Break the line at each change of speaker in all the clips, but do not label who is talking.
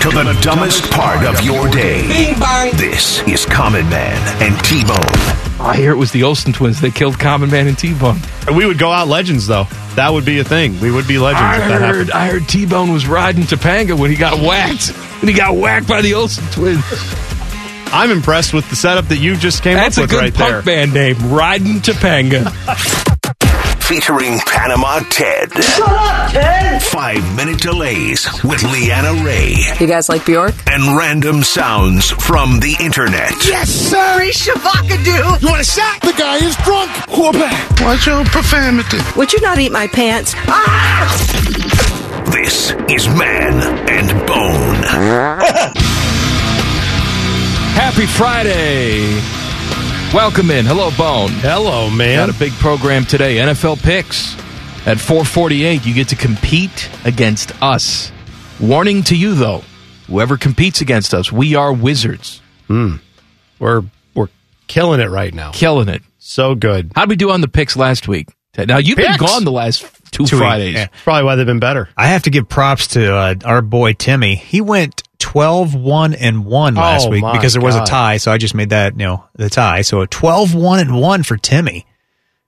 to the dumbest part of your day.
Bing bang.
This is Common Man and T Bone.
I hear it was the Olsen twins that killed Common Man and T Bone.
We would go out legends, though. That would be a thing. We would be legends
I
if that
heard,
happened.
I heard T Bone was riding Topanga when he got whacked. When he got whacked by the Olsen twins.
I'm impressed with the setup that you just came
That's
up
a
with
good
right
punk
there.
band name, Riding Topanga.
Featuring Panama Ted. Five minute delays with Leanna Ray
You guys like Bjork?
and random sounds from the internet.
Yes, sir.
Shabakadoo.
You want a shot?
The guy is drunk. Quarterback.
Watch your profanity. Ah!
Would you not eat my pants?
This is Man and Bone.
Happy Friday. Welcome in. Hello, Bone.
Hello,
Got
man.
a big program today. NFL picks at 448. You get to compete against us. Warning to you, though, whoever competes against us, we are wizards.
Hmm. We're we're killing it right now.
Killing it.
So good.
How'd we do on the picks last week? Now, you've been
Picks?
gone the last two, Fridays.
Yeah. Probably why they've been better.
I have to give props to uh, our boy Timmy. He went 12 1 and 1 last
Oh,
week
my
because there was a
God.
tie, so I just made that, you know, the tie. So a 12 1 and 1 for Timmy.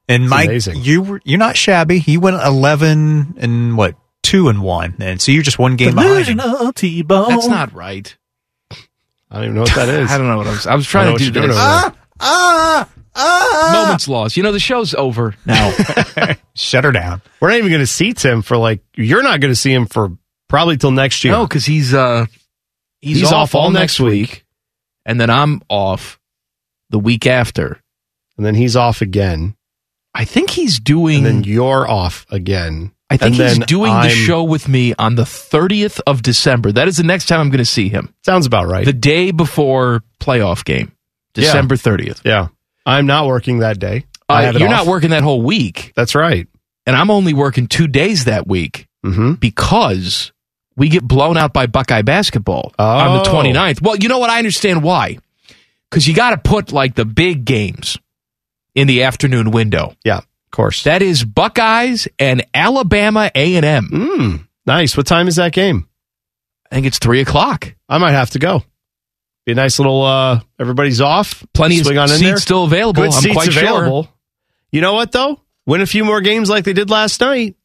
And Mike,
amazing.
you were, you're not shabby. He went 11 and what? 2 and 1. And so you're just one game behind. him.
That's not right.
I don't even know what that is.
I don't know what I was. I was trying
I know
to
what
do
you're doing
this. Ah!
over
Ah!
Moments lost. You know, the show's over now.
Shut her down.
We're not even going to see Tim for like. You're not going to see him for probably till next year.
No, because he's uh he's,
He's
off, all next week. and then I'm off the week after.
and then he's off again,
I think he's doing.
and then you're off again.
I think
and
he's
then
doing
I'm-
the show with me on the 30th of December. That is the next time I'm going to see him.
Sounds about right.
The day before playoff game,
Yeah.
December 30th.
yeah, I'm not working that day. I
Uh,
have it
you're
off.
not working that whole week,
That's right.
and I'm only working two days that week
Mm-hmm.
because we get blown out by Buckeye basketball on the
Oh.
29th. Well, you know what? I understand why. Because you got to put like the big games in the afternoon window.
Yeah, of course.
That is Buckeyes and Alabama A and M.
Mm, nice. What time is that game?
I think it's three o'clock.
I might have to go. Be a nice little. uh Everybody's off.
Plenty
Swing
of
on in
seats
there.
still available.
Good
I'm
seats
quite
available. You know what though? Win a few more games like they did last night.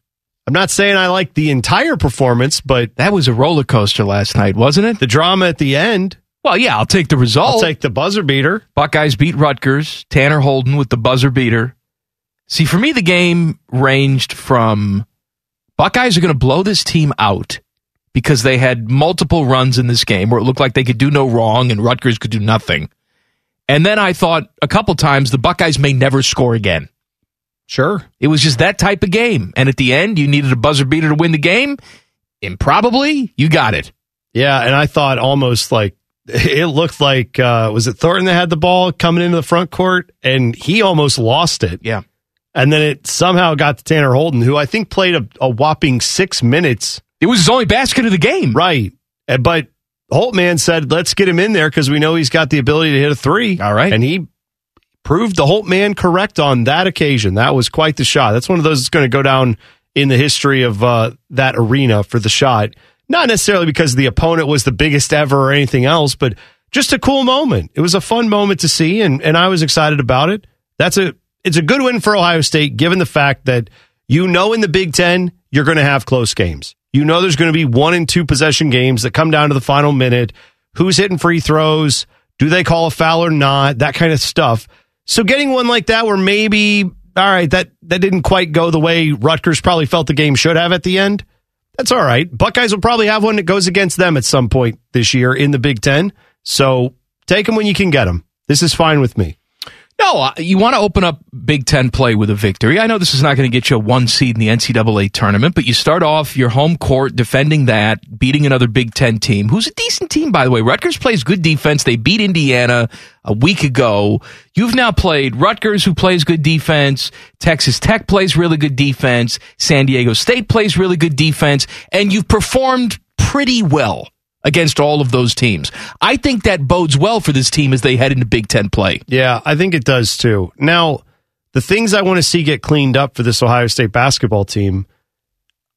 I'm not saying I like the entire performance, but
sure that was a roller coaster last night, wasn't it?
the drama at the end.
Well, yeah, I'll take the result.
I'll take the buzzer beater.
Buckeyes beat Rutgers. Tanner Holden with the buzzer beater. See, for me, the game ranged from Buckeyes are going to blow this team out because they had multiple runs in this game where it looked like they could do no wrong and Rutgers could do nothing. And then I thought a couple times the Buckeyes may never score again.
Sure.
It was just that type of game. And at the end, you needed a buzzer beater to win the game. Improbably, you got it.
Yeah, and I thought almost like it looked like uh was it Thornton that had the ball coming into the front court and he almost lost it.
Yeah.
And then it somehow got to Tanner Holden, who I think played a, a whopping six minutes
It was his only basket of the game.
Right. Uh, But Holtman said, let's get him in there because we know he's got the ability to hit a three.
All right.
And he proved the Holtman correct on that occasion. That was quite the shot. That's one of those that's going to go down in the history of uh, that arena for the shot. Not necessarily because the opponent was the biggest ever or anything else, but just a cool moment. It was a fun moment to see, and, and I was excited about it. That's a it's a good win for Ohio State, given the fact that you know in the Big Ten you're going to have close games. You know there's going to be one and two possession games that come down to the final minute. Who's hitting free throws? Do they call a foul or not? That kind of stuff. So getting one like that where maybe all right that that didn't quite go the way Rutgers probably felt the game should have at the end. That's all right. Buckeyes will probably have one that goes against them at some point this year in the Big Ten. So take them when you can get them. This is fine with me.
No, uh, you want to open up Big Ten play with a victory. I know this is not going to get you a one seed in the NCAA tournament, but you start off your home court defending that, beating another Big Ten team, who's a decent team, by the way. Rutgers plays good defense. They beat Indiana a week ago. You've now played Rutgers, who plays good defense. Texas Tech plays really good defense. San Diego State plays really good defense. And you've performed pretty well against all of those teams. I think that bodes well for this team as they head into Big Ten play.
Yeah, I think it does too. Now, the things I want to see get cleaned up for this Ohio State basketball team,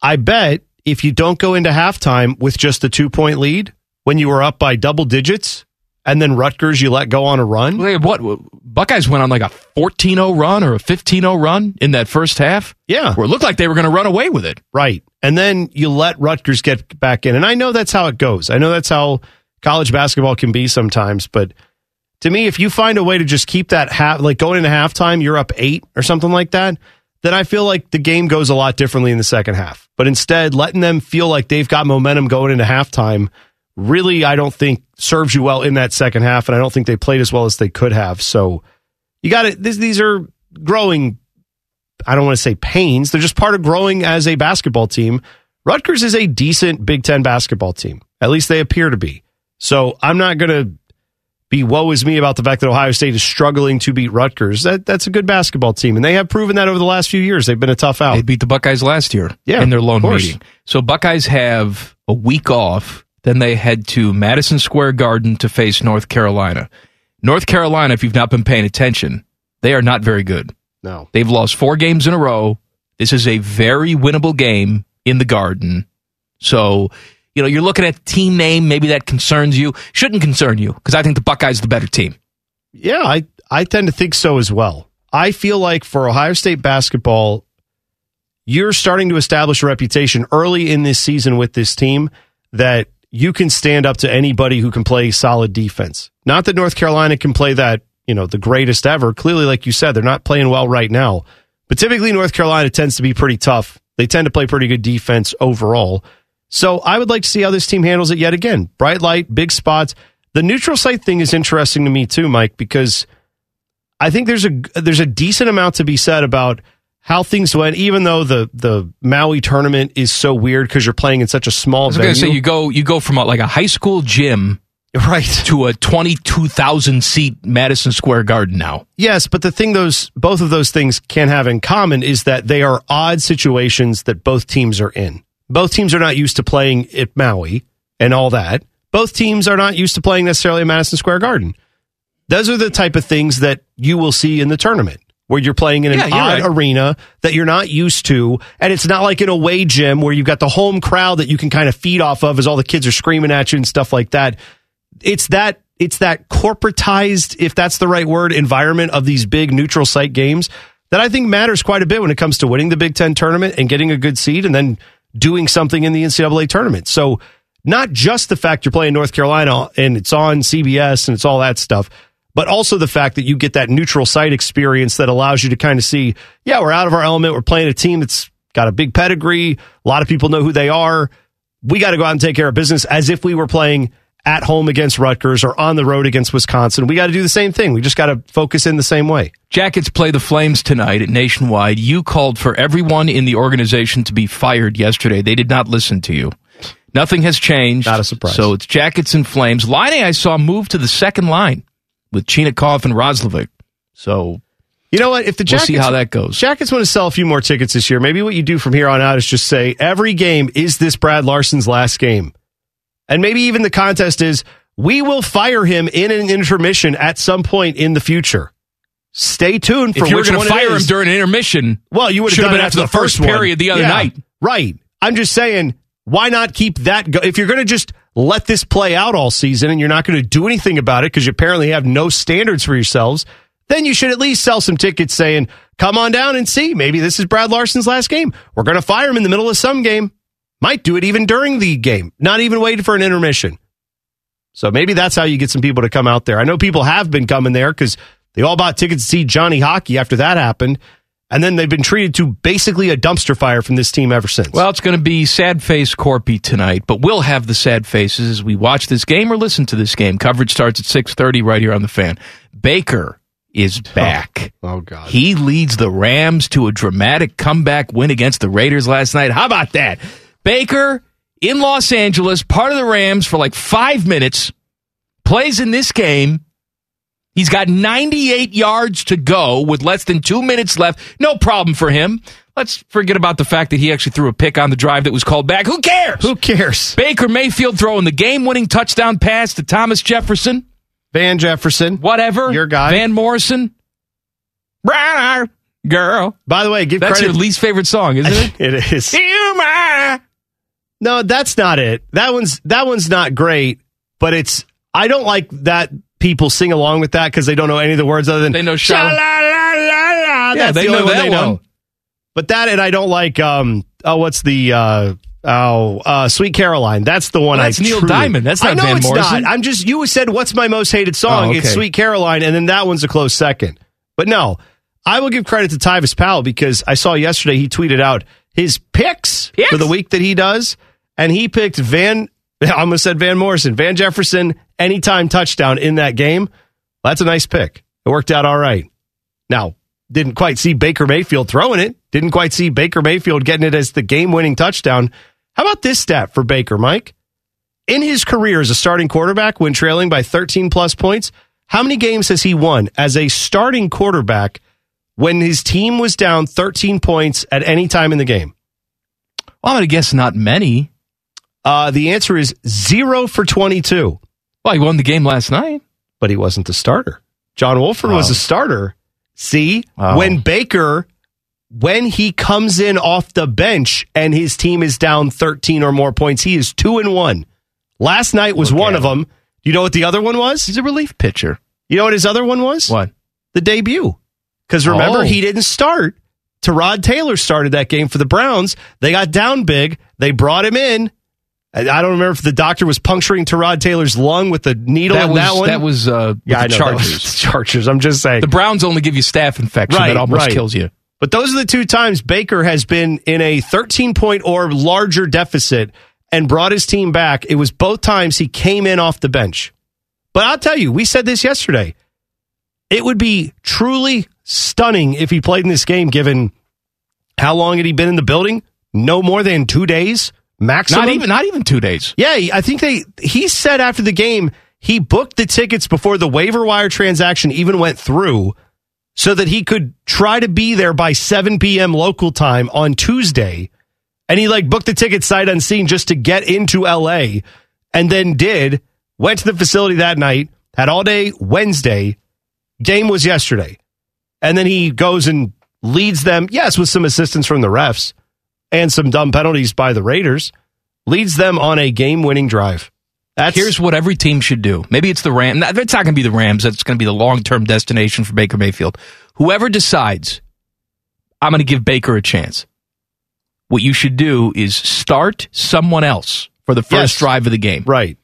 I bet if you don't go into halftime with just a two point lead when you were up by double digits and then Rutgers you let go on a run.
They- What Buckeyes went on like a 14-0 run or a 15-0 run in that first half.
Yeah.
where it looked like they were going to run away with it.
Right. And then you let Rutgers get back in. And I know that's how it goes. I know that's how college basketball can be sometimes. But to me, if you find a way to just keep that half, like going into halftime, you're up eight or something like that, then I feel like the game goes a lot differently in the second half. But instead, letting them feel like they've got momentum going into halftime really, I don't think serves you well in that second half. And I don't think they played as well as they could have. So you got it. These are growing I don't want to say pains. They're just part of growing as a basketball team. Rutgers is a decent Big Ten basketball team. At least they appear to be. So I'm not going to be woe is me about the fact that Ohio State is struggling to beat Rutgers. That, that's a good basketball team. And they have proven that over the last few years. They've been a tough out.
They beat the Buckeyes last year
Yeah,
in their
of
lone
course.
meeting. So Buckeyes have a week off. Then they head to Madison Square Garden to face North Carolina. North Carolina, if you've not been paying attention, they are not very good.
no.
They've lost four games in a row. This is a very winnable game in the Garden. So, you know, you're looking at team name. Maybe that concerns you. Shouldn't concern you because I think the Buckeyes are the better team.
Yeah, I, I tend to think so as well. I feel like for Ohio State basketball, you're starting to establish a reputation early in this season with this team that you can stand up to anybody who can play solid defense. Not that North Carolina can play that, you know, the greatest ever. Clearly, like you said, they're not playing well right now. But typically, North Carolina tends to be pretty tough. They tend to play pretty good defense overall. So I would like to see how this team handles it yet again. Bright light, big spots. The neutral site thing is interesting to me too, Mike, because I think there's a there's a decent amount to be said about how things went, even though the the Maui tournament is so weird because you're playing in such a small
I was
venue.
going to say you go you go from a, like a high school gym
right?
to a twenty two thousand seat Madison Square Garden now.
Yes, but the thing those both of those things can have in common is that they are odd situations that both teams are in. Both teams are not used to playing at Maui and all that. Both teams are not used to playing necessarily at Madison Square Garden. Those are the type of things that you will see in the tournament where you're playing in
Yeah,
an
you're
odd
right.
arena that you're not used to and it's not like an away gym where you've got the home crowd that you can kind of feed off of as all the kids are screaming at you and stuff like that it's that it's that corporatized, if that's the right word, environment of these big neutral site games that I think matters quite a bit when it comes to winning the Big Ten tournament and getting a good seed and then doing something in the NCAA tournament. So not just the fact you're playing North Carolina and it's on CBS and it's all that stuff, but also the fact that you get that neutral site experience that allows you to kind of see, yeah, we're out of our element. We're playing a team that's got a big pedigree. A lot of people know who they are we got to go out and take care of business as if we were playing at home against Rutgers or on the road against Wisconsin. We got to do the same thing. We just got to focus in the same way.
Jackets play the Flames tonight at Nationwide. You called for everyone in the organization to be fired yesterday. They did not listen to you. Nothing has changed.
Not a surprise.
So it's Jackets and Flames. Line A, I saw move to the second line with Chinnikov and Roslovic. So
You know what? If the
We'll
Jackets,
see how that goes.
Jackets want to sell a few more tickets this year. Maybe what you do from here on out is just say every game is this Brad Larson's last game, and maybe even the contest is we will fire him in an intermission at some point in the future. Stay tuned for
if you were
which
going
one
to
it
fire him
is.
during an intermission,
Well, you would have
Should've
done
been
it
after the first period
one.
the other
Yeah,
night.
Right. I'm just saying, why not keep that? Go- if you're going to just let this play out all season and you're not going to do anything about it because you apparently have no standards for yourselves, then you should at least sell some tickets saying, come on down and see. Maybe this is Brad Larson's last game. We're going to fire him in the middle of some game. Might do it even during the game, not even waiting for an intermission. So maybe that's how you get some people to come out there. I know people have been coming there because they all bought tickets to see Johnny Hockey after that happened. And then they've been treated to basically a dumpster fire from this team ever since.
Well, it's going to be sad face Corpy tonight, but we'll have the sad faces as we watch this game or listen to this game. Coverage starts at 6:30 right here on the fan. Baker is back.
Oh God.
He leads the Rams to a dramatic comeback win against the Raiders last night. How about that? Baker in Los Angeles, part of the Rams for like five minutes, plays in this game. He's got 98 yards to go with less than two minutes left. No problem for him. Let's forget about the fact that he actually threw a pick on the drive that was called back. Who cares?
Who cares?
Baker Mayfield throwing the game winning touchdown pass to Thomas Jefferson
Van Jefferson.
whatever.
Your guy.
Van Morrison. Brown eye girl.
By the way, give
That's your
credit.
least favorite song, isn't it?
it is.
Humor.
No, that's not it. That one's that one's not great, but it's I don't like that people sing along with that because they don't know any of the words other than
They know
sha la
shallow.
la la la.
Yeah,
Ah, That's
they
the
know
only
that
one they know.
one.
But that and I don't like um oh what's the uh oh uh Sweet Caroline. That's the one
Well, that's
I
Neil
truly-
Diamond. That's not
I know
Van
it's
Morrison.
not. I'm just you said what's my most hated song?
Oh, okay.
It's Sweet Caroline, and then that one's a close second. But no, I will give credit to Tyvis Powell because I saw yesterday he tweeted out his picks,
Picks?
for the week that he does, and he picked Van I almost said Van Morrison, Van Jefferson, anytime touchdown in that game. That's a nice pick. It worked out all right. Now, didn't quite see Baker Mayfield throwing it. Didn't quite see Baker Mayfield getting it as the game winning touchdown. How about this stat for Baker, Mike? In his career as a starting quarterback, when trailing by 13 plus points, how many games has he won as a starting quarterback when his team was down 13 points at any time in the game?
Well, I'm going to guess not many.
Uh, the answer is zero for 22,
Well, he won the game last night.
but he wasn't the starter. John Wolford was
Oh.
a starter. See,
Oh.
when Baker, when he comes in off the bench and his team is down 13 or more points, he is two and one. Last night was
Look
one
at
of them. You know what the other one was?
He's a relief pitcher.
You know what his other one was?
What?
The debut. Because remember,
Oh.
he didn't start. Terod Taylor started that game for the Browns. They got down big. They brought him in. I I don't remember if the doctor was puncturing Terod Taylor's lung with a needle
That
in
was
that one.
that was uh, with
yeah, I
the
know, that was
Chargers.
the Chargers. I'm just saying.
The Browns only give you staph infection
Right,
that almost
right.
kills you.
But those are the two times Baker has been in a 13 point or larger deficit and brought his team back. It was both times he came in off the bench. But I'll tell you, we said this yesterday. It would be truly stunning if he played in this game, given how long had he been in the building? No more than two days maximum.
Not even not even two days.
Yeah, I think they. He said after the game he booked the tickets before the waiver wire transaction even went through, so that he could try to be there by 7 p.m. local time on Tuesday, and he like booked the ticket sight unseen just to get into L.A. and then did went to the facility that night, had all day Wednesday. Game was yesterday, and then he goes and leads them. Yes, with some assistance from the refs and some dumb penalties by the Raiders leads them on a game-winning drive. That's
Here's what every team should do. Maybe it's the Rams. That's not going to be the Rams. That's going to be the long term destination for Baker Mayfield. Whoever decides, I'm going to give Baker a chance. What you should do is start someone else for the first
Yes.
drive of the game.
right.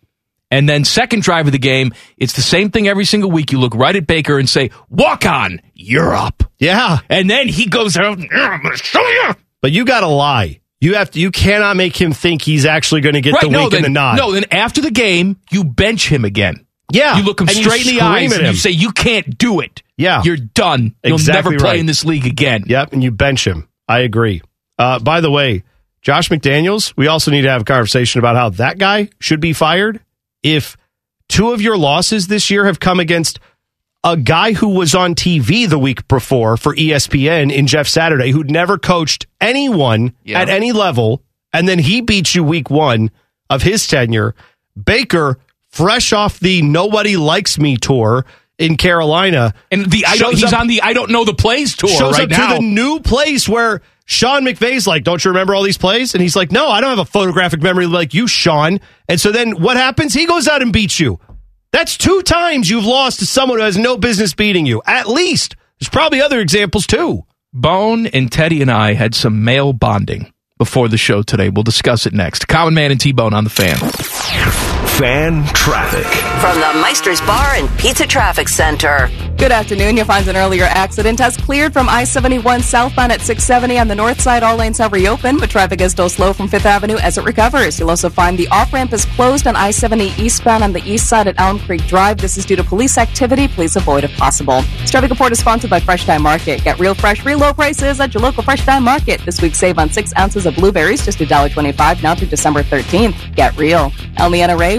And then second drive of the game, it's the same thing every single week. You look right at Baker and say, walk on, you're up.
Yeah,
And then he goes out, "Yeah, I'm going to show you.
but you got to lie. You have to. You cannot make him think he's actually going to get the wink
then,
and the nod.
no, then after the game, you bench him again.
yeah.
You look him
And you
straight in the
scream
eyes
at
and you
him.
say, "You can't do it.
Yeah.
you're done. You'll
Exactly
never play
right.
in this league again."
Yep, and you bench him. I agree. Uh, by the way, Josh McDaniels, we also need to have a conversation about how that guy should be fired if two of your losses this year have come against a guy who was on TV the week before for E ESPN in Jeff Saturday, who'd never coached anyone
Yeah.
at any level, and then he beats you week one of his tenure. Baker, fresh off the Nobody Likes Me tour in Carolina,
And the I don't,
Shows
he's
up-
on the I don't know the plays tour
shows
right
up
now.
to the new place where Sean McVay's like, "Don't you remember all these plays?" And he's like, "No, I don't have a photographic memory like you, Sean." And so then what happens? He goes out and beats you. That's two times you've lost to someone who has no business beating you. At least there's probably other examples too.
Bone and Teddy and I had some male bonding before the show today. We'll discuss it next. Common Man and T Bone on the fan.
Fan traffic.
From the Meister's Bar and Pizza Traffic Center. Good afternoon. You'll find an earlier accident has cleared from I 71 southbound at 670 on the north side. All lanes have reopened, but traffic is still slow from Fifth Avenue as it recovers. You'll also find the off ramp is closed on I 70 eastbound on the east side at Elm Creek Drive. This is due to police activity. Please avoid if possible. This traffic report is sponsored by Fresh Time Market. Get real fresh, real low prices at your local Fresh Time Market. This week, save on six ounces of blueberries, just $1.25 now through December 13th. Get real. I'm Leanna Ray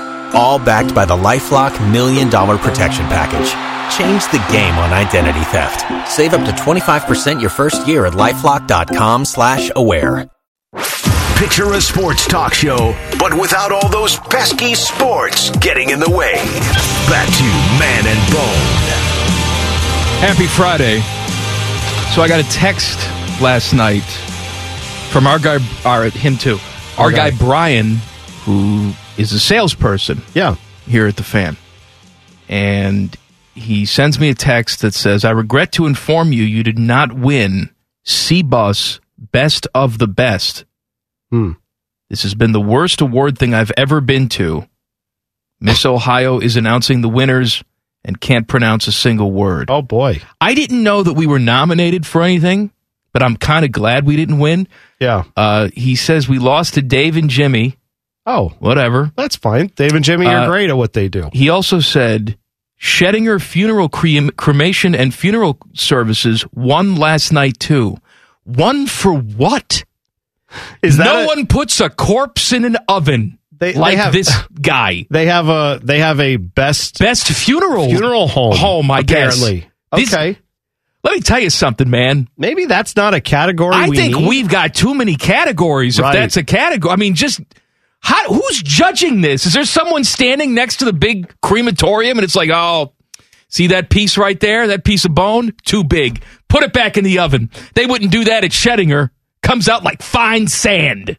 All backed by the LifeLock Million Dollar Protection Package. Change the game on identity theft. Save up to 25% your first year at LifeLock.com slash aware.
Picture a sports talk show, but without all those pesky sports getting in the way. Back to Man and Bone.
Happy Friday. So I got a text last night from our guy, our, him too, our
Okay.
guy Brian, who is a salesperson
Yeah.
here at the fan. And he sends me a text that says, I regret to inform you, you did not win C Bus Best of the Best.
Hmm.
This has been the worst award thing I've ever been to. Miss Ohio is announcing the winners and can't pronounce a single word.
Oh boy.
I didn't know that we were nominated for anything, but I'm kind of glad we didn't win.
Yeah.
Uh, he says we lost to Dave and Jimmy.
Oh,
Whatever.
that's fine. Dave and Jimmy
Uh,
are great at what they do.
He also said Schedinger Funeral crem- Cremation and Funeral Services won last night too. One for what?
Is that
no
a-
one puts a corpse in an oven
They- they
like
have-
this guy.
They have a they have a best
Best funeral
funeral home.
home, I guess.
apparently.
This-
okay,
Let me tell you something, man.
maybe that's not a category.
I
we
think
need.
we've got too many categories.
Right.
If that's a category, I mean, just how, who's judging this? Is there someone standing next to the big crematorium and it's like, oh, see that piece right there, that piece of bone, too big. Put it back in the oven. They wouldn't do that at Schedinger. Comes out like fine sand.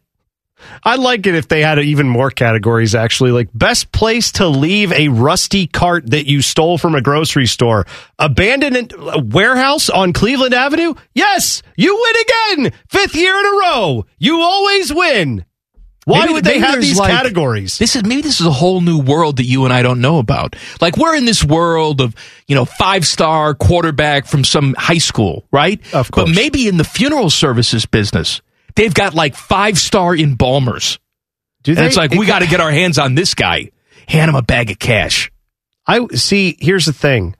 I like it if they had even more categories. Actually, like best place to leave a rusty cart that you stole from a grocery store, abandoned warehouse on Cleveland Avenue. Yes, you win again, fifth year in a row. You always win. Why
Maybe-
would they
maybe
have
there's
these
like-
categories?
This is maybe this is a whole new world that you and I don't know about. Like we're in this world of you know five star quarterback from some high school, right?
Of course.
But maybe in the funeral services business, they've got like five star embalmers,
Do
and
they-
it's like we got to get our hands on this guy. Hand him a bag of cash.
I see. Here's the thing.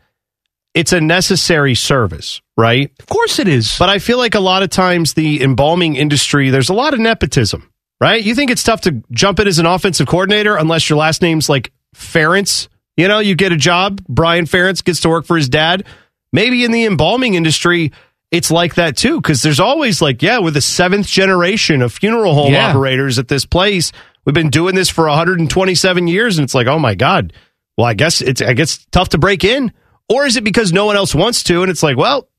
It's a necessary service, right?
Of course it is.
But I feel like a lot of times the embalming industry, there's a lot of nepotism, right? You think it's tough to jump in as an offensive coordinator unless your last name's like Ference. You know, you get a job. Brian Ference gets to work for his dad. Maybe in the embalming industry, it's like that too, because there's always like, yeah, we're the seventh generation of funeral home
Yeah.
operators at this place. We've been doing this for 127 years, and it's like, oh my god. Well, I guess it's I guess it's tough to break in, or is it because no one else wants to? And it's like, well,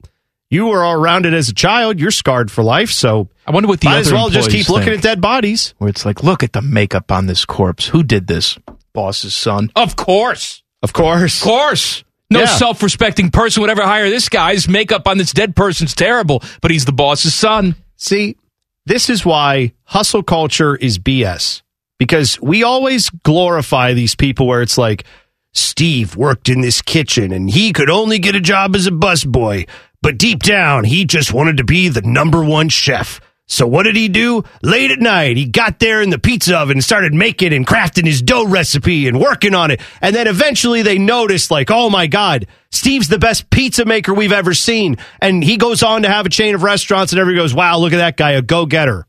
you were all rounded as a child. You're scarred for life. So
I wonder what the
might
other
as well just
employees
keep looking
think.
at dead bodies.
where it's like, look at the makeup on this corpse. Who did this? Boss's son. Of course.
Of course.
Of course. No
Yeah.
self respecting person would ever hire this guy's makeup on this dead person's terrible, but he's the boss's son.
See, this is why hustle culture is BS because we always glorify these people where it's like, Steve worked in this kitchen and he could only get a job as a busboy, but deep down, he just wanted to be the number one chef. So what did he do? Late at night, he got there in the pizza oven and started making and crafting his dough recipe and working on it. And then eventually they noticed like, oh my God, Steve's the best pizza maker we've ever seen. And he goes on to have a chain of restaurants and everybody goes, wow, look at that guy, a go-getter.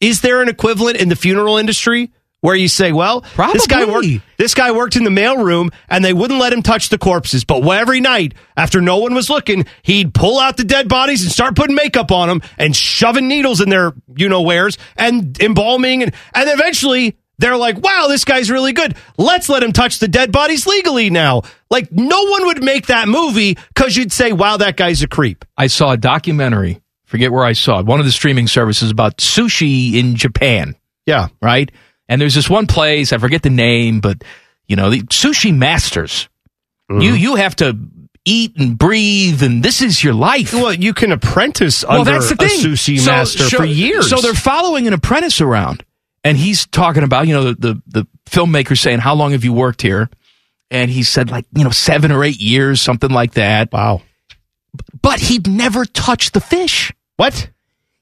Is there an equivalent in the funeral industry where you say, well, this guy worked
Probably.
this guy worked in the mailroom and they wouldn't let him touch the corpses, but every night after no one was looking, he'd pull out the dead bodies and start putting makeup on them and shoving needles in their you know wares and embalming and and eventually they're like, "Wow, this guy's really good. Let's let him touch the dead bodies legally now." Like no one would make that movie cuz you'd say, "Wow, that guy's a creep."
I saw a documentary, forget where I saw it, one of the streaming services about sushi in Japan,
Yeah.
right? And there's this one place I forget the name, but you know the sushi masters.
Mm-hmm.
You you have to eat and breathe, and this is your life.
Well, you can apprentice
Well,
under
that's the
a
thing.
sushi
So-
master
so-
for years.
So they're following an apprentice around, and he's talking about you know the the, the filmmaker saying, "How long have you worked here?" And he said like you know seven or eight years, something like that.
wow.
But he'd never touched the fish.
What?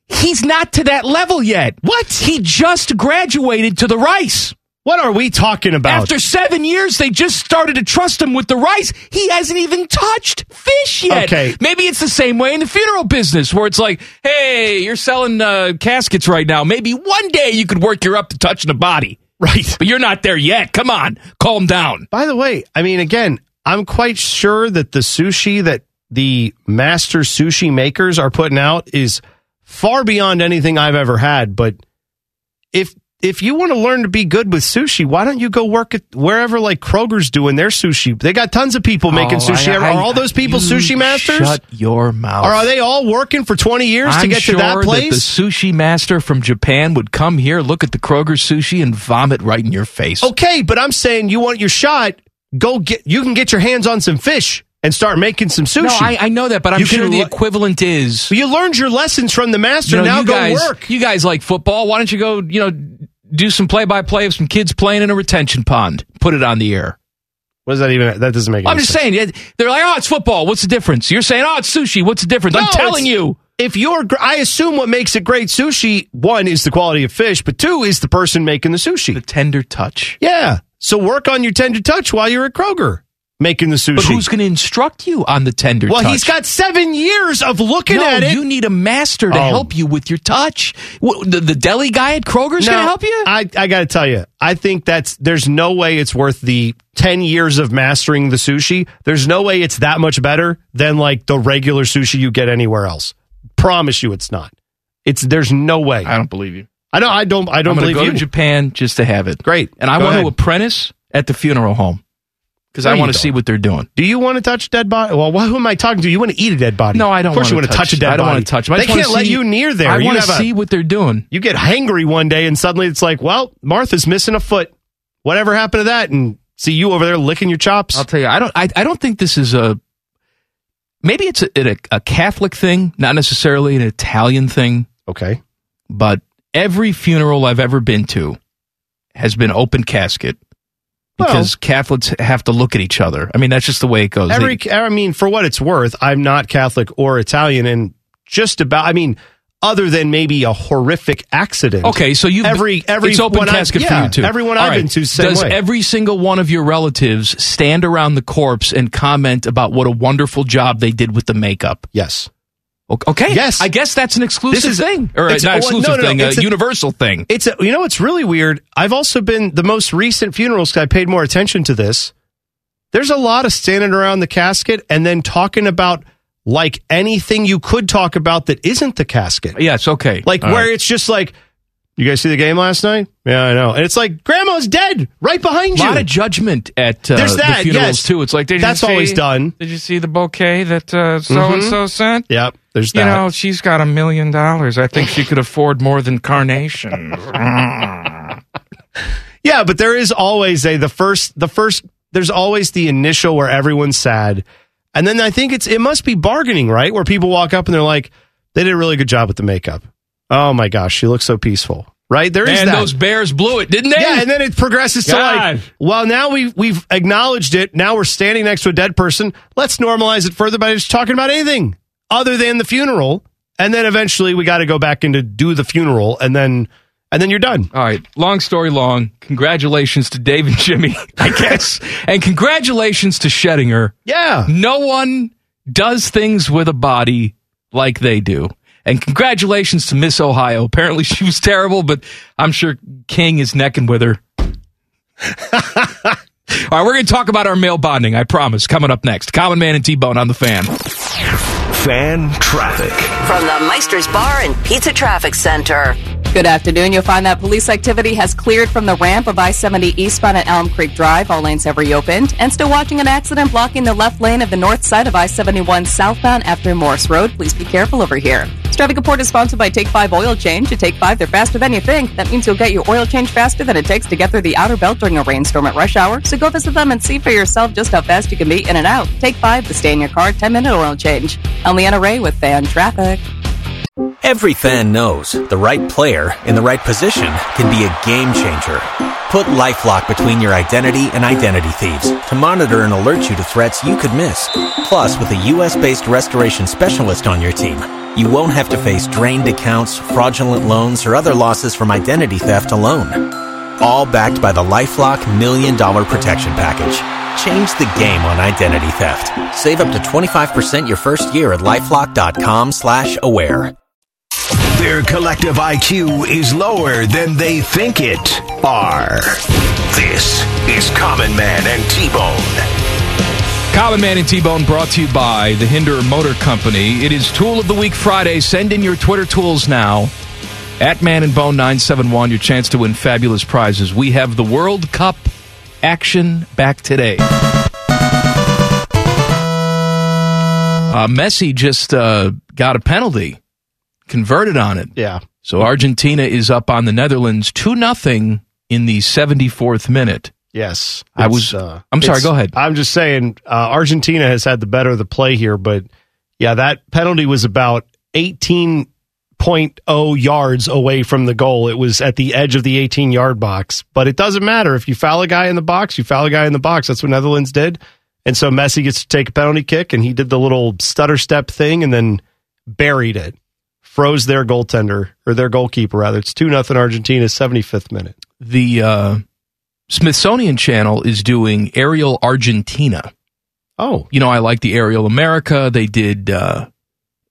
He's not to that level yet. What? He just graduated to the rice.
What are we talking about?
After seven years, they just started to trust him with the rice. He hasn't even touched fish yet.
Okay.
Maybe it's the same way in the funeral business where it's like, hey, you're selling uh, caskets right now. Maybe one day you could work your up to touching a body.
right.
But you're not there yet. Come on. Calm down.
By the way, I mean again, I'm quite sure that the sushi that the master sushi makers are putting out is far beyond anything I've ever had, but if if you want to learn to be good with sushi, why don't you go work at wherever like Kroger's doing their sushi? They got tons of people
Oh,
making sushi. are all those people
You
sushi masters?
Shut your mouth.
Or are they all working for 20 years
I'm
to get
sure
to that place?
the sushi master from Japan would come here, look at the Kroger sushi, and vomit right in your face.
Okay, but I'm saying you want your shot. Go get. You can get your hands on some fish and start making some sushi.
No, I, I know that, but I'm
You can
sure the
lo-
equivalent is
you learned your lessons from the master.
you know,
now
you
go
guys,
work.
You guys like football? Why don't you go? You know, do some play-by-play of some kids playing in a retention pond. Put it on the air.
What does that even? That doesn't make. Any
I'm just
sense.
saying. it- They're like, oh, it's football. What's the difference? You're saying, oh, it's sushi. What's the difference? I'm
No,
telling
it's-
you.
If you're, gr- I assume what makes it great sushi one is the quality of fish, but two is the person making the
The
sushi.
tender touch.
Yeah. So work on your tender touch while you're at Kroger making the sushi.
But who's going to instruct you on the tender
well,
touch?
he's got seven years of looking
No,
at it.
you need a master to
Oh.
help you with your touch. What, the, the deli guy at Kroger's going to
Now,
help you?
I, I got to tell you, I think that's there's no way it's worth the 10 years of mastering the sushi. There's no way it's that much better than like the regular sushi you get anywhere else. Promise you it's not. It's there's no way. I,
don't believe you.
don't I don't I
I'm
don't
going
believe
to go
you.
to Japan just to have it.
Great.
And I
Go
want
ahead.
to apprentice at the funeral home because
No,
I
you
want to
don't.
see what they're doing.
Do you want to touch a dead body? Well, wh- who am I talking to? You want to eat a dead body?
No, I don't.
Of course, you
wanna
want to touch a dead
I don't
body.
want to touch. 'em. I
They
just wanna
can't let
see-
you near there.
I
you
want to
have a-
see what they're doing.
you get hangry one day and suddenly it's like, well, Martha's missing a foot. Whatever happened to that? And see you over there licking your chops.
I'll tell you. I don't. I, I don't think this is a. Maybe it's a, a, a Catholic thing, not necessarily an Italian thing,
okay.
but every funeral I've ever been to has been open casket
Well-
because Catholics have to look at each other. I mean, that's just the way it goes. They-
Every, I mean, for what it's worth, I'm not Catholic or Italian, and just about, I mean, other than maybe a horrific accident.
Okay, so you
Every- every
it's open
one I've-
casket
yeah,
for you too.
everyone I've been to, same
Does
way.
every single one of your relatives stand around the corpse and comment about what a wonderful job they did with the makeup?
Yes.
O- Okay.
Yes.
I guess that's an exclusive
This is-
thing, or
it's-
not
well,
exclusive
no, no, no,
thing,
it's
a,
a-
universal thing.
It's, a, you know, it's really weird. I've also been, the most recent funerals, 'cause I paid more attention to this. There's a lot of standing around the casket and then talking about like anything you could talk about that isn't the casket.
Yes. Okay.
Like
All
where
right.
it's just like, you guys see the game last night? Yeah, I know. And it's like, grandma's dead right behind
a
you.
lot of judgment at uh,
There's
the
that,
funerals
yes.
too. It's like did you
That's
see-
always done.
Did you see the bouquet that so and so sent?
Yep. There's that.
You know, she's got a million dollars. I think she could afford more than carnations.
Yeah, but there is always a the first the first there's always the initial where everyone's sad. And then I think it's it must be bargaining, right? Where people walk up and they're like, they did a really good job with the makeup. Oh my gosh, she looks so peaceful. Right? There is
And
that.
those bears blew it, didn't they?
yeah, and then it progresses to like,
God.
well, now we we've acknowledged it. Now we're standing next to a dead person. Let's normalize it further by just talking about anything other than the funeral. And then eventually we got to go back into do the funeral, and then and then you're done.
All right. Long story long. Congratulations to Dave and Jimmy, I guess, and congratulations to Schettinger.
Yeah.
No one does things with a body like they do. And congratulations to Miss Ohio. Apparently she was terrible, but I'm sure King is necking with her. All right, we're going to talk about our male bonding, I promise, coming up next. Common Man and T Bone on the fan.
Fan traffic.
From the Meister's Bar and Pizza Traffic Center.
Good afternoon. You'll find that police activity has cleared from the ramp of I 70 eastbound at Elm Creek Drive. All lanes have reopened. And still watching an accident blocking the left lane of the north side of I 71 southbound after Morse Road. Please be careful over here. This traffic report is sponsored by Take 5 Oil Change. At Take 5, they're faster than you think. That means you'll get your oil change faster than it takes to get through the outer belt during a rainstorm at rush hour. So go visit them and see for yourself just how fast you can be in and out. Take 5, the stay in your car 10 minute oil change. I'm Leanna Ray with Fan Traffic.
Every fan knows the right player in the right position can be a game changer. Put LifeLock between your identity and identity thieves to monitor and alert you to threats you could miss. Plus, with a U.S.-based restoration specialist on your team, you won't have to face drained accounts, fraudulent loans, or other losses from identity theft alone. All backed by the LifeLock Million Dollar Protection Package. Change the game on identity theft. Save up to 25% your first year at LifeLock.com slash aware.
Their collective IQ is lower than they think it are. This is Common Man and T Bone.
Common Man and T Bone brought to you by the Hinder Motor Company. It is Tool of the Week Friday. Send in your Twitter tools now at Man and Bone 971. Your chance to win fabulous prizes. We have the World Cup action back today. Uh, Messi just uh, got a penalty, converted on it.
Yeah.
So Argentina is up on the Netherlands 2 0 in the 74th minute.
Yes.
I
It's,
was.
uh,
I'm sorry.
it's-
Go ahead.
I'm just saying, uh, Argentina has had the better of the play here, but yeah, that penalty was about 18.0 yards away from the goal. It was at the edge of the 18 yard box, but it doesn't matter if you foul a guy in the box. You foul a guy in the box. That's what Netherlands did, and so Messi gets to take a penalty kick, and he did the little stutter step thing, and then buried it, froze their goaltender or their goalkeeper rather. It's two nothing Argentina, 75th minute.
the uh, Smithsonian Channel is doing Aerial Argentina.
Oh,
you know I like the Aerial America. They did uh,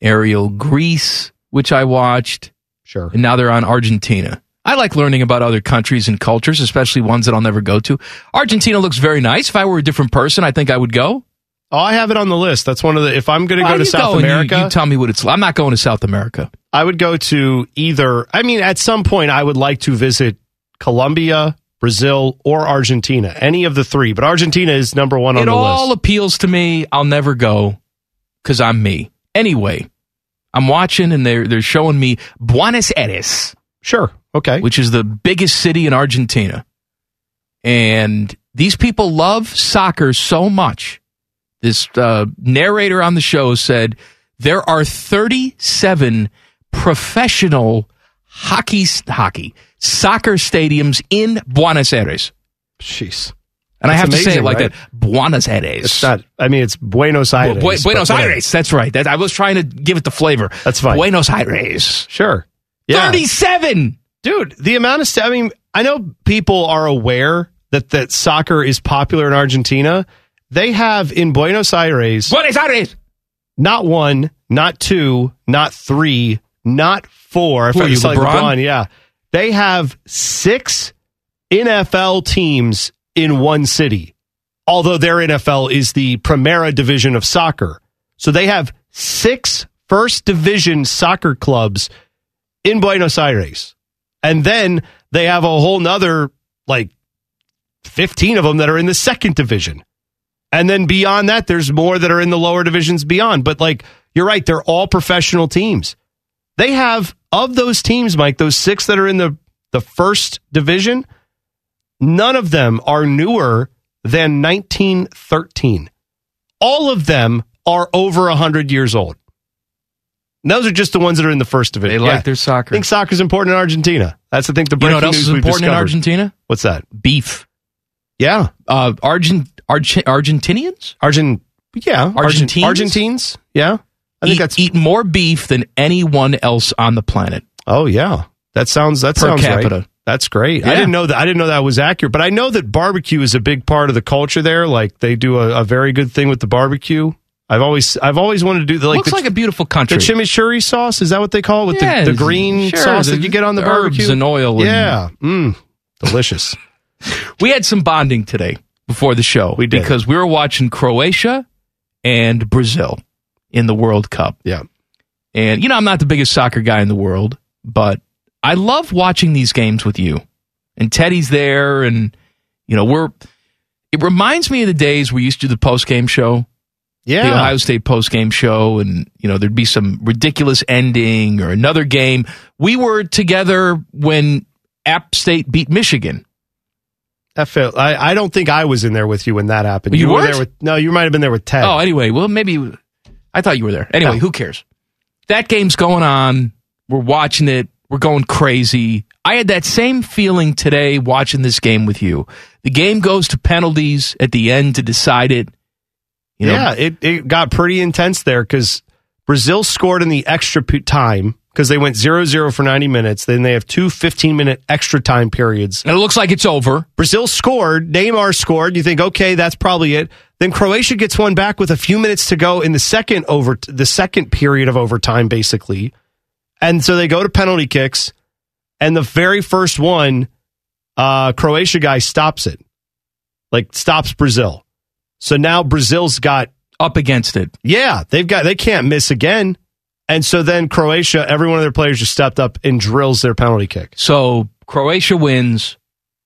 Aerial Greece, which I watched.
Sure.
And now they're on Argentina. I like learning about other countries and cultures, especially ones that I'll never go to. Argentina looks very nice. If I were a different person, I think I would go.
Oh, I have it on the list. That's one of the. If I'm going to go to South America,
you, tell me what it's. I'm not going to South America.
I would go to either. I mean, at some point, I would like to visit Colombia, Brazil, or Argentina. Any of the three, but Argentina is number one on
it
the
all
list.
appeals to me. I'll never go because I'm me. Anyway, I'm watching and they're they're showing me Buenos Aires.
Sure. Okay.
Which is the biggest city in Argentina. And these people love soccer so much. This uh, narrator on the show said there are 37 professional hockey hockey soccer stadiums in Buenos Aires.
Jeez.
And I
That's
have to say it
amazing,
like
right?
that. Buenos Aires.
It's not. I mean, it's Buenos
Bu-
Aires.
Bu- Buenos
but whatever.
Aires. That's right. That, I was trying to give it the flavor.
That's fine.
Buenos Aires.
Sure. Yeah.
37.
Dude, the amount of stuff. I mean, I know people are aware that that soccer is popular in Argentina. They have in Buenos Aires
Buenos Aires.
not one, not two, not three, not four. If
Who
I
are you,
was telling
LeBron?
LeBron, yeah, they have six NFL teams in one city. Although their NFL is the Primera division of soccer, so they have six first division soccer clubs in Buenos Aires, and then they have a whole nother like fifteen of them that are in the second division. And then beyond that, there's more that are in the lower divisions beyond. But like, you're right, they're all professional teams. They have, of those teams, Mike, those six that are in the, the first division, none of them are newer than 1913. All of them are over 100 years old. And those are just the ones that are in the first division.
They like their
I
soccer.
think soccer's important in Argentina. That's, I think, the
You know
breaking
what else
news
is
we've
important in
discovered.
Argentina?
What's that?
Beef.
Yeah.
Uh, Argent, Argent, Argentinians
Argent, yeah. Argent-
Argentines?
Argentines? Yeah. I think
eat,
that's
eat more beef than anyone else on the planet.
Oh yeah, that sounds that
Per
sounds
capita.
Right. That's great. I
Yeah.
didn't know that. I didn't know that was accurate, but I know that barbecue is a big part of the culture there. Like they do a, a very good thing with the barbecue. I've always I've always wanted to do the, like
Looks
the,
like a beautiful
the
country.
chimichurri sauce. Is that what they call it with
Yeah,
the, the green
sure,
sauce
the-
that you get on the,
the herbs
barbecue
and oil and-
Yeah, mm, delicious.
we had some bonding today before the show
We did.
because we were watching Croatia and Brazil in the World Cup.
yeah,
And you know, I'm not the biggest soccer guy in the world, but I love watching these games with you. And Teddy's there, and you know we're. It reminds me of the days we used to do the post game show.
Yeah.
the Ohio State post game show, and you know there'd be some ridiculous ending or another game. We were together when App State beat Michigan.
That felt, I, I don't think I was in there with you when that happened.
You
were
weren't?
there with no. You might have been there with Ted.
Oh, anyway, well maybe I thought you were there. Anyway,
No.
who cares? That game's going on. We're watching it. We're going crazy. I had that same feeling today watching this game with you. The game goes to penalties at the end to decide it. You know,
yeah, it, it got pretty intense there because Brazil scored in the extra p- time because they went 0 0 for 90 minutes. Then they have two 15 minute extra time periods.
And it looks like it's over.
Brazil scored. Neymar scored. You think, okay, that's probably it. Then Croatia gets one back with a few minutes to go in the second over the second period of overtime, basically. And so they go to penalty kicks, and the very first one, uh, Croatia guy stops it, like stops Brazil. So now Brazil's got
up against it.
Yeah, they've got they can't miss again. And so then Croatia, every one of their players just stepped up and drills their penalty kick.
So Croatia wins.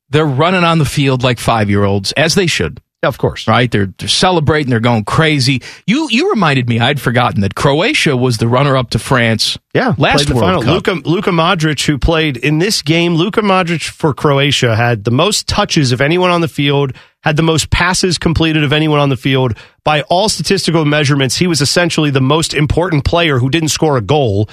They're running on the field like five year olds, as they should.
Of course.
Right? They're they're celebrating, they're going crazy. You you reminded me, I'd forgotten that Croatia was the runner up to France
yeah,
last
Played the
World
final.
Cup.
Luka, Luka Modric, who played in this game, Luka Modric for Croatia had the most touches of anyone on the field, had the most passes completed of anyone on the field. By all statistical measurements, he was essentially the most important player who didn't score a goal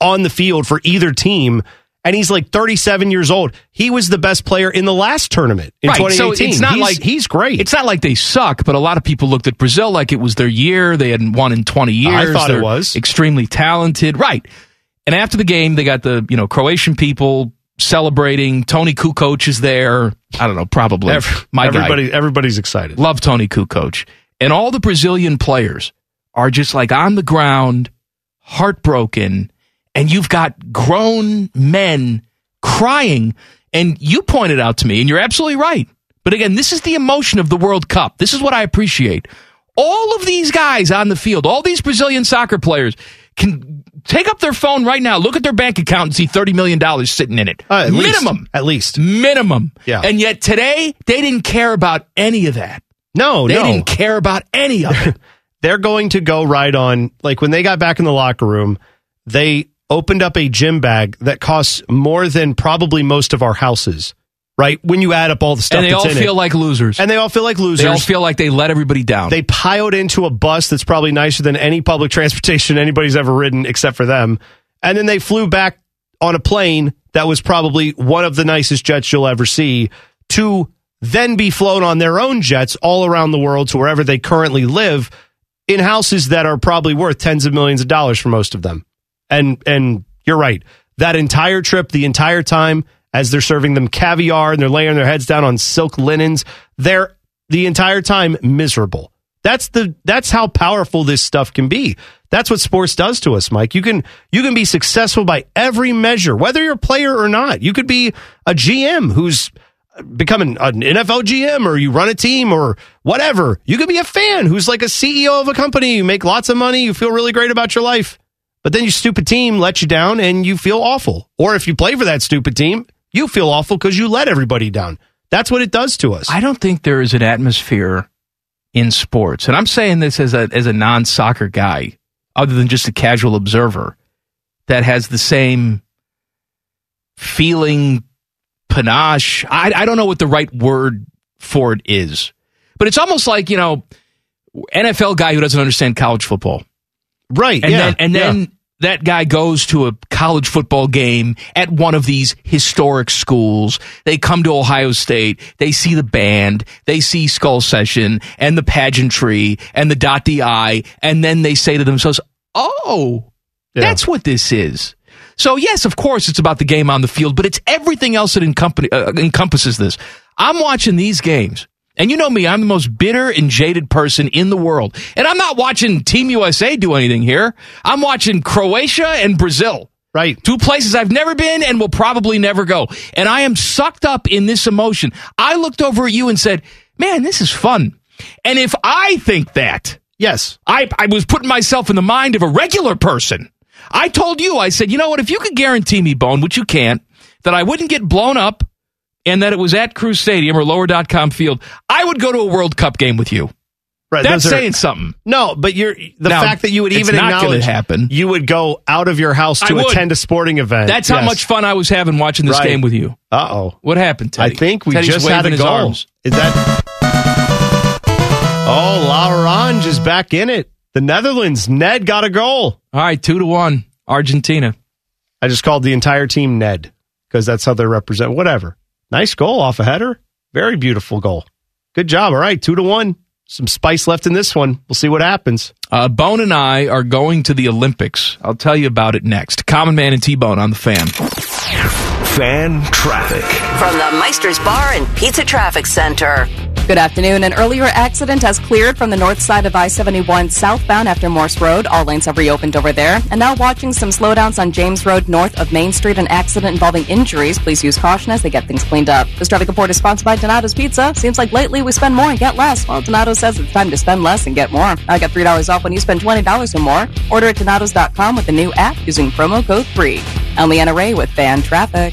on the field for either team. And he's like 37 years old. He was the best player in the last tournament in
right,
2018.
so it's not
He's-
like
he's great.
It's not like they suck, but a lot of people looked at Brazil like it was their year. They hadn't won in twenty years.
I thought it
They're
was.
extremely talented, right? And after the game, they got the you know Croatian people celebrating. Tony Kukoc is there. I don't know, probably
Every-
my guy.
everybody, everybody's excited.
Love Tony Kukoc. And all the Brazilian players are just like on the ground, heartbroken, and you've got grown men crying. And you pointed out to me, and you're absolutely right. But again, this is the emotion of the World Cup. This is what I appreciate. All of these guys on the field, all these Brazilian soccer players can take up their phone right now, look at their bank account, and see $30 million sitting in it.
Uh, at least.
minimum.
at least.
Minimum.
Yeah.
And yet today, they didn't care about any of that.
No,
They
no.
didn't care about any of it.
They're going to go right on. Like when they got back in the locker room, they opened up a gym bag that costs more than probably most of our houses. Right when you add up all the stuff,
and they
that's
all
in it.
feel like losers.
and they all feel like losers.
They all feel like they let everybody down.
They piled into a bus that's probably nicer than any public transportation anybody's ever ridden, except for them. And then they flew back on a plane that was probably one of the nicest jets you'll ever see to then be flown on their own jets all around the world to wherever they currently live in houses that are probably worth tens of millions of dollars for most of them. And and you're right. That entire trip, the entire time, as they're serving them caviar and they're laying their heads down on silk linens, they're the entire time miserable. That's the that's how powerful this stuff can be. That's what sports does to us, Mike. You can you can be successful by every measure, whether you're a player or not. You could be a GM who's becoming an NFL GM or you run a team or whatever. You could be a fan who's like a CEO of a company. You make lots of money. You feel really great about your life. But then your stupid team let you down and you feel awful. Or if you play for that stupid team, you feel awful because you let everybody down. That's what it does to us.
I don't think there is an atmosphere in sports, and I'm saying this as a as a non soccer guy, other than just a casual observer, that has the same feeling panache. I, I don't know what the right word for it is, but it's almost like you know NFL guy who doesn't understand college football.
right.
And
yeah,
then, and then
yeah.
that guy goes to a college football game at one of these historic schools. They come to Ohio State. They see the band. They see Skull Session and the pageantry and the dot the I. And then they say to themselves, Oh,
Yeah.
that's what this is. So yes, of course, it's about the game on the field, but it's everything else that encompa- uh, encompasses this. I'm watching these games, and you know me, I'm the most bitter and jaded person in the world. And I'm not watching Team USA do anything here. I'm watching Croatia and Brazil.
Right.
Two places I've never been and will probably never go. And I am sucked up in this emotion. I looked over at you and said, man, this is fun. And if I think that,
Yes.
I, I was putting myself in the mind of a regular person. I told you, I said, you know what? If you could guarantee me, Bone, which you can't, that I wouldn't get blown up and that it was at Crew Stadium or lower.com field, I would go to a World Cup game with you.
Right,
That's
those are-
saying something.
No, but you're the
Now,
fact that you would
it's
even
not gonna
acknowledge
happen.
you would go out of your house
I
to
would.
attend a sporting event.
That's how
Uh, Yes.
much fun I was having watching this
Right.
game with you.
Uh oh.
What happened,
I
Teddy?
think we
Teddy's
just had
waving
a
his
goal.
arms.
Is that? Oh, Larange is back in it. The Netherlands. Ned got a goal.
All right, two to one, Argentina.
I just called the entire team Ned because that's how they represent. Whatever. Nice goal off a header. Very beautiful goal. Good job. All right, two to one. Some spice left in this one. We'll see what happens.
Uh, Bone and I are going to the Olympics. I'll tell you about it next. Common Man and T Bone on the fan.
Fan traffic.
From the Meister's Bar and Pizza Traffic Center.
Good afternoon. An earlier accident has cleared from the north side of I 71 southbound after Morse Road. All lanes have reopened over there. And now watching some slowdowns on James Road north of Main Street. An accident involving injuries. Please use caution as they get things cleaned up. This traffic report is sponsored by Donatos Pizza. Seems like lately we spend more and get less. Well, Donato says it's time to spend less and get more. Now get $3 off when you spend $20 or more. Order at Donatos.com with the new app using promo code 3. I'm Leanna Ray with Fan Traffic.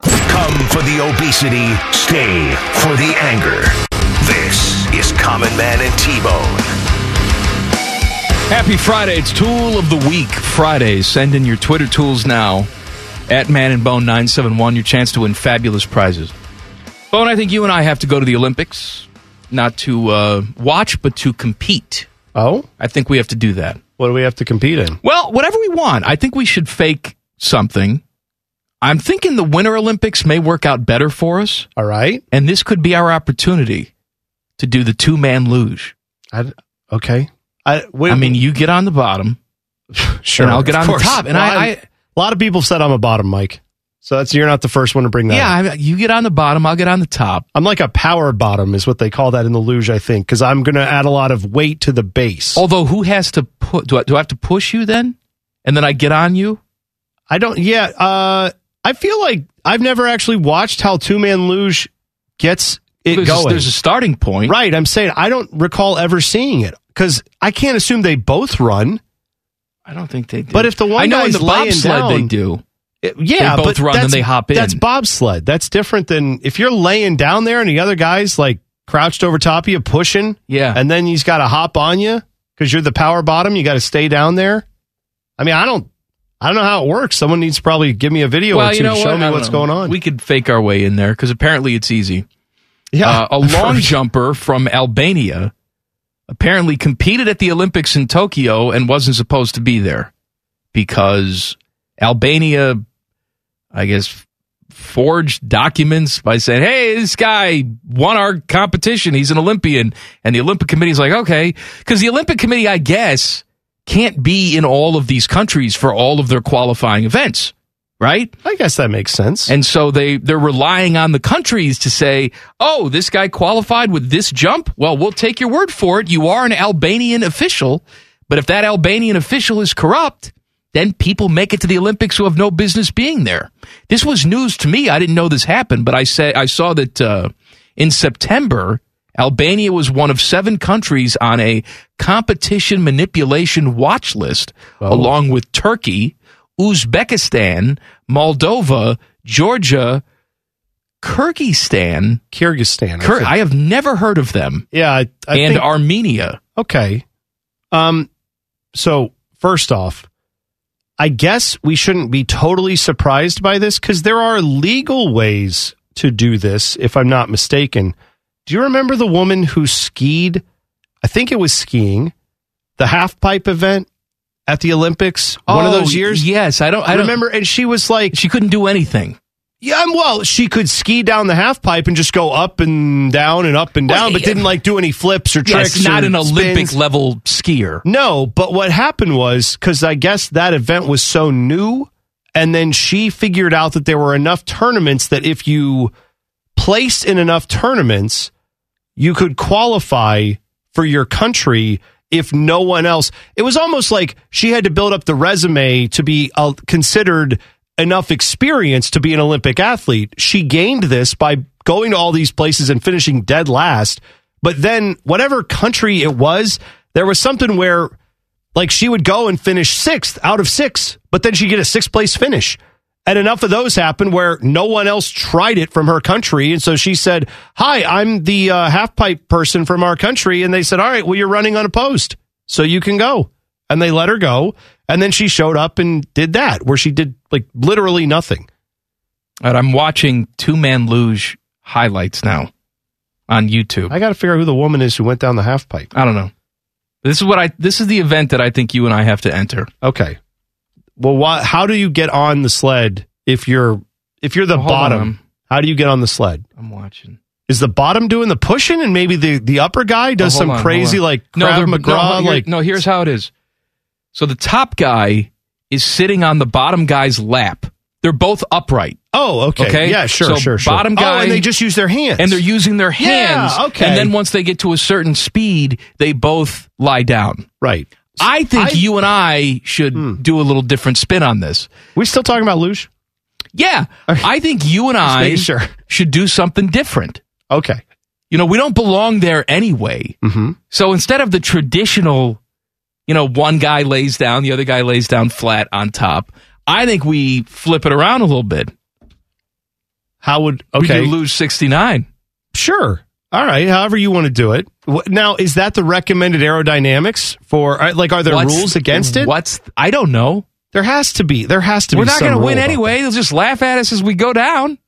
Come for the obesity, stay for the anger. This is Common Man and T Bone.
Happy Friday. It's Tool of the Week Friday. Send in your Twitter tools now at Man and Bone 971. Your chance to win fabulous prizes. Bone, I think you and I have to go to the Olympics, not to uh, watch, but to compete.
Oh?
I think we have to do that.
What do we have to compete in?
Well, whatever we want. I think we should fake something. I'm thinking the Winter Olympics may work out better for us.
All right.
And this could be our opportunity to do the two man luge.
I, okay. I,
I mean, you get on the bottom.
Sure,
and I'll get
of
on the
course.
top. And
Well,
I,
I'm-
I
a lot of people said I'm a bottom, Mike. So that's you're not the first one to bring that.
yeah,
up.
I, you get on the bottom, I'll get on the top.
I'm like a power bottom is what they call that in the luge, I think, because I'm going to add a lot of weight to the base.
Although, who has to put? Do I, do I have to push you then? And then I get on you.
I don't. Yeah, uh, I feel like I've never actually watched how two man luge gets it
there's,
going.
A, there's a starting point.
right. I'm saying I don't recall ever seeing it because I can't assume they both run.
I don't think they do.
But if the one
I know
guy's
in the
laying
bobsled
down-
they do.
It- yeah,
They both
but
run, then
that's-
they hop in.
That's bobsled. That's different than if you're laying down there and the other guy's like crouched over top of you, pushing.
Yeah.
and then he's got to hop on you because you're the power bottom. You got to stay down there. I mean, I don't, I don't know how it works. Someone needs to probably give me a video
well,
or two
you know
to show
what? I
me
don't
what's
know.
going on.
We could fake our way in there because apparently it's easy.
yeah,
Uh, a long jumper from Albania apparently competed at the Olympics in Tokyo and wasn't supposed to be there because Albania, I guess, forged documents by saying, hey, this guy won our competition. He's an Olympian. And the Olympic Committee's like, okay. Because the Olympic Committee, I guess, can't be in all of these countries for all of their qualifying events, right?
I guess that makes sense.
And so they they're relying on the countries to say, "Oh, this guy qualified with this jump. Well, we'll take your word for it. You are an Albanian official, but if that Albanian official is corrupt, then people make it to the Olympics who have no business being there." This was news to me. I didn't know this happened, but I said I saw that uh, in September. Albania was one of seven countries on a competition manipulation watch list, along with Turkey, Uzbekistan, Moldova, Georgia, Kyrgyzstan.
Kyrgyzstan. I
Kyr-
think.
I have never heard of them.
yeah, I, I
and
think,
Armenia.
okay. Um, so first off, I guess we shouldn't be totally surprised by this because there are legal ways to do this, if I'm not mistaken. Do you remember the woman who skied? I think it was skiing, the half pipe event at the Olympics, one of
Oh,
those years.
Yes, I don't. I
I
don't
remember, and she was like,
She couldn't do anything.
Yeah, um, well, she could ski down the half pipe and just go up and down and up and down, but didn't like do any flips or
Yeah, it's
tricks.
not
or
an Olympic
spins.
level skier.
No, but what happened was because I guess that event was so new, and then she figured out that there were enough tournaments that if you placed in enough tournaments, you could qualify for your country if no one else. It was almost like she had to build up the resume to be uh, considered enough experience to be an Olympic athlete. She gained this by going to all these places and finishing dead last. But then, whatever country it was, there was something where like she would go and finish sixth out of six, but then she'd get a sixth place finish. And enough of those happened where no one else tried it from her country. And so she said, Hi, I'm the uh, half pipe person from our country. And they said, All right, well, you're running unopposed, so you can go. And they let her go. And then she showed up and did that, where she did like literally nothing.
All right, I'm watching two man luge highlights now on YouTube.
I got to figure out who the woman is who went down the half pipe.
I don't know. This is what I. This is the event that I think you and I have to enter.
Okay. Well, why, how do you get on the sled if you're if you're the
Hold
bottom?
on.
How do you get on the sled?
I'm watching.
Is the bottom doing the pushing and maybe the the upper guy does
Oh, hold
some
on, hold
crazy
on.
like
no,
Krav
they're- no,
McGraw
here-
like
no. Here's how it is. So the top guy is sitting on the bottom guy's lap. They're both upright.
Oh, okay. Yeah, sure,
So
sure, sure.
Bottom
Oh,
guy,
and they just use their hands.
and they're using their
Yeah,
hands.
okay.
And then once they get to a certain speed, they both lie down.
Right. Hmm.
I think you and I should do a little different spin on this.
We still talking about luge?
Yeah, I think you and I
making sure.
should do something different.
Okay.
You know, we don't belong there anyway.
Mm-hmm.
So instead of the traditional, you know, one guy lays down, the other guy lays down flat on top, I think we flip it around a little bit.
How would
We
okay?
could lose 69.
Sure. All right. However you want to do it. Wh- Now, is that the recommended aerodynamics for uh, like are there
What's-
rules against it?
What's I don't know.
There has to be. There has to
We're
be.
not
some
going to
rule
win
about that.
anyway. They'll just laugh at us as we go down.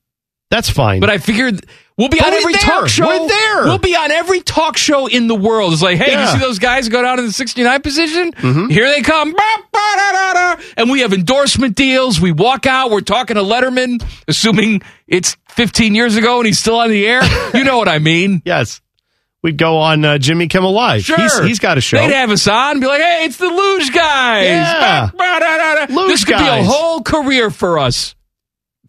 That's fine.
But I figured we'll be
But
on
we're
every
there.
talk show.
We're there.
We'll be on every talk show in the world. It's like, hey,
Yeah. Mm-hmm.
you see those guys go down in the 69 position? Here they come. Bah, bah, da, da, da. And we have endorsement deals. We walk out. We're talking to Letterman, assuming it's 15 years ago and he's still on the air. you know what I mean.
yes, we'd go on uh, Jimmy Kimmel Live.
Sure.
He's, he's got a show.
They'd have us on and be like, hey, it's the Luge guys.
Yeah.
Bah, bah, da, da, da.
Luge
this could be
guys.
a whole career for us.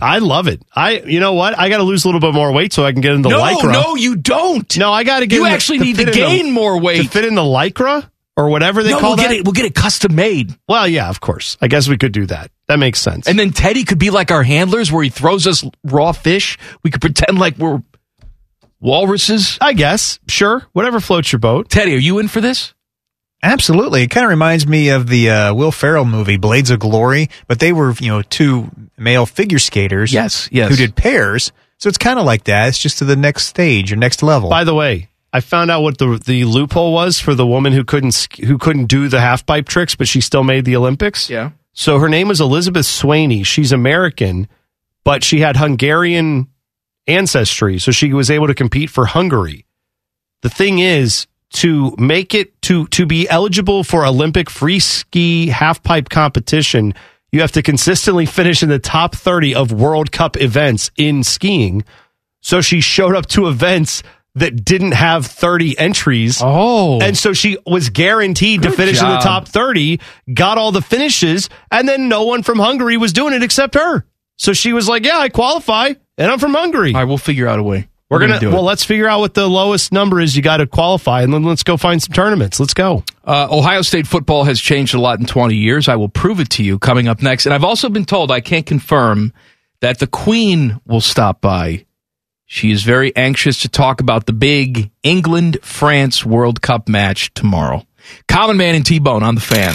I love it. I, you know what? I got to lose a little bit more weight so I can get in the
no,
lycra.
no, you don't.
no, I got to get.
You
in the-
actually
to
need
fit
to
in the-
gain more
to
weight.
fit in the lycra or whatever they
no,
call
we'll
that.
get it. We'll get it custom made,
Well, yeah, of course. I guess we could do that. That makes sense.
and then Teddy could be like our handlers, where he throws us raw fish. We could pretend like we're walruses.
I guess, sure, whatever floats your boat.
Teddy, are you in for this?
Absolutely. It kind of reminds me of the uh, Will Ferrell movie, Blades of Glory, but they were, you know, two male figure skaters.
Yes, yes.
Who did pairs. So it's kind of like that. It's just to the next stage or next level.
By the way, I found out what the the loophole was for the woman who couldn't sk- who couldn't do the half pipe tricks, but she still made the Olympics.
Yeah.
So her name was Elizabeth Swaney. She's American, but she had Hungarian ancestry, so she was able to compete for Hungary. The thing is, to make it to to be eligible for Olympic free ski half pipe competition, you have to consistently finish in the top 30 of World Cup events in skiing. So she showed up to events that didn't have 30 entries.
Oh,
And so she was guaranteed to
Good
finish in the
job.
top 30, got all the finishes, and then no one from Hungary was doing it except her. So she was like, Yeah, I qualify, and I'm from Hungary.
all right, we'll figure out a way.
We're, going to,
do
well, let's figure out what the lowest number is you got to qualify, and then let's go find some tournaments. Let's go.
it. Uh, Ohio State football has changed a lot in 20 years. I will prove it to you coming up next. And I've also been told I can't confirm that the Queen will stop by. She is very anxious to talk about the big England France World Cup match tomorrow. Common Man and T Bone on the fan.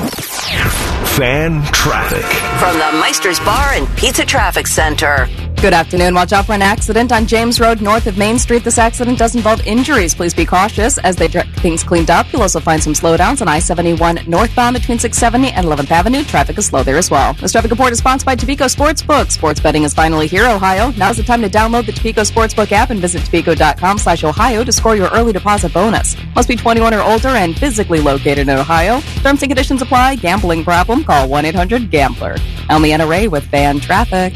Fan traffic.
From the Meister's Bar and Pizza Traffic Center.
Good afternoon. Watch out for an accident on James Road north of Main Street. This accident does involve injuries. Please be cautious as they get things cleaned up. You'll also find some slowdowns on I 71 northbound between 670 and 11th Avenue. Traffic is slow there as well. This traffic report is sponsored by Topeka Sportsbook. Sports betting is finally here, Ohio. Now's the time to download the Topeka Sportsbook app and visit topeka.com slash Ohio to score your early deposit bonus. Must be 21 or older and physically located in Ohio. Terms and conditions apply. Gambling problem? Call 1-800-GAMBLER. I'm Leanna Ray with Fan Traffic.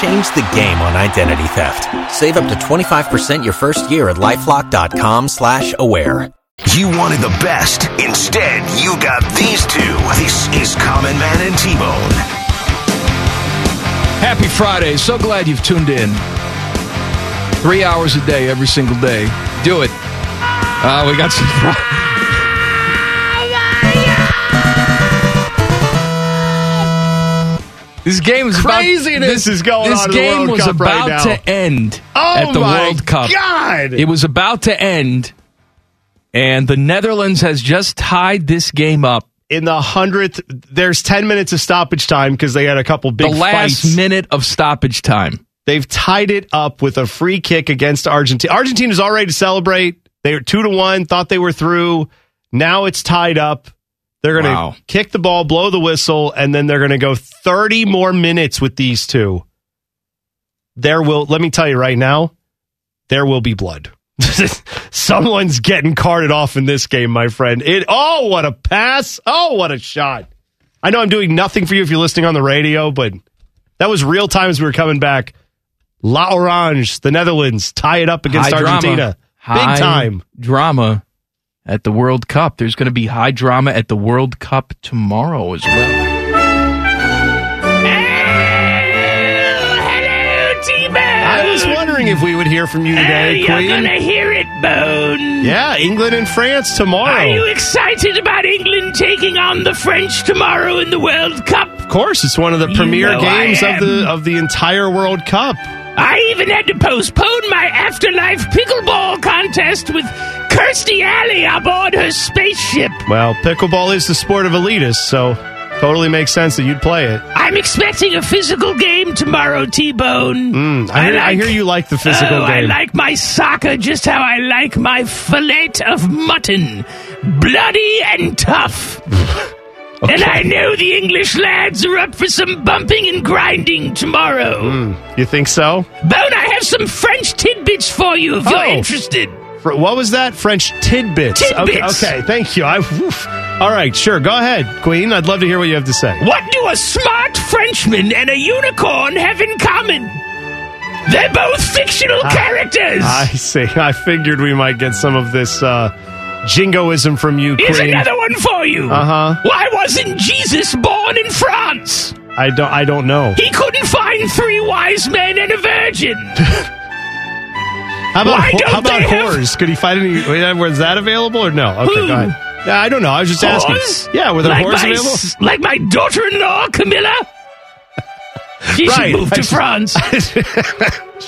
Change the game on identity theft. Save up to 25% your first year at LifeLock.com slash aware.
You wanted the best. Instead, you got these two. This is Common Man and T Bone.
Happy Friday. So glad you've tuned in. Three hours a day, every single day. Do it. Uh, we got some. This game is about
Craziness
this
is going
This
on in the
game
World
was
Cup right
about
now.
to end
Oh
at the
my
World Cup.
God!
It was about to end, and the Netherlands has just tied this game up.
In the hundredth, there's ten minutes of stoppage time because they had a couple big
the last
fights.
minute of stoppage time.
They've tied it up with a free kick against Argentina. Argentina's all ready to celebrate. They were two to one, thought they were through. Now it's tied up. They're going to
Wow.
kick the ball, blow the whistle, and then they're going to go 30 more minutes with these two. There will, let me tell you right now, there will be blood. Someone's getting carted off in this game, my friend. It oh, what a pass. Oh, what a shot. I know I'm doing nothing for you if you're listening on the radio, but that was real time as we were coming back. La Orange, the Netherlands, tie it up against
High drama.
Argentina.
High
Big time.
drama at the World Cup. There's going to be high drama at the World Cup tomorrow as well.
I was wondering if we would hear from you today,
You're
Queen.
gonna hear it, Bone.
Yeah, England and France tomorrow.
Are you excited about England taking on the French tomorrow in the World Cup?
of course, it's one of the
You
premier
know I
games of
am.
the of the entire World Cup.
I even had to postpone my afterlife pickleball contest with Kirstie Alley aboard her spaceship.
Well, pickleball is the sport of elitists, so totally makes sense that you'd play it.
I'm expecting a physical game tomorrow, T Bone.
Mm, I, hear, I hear you like the physical
oh, I
game.
like my soccer just how I like my fillet of mutton, bloody and tough. And I know the English lads are up for some bumping and grinding tomorrow.
Mm, you think so?
Bone, I have some French tidbits for you if you're
Oh.
interested.
Fr- What was that? French tidbits. Okay,
Tidbits.
okay, thank you. I, woof. All right, sure. Go ahead, Queen. I'd love to hear what you have to say.
What do a smart Frenchman and a unicorn have in common? They're both fictional
Ah,
characters.
I see. I figured we might get some of this uh, jingoism from you, Queen.
Here's another one for you.
Uh-huh.
Why wasn't Jesus born in France?
I don't. I don't know.
He couldn't find three wise men and a virgin.
How about
Why
wh-
don't
how about
they have-
whores? Could he find any? Was that available or no? Okay,
Who?
go ahead. Yeah, I don't know. I was just
Whores?
asking. Yeah, were there
like
whores
my,
available?
s- Like my daughter-in-law, Camilla. She
Right.
should move
I
to
s-
France.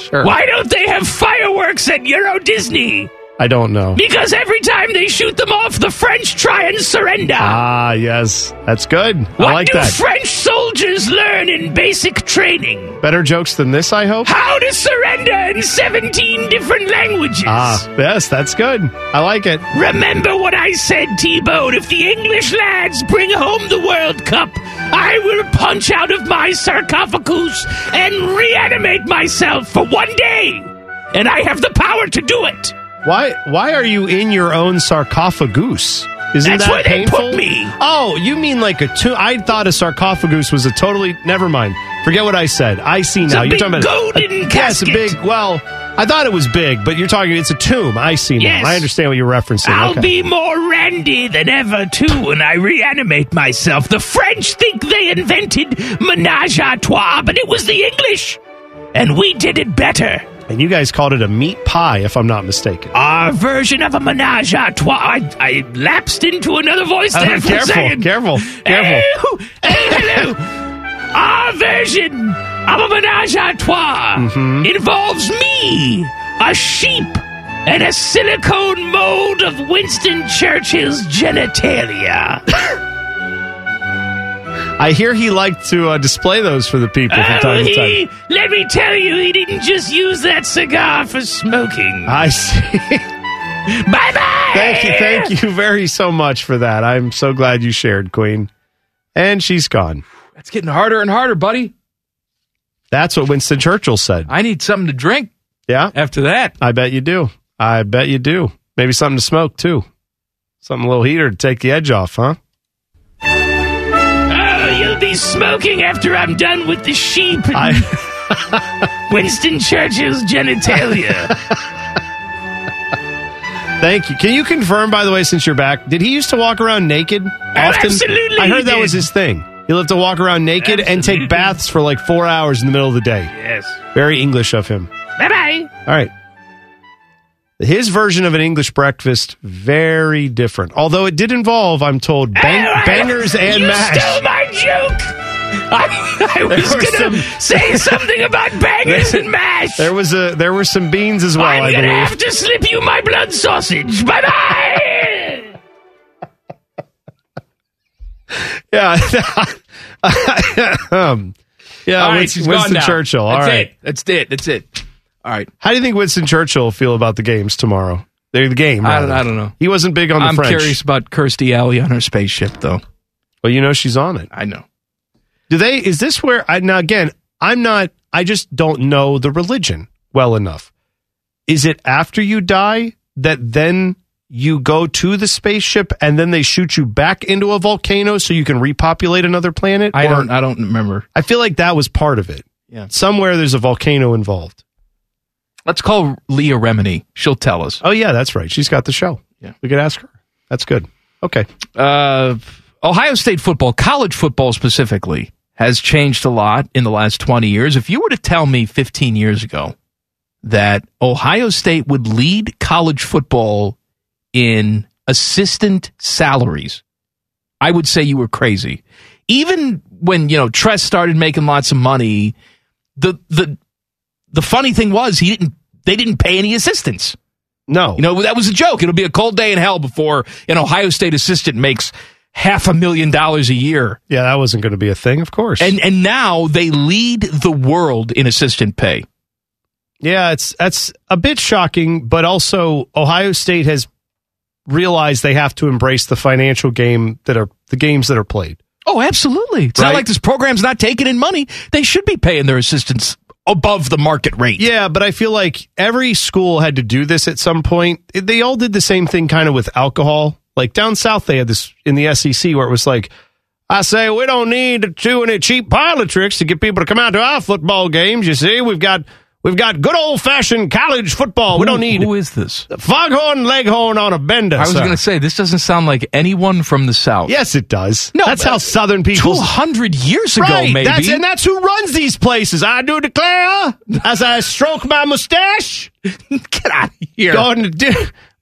Sure.
Why don't they have fireworks at Euro Disney?
I don't know.
Because every time they shoot them off, the French try and surrender.
Ah, yes, that's good.
what
I like
do
that.
French soldiers learn in basic training?
Better jokes than this, I hope.
How to surrender in 17 different languages.
Ah, yes, that's good. I like it.
Remember what I said, T-Bone. If the English lads bring home the World Cup, I will punch out of my sarcophagus and reanimate myself for one day. And I have the power to do it.
Why? Why are you in your own sarcophagus? Isn't
That's
that
where they
painful?
put me.
Oh, you mean like a tomb? I thought a sarcophagus was a totally. Never mind. Forget what I said. I see
It's
now.
a
you're
big
talking about
golden
a, yes, a
casket.
big. Well, I thought it was big, but you're talking. It's a tomb. I see now.
Yes.
I understand what you're referencing.
I'll
okay.
be more randy than ever, too, when I reanimate myself. The French think they invented menage a trois, but it was the English. And we did it better.
and you guys called it a meat pie, if I'm not mistaken.
Our version of a menage a trois. I, I lapsed into another voice
Oh,
there for a
careful,
second.
careful, careful.
Ew! Hey, hello. Our version of a menage a trois
Mm-hmm.
involves me, a sheep, and a silicone mold of Winston Churchill's genitalia.
I hear he liked to uh, display those for the people from
Oh,
time to time.
he, let me tell you, he didn't just use that cigar for smoking.
I see.
Bye bye.
Thank you. Thank you very so much for that. I'm so glad you shared, Queen. And she's gone.
It's getting harder and harder, buddy.
That's what Winston Churchill said.
I need something to drink.
Yeah.
After that.
I bet you do. I bet you do. Maybe something to smoke too. Something a little heater to take the edge off, huh?
Oh, you'll be smoking after I'm done with the sheep. and Winston Churchill's genitalia.
Thank you. Can you confirm, by the way, since you're back, did he used to walk around naked often?
absolutely
I
he
heard that
did.
was his thing. He loved to walk around naked and take baths for like four hours in the middle of the day.
yes.
Very English of him.
Bye bye.
All right. His version of an English breakfast, very different. Although it did involve, I'm told, bang- bangers and
you
mash.
stole my joke. I, I
There
was
were
gonna
some-
say something about bangers and mash.
There was a there were some beans as well,
I'm
I
gonna
believe.
have to slip you my blood sausage. Bye bye.
Yeah. um, yeah,
All right,
Winston,
she's gone
Winston
now.
Churchill. All
That's
right.
it. That's it. That's it. All right.
How do you think Winston Churchill will feel about the games tomorrow? They're the game.
I
rather.
don't, I don't know.
He wasn't big on the
I'm
French.
curious about Kirstie Alley on her spaceship, though.
Well, you know she's on it.
I know.
Do they? Is this where? I, now again, I'm not. I just don't know the religion well enough. Is it after you die that then you go to the spaceship and then they shoot you back into a volcano so you can repopulate another planet?
I
Or-
don't. I don't remember.
I feel like that was part of it.
Yeah.
Somewhere there's a volcano involved.
Let's call Leah Remini. She'll tell us.
Oh yeah, that's right. She's got the show.
Yeah.
We could ask her. That's good. Okay.
uh, Ohio State football, college football specifically, has changed a lot in the last 20 years. If you were to tell me 15 years ago that Ohio State would lead college football in assistant salaries, I would say you were crazy. Even when, you know, Tress started making lots of money, the the the funny thing was he didn't they didn't pay any assistants.
No.
You know, that was a joke. It'll be a cold day in hell before an Ohio State assistant makes half a million dollars a year.
Yeah, that wasn't going to be a thing, of course.
And and now they lead the world in assistant pay.
Yeah, it's that's a bit shocking, but also Ohio State has realized they have to embrace the financial game that are the games that are played.
Oh, absolutely. It's
Right.
not like this program's not taking in money. They should be paying their assistants above the market rate.
Yeah, but I feel like every school had to do this at some point. It- They all did the same thing kind of with alcohol. Like down south they had this in the SEC where it was like I say we don't need to do any cheap parlor tricks to get people to come out to our football games, you see. We've got we've got good old fashioned college football. we don't need
Who is this?
foghorn leghorn on a bender.
I was
sir.
going to say this doesn't sound like anyone from the South.
Yes, it does.
No,
that's
but-
how Southern people.
200 years ago
Right,
maybe.
that's, and that's who runs these places. I do declare, as I stroke my mustache,
Get out of here.
going to do.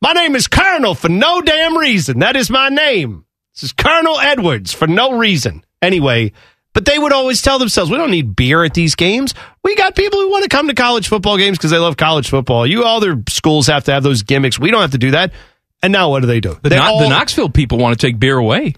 My name is Colonel for no damn reason. That is my name. This is Colonel Edwards for no reason. Anyway, but they would always tell themselves, "We don't need beer at these games. We got people who want to come to college football games because they love college football. You other schools have to have those gimmicks. We don't have to do that." And now what do they do?
The,
They
Kno- the
all-
Knoxville people want to take beer away.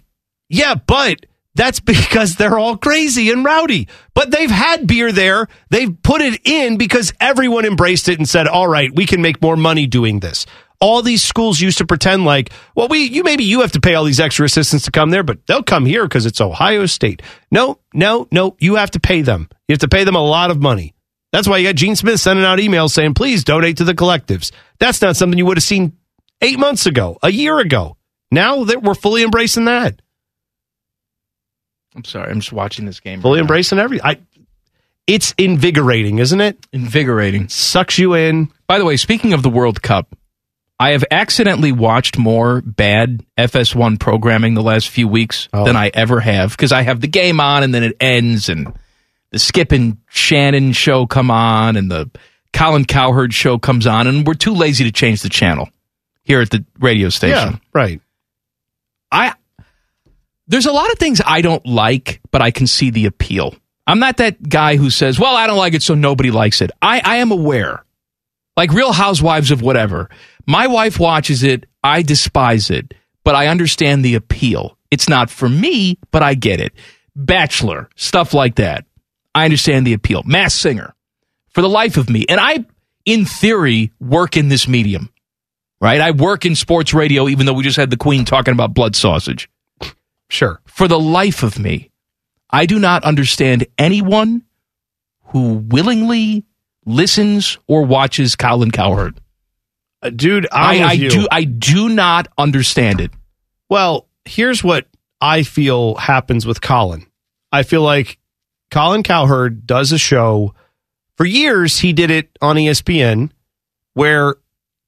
Yeah, but that's because they're all crazy and rowdy. But they've had beer there. They've put it in because everyone embraced it and said, "All right, we can make more money doing this." All these schools used to pretend like, "Well, we you maybe you have to pay all these extra assistants to come there, but they'll come here because it's Ohio State." No, no, no, you have to pay them. You have to pay them a lot of money. That's why you got Gene Smith sending out emails saying, "Please donate to the collectives." That's not something you would have seen 8 months ago, a year ago. Now that we're fully embracing that.
I'm sorry. I'm just watching this game.
fully
right now.
embracing every. I, it's invigorating, isn't it?
Invigorating.
Sucks you in.
By the way, speaking of the World Cup, I have accidentally watched more bad FS1 programming the last few weeks
Oh.
than I ever have because I have the game on and then it ends and the Skip and Shannon show come on and the Colin Cowherd show comes on and we're too lazy to change the channel here at the radio station.
Yeah, right.
I there's a lot of things I don't like, but I can see the appeal. I'm not that guy who says, "Well, I don't like it, so nobody likes it." I I am aware. Like Real Housewives of whatever. My wife watches it, I despise it, but I understand the appeal. It's not for me, but I get it. Bachelor, stuff like that. I understand the appeal. Mass Singer. For the life of me, and I in theory work in this medium. right? I work in sports radio, even though we just had the Queen talking about blood sausage.
Sure.
For the life of me, I do not understand anyone who willingly listens or watches Colin Cowherd.
Uh, dude,
I,
I'm with
I
you.
do I do not understand it.
Well, here's what I feel happens with Colin. I feel like Colin Cowherd does a show. For years, he did it on E ESPN where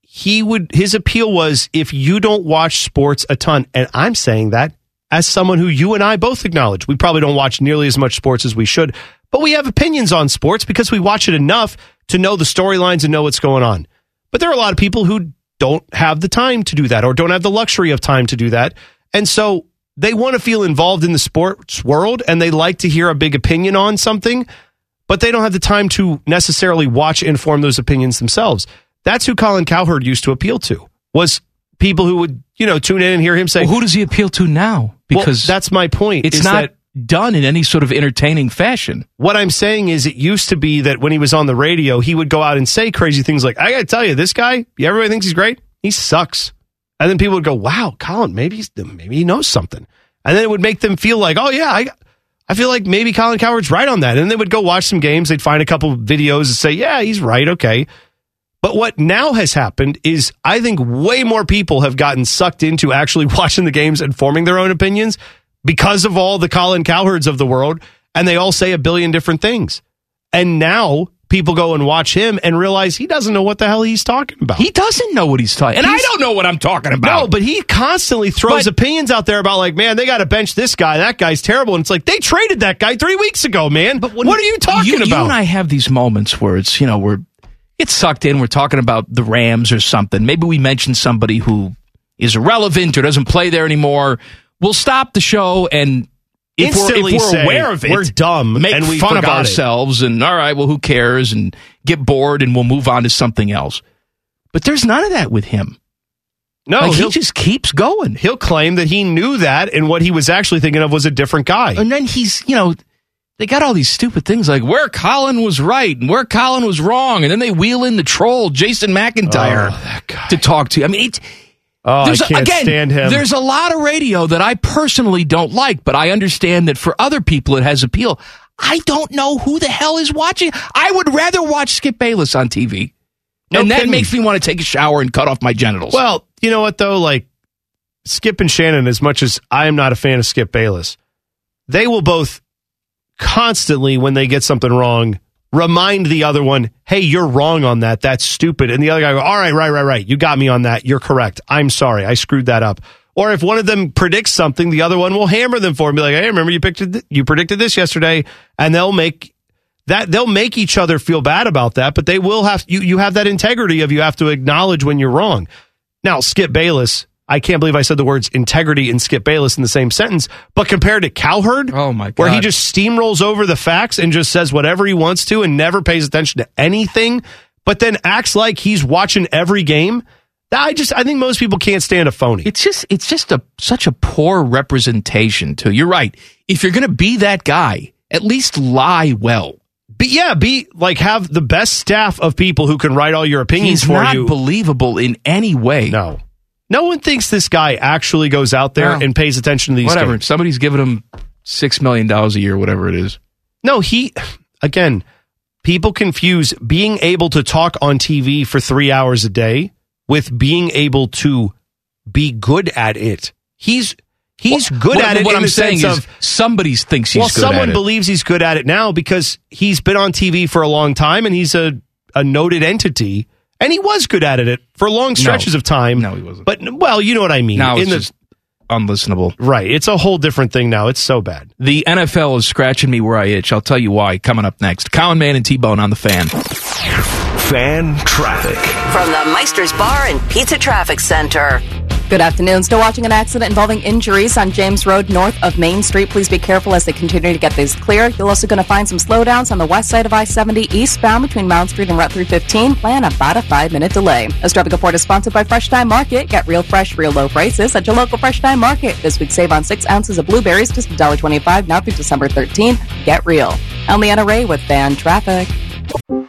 he would, his appeal was if you don't watch sports a ton, and I'm saying that as someone who you and I both acknowledge, we probably don't watch nearly as much sports as we should, but we have opinions on sports because we watch it enough to know the storylines and know what's going on. But there are a lot of people who don't have the time to do that or don't have the luxury of time to do that. And so they want to feel involved in the sports world and they like to hear a big opinion on something, but they don't have the time to necessarily watch and form those opinions themselves. That's who Colin Cowherd used to appeal to was people who would, you know, tune in and hear him say,
who does he appeal to now? Because
that's my point.
It's
is
not
that-
done in any sort of entertaining fashion.
what I'm saying is, it used to be that when he was on the radio, he would go out and say crazy things like, I got to tell you, this guy, everybody thinks he's great. He sucks. And then people would go, wow, Colin, maybe, he's, maybe he knows something. And then it would make them feel like, oh, yeah, I, I feel like maybe Colin Coward's right on that. And they would go watch some games. They'd find a couple videos and say, yeah, he's right. Okay. But what now has happened is I think way more people have gotten sucked into actually watching the games and forming their own opinions because of all the Colin Cowherds of the world, and they all say a billion different things. And now people go and watch him and realize he doesn't know what the hell he's talking about. He
doesn't know what he's talking And I don't know what I'm talking about.
No, but he constantly throws opinions out there about like, man, they got to bench this guy. That guy's terrible. And it's like they traded that guy three weeks ago, man. But what are you talking
you,
about?
You and I have these moments where it's you know we're it's sucked in. We're talking about the Rams or something. Maybe we mention somebody who is irrelevant or doesn't play there anymore. We'll stop the show and if
Instantly
we're, if we're
say,
aware of it,
"We're dumb
make
and we
fun of
forgot it."
ourselves, and all right, well, who cares? And get bored, and we'll move on to something else. But there's none of that with him.
No,
Like, he
just
keeps going.
He'll claim that he knew that, and what he was actually thinking of was a different guy.
And then he's, you know, they got all these stupid things like where Colin was right and where Colin was wrong, and then they wheel in the troll Jason McIntyre to talk to. I mean, it,
Oh,
there's
I can't
again,
stand him.
there's a lot of radio that I personally don't like, but I understand that for other people it has appeal. I don't know who the hell is watching. I would rather watch Skip Bayless on TV,
No
and that
kidding.
makes me want to take a shower and cut off my genitals.
Well, you know what though, like Skip and Shannon, as much as I am not a fan of Skip Bayless, they will both constantly, when they get something wrong, remind the other one, "Hey, you're wrong on that. That's stupid." And the other guy go, "All right, right, right, right. You got me on that. You're correct. I'm sorry. I screwed that up." Or if one of them predicts something, the other one will hammer them for and be like, "Hey, remember you predicted th- you predicted this yesterday," and they'll make that they'll make each other feel bad about that, but they will have you you have that integrity of you have to acknowledge when you're wrong. Now, Skip Bayless, I can't believe I said the words integrity and Skip Bayless in the same sentence, but compared to Cowherd, oh my where he just steamrolls over the facts and just says whatever he wants to and never pays attention to anything, but then acts like he's watching every game. that- I just I think most people can't stand a phony.
It's just it's just a such a poor representation too. You're right. If you're going to be that guy, at least lie well.
But yeah, be like have the best staff of people who can write all your opinions
He's
for
not
you.
Believable in any way.
No. No one thinks this guy actually goes out there
No.
and pays attention to these
whatever.
games.
Somebody's giving him six million dollars a year, whatever it is.
No, he again, people confuse being able to talk on TV for 3 hours a day with being able to be good at it. He's he's good
What-
at it
What
in
I'm
the
saying
sense
is,
of
somebody thinks he's
well,
good
someone
at it.
believes he's good at it now because he's been on TV for a long time and he's a, a noted entity. And he was good at it for long stretches of time. No, he wasn't. But well, you know what I mean.
Now it's
In the-
just unlistenable.
right. It's a whole different thing now. It's so bad.
The NFL is scratching me where I itch. I'll tell you why. Coming up next, Colin Man and T Bone on the fan.
Fan traffic.
From the Meister's Bar and Pizza Traffic Center.
Good afternoon. Still watching an accident involving injuries on James Road north of Main Street. Please be careful as they continue to get these clear. You're also going to find some slowdowns on the west side of I 70 eastbound between Mount Street and Route 315. Plan about a five minute delay. This traffic report is sponsored by Fresh Time Market. Get real fresh, real low prices at your local Fresh Time Market. This week, save on six ounces of blueberries, just $1.25 now through December 13. Get real. I'm Leanna Ray with Fan Traffic.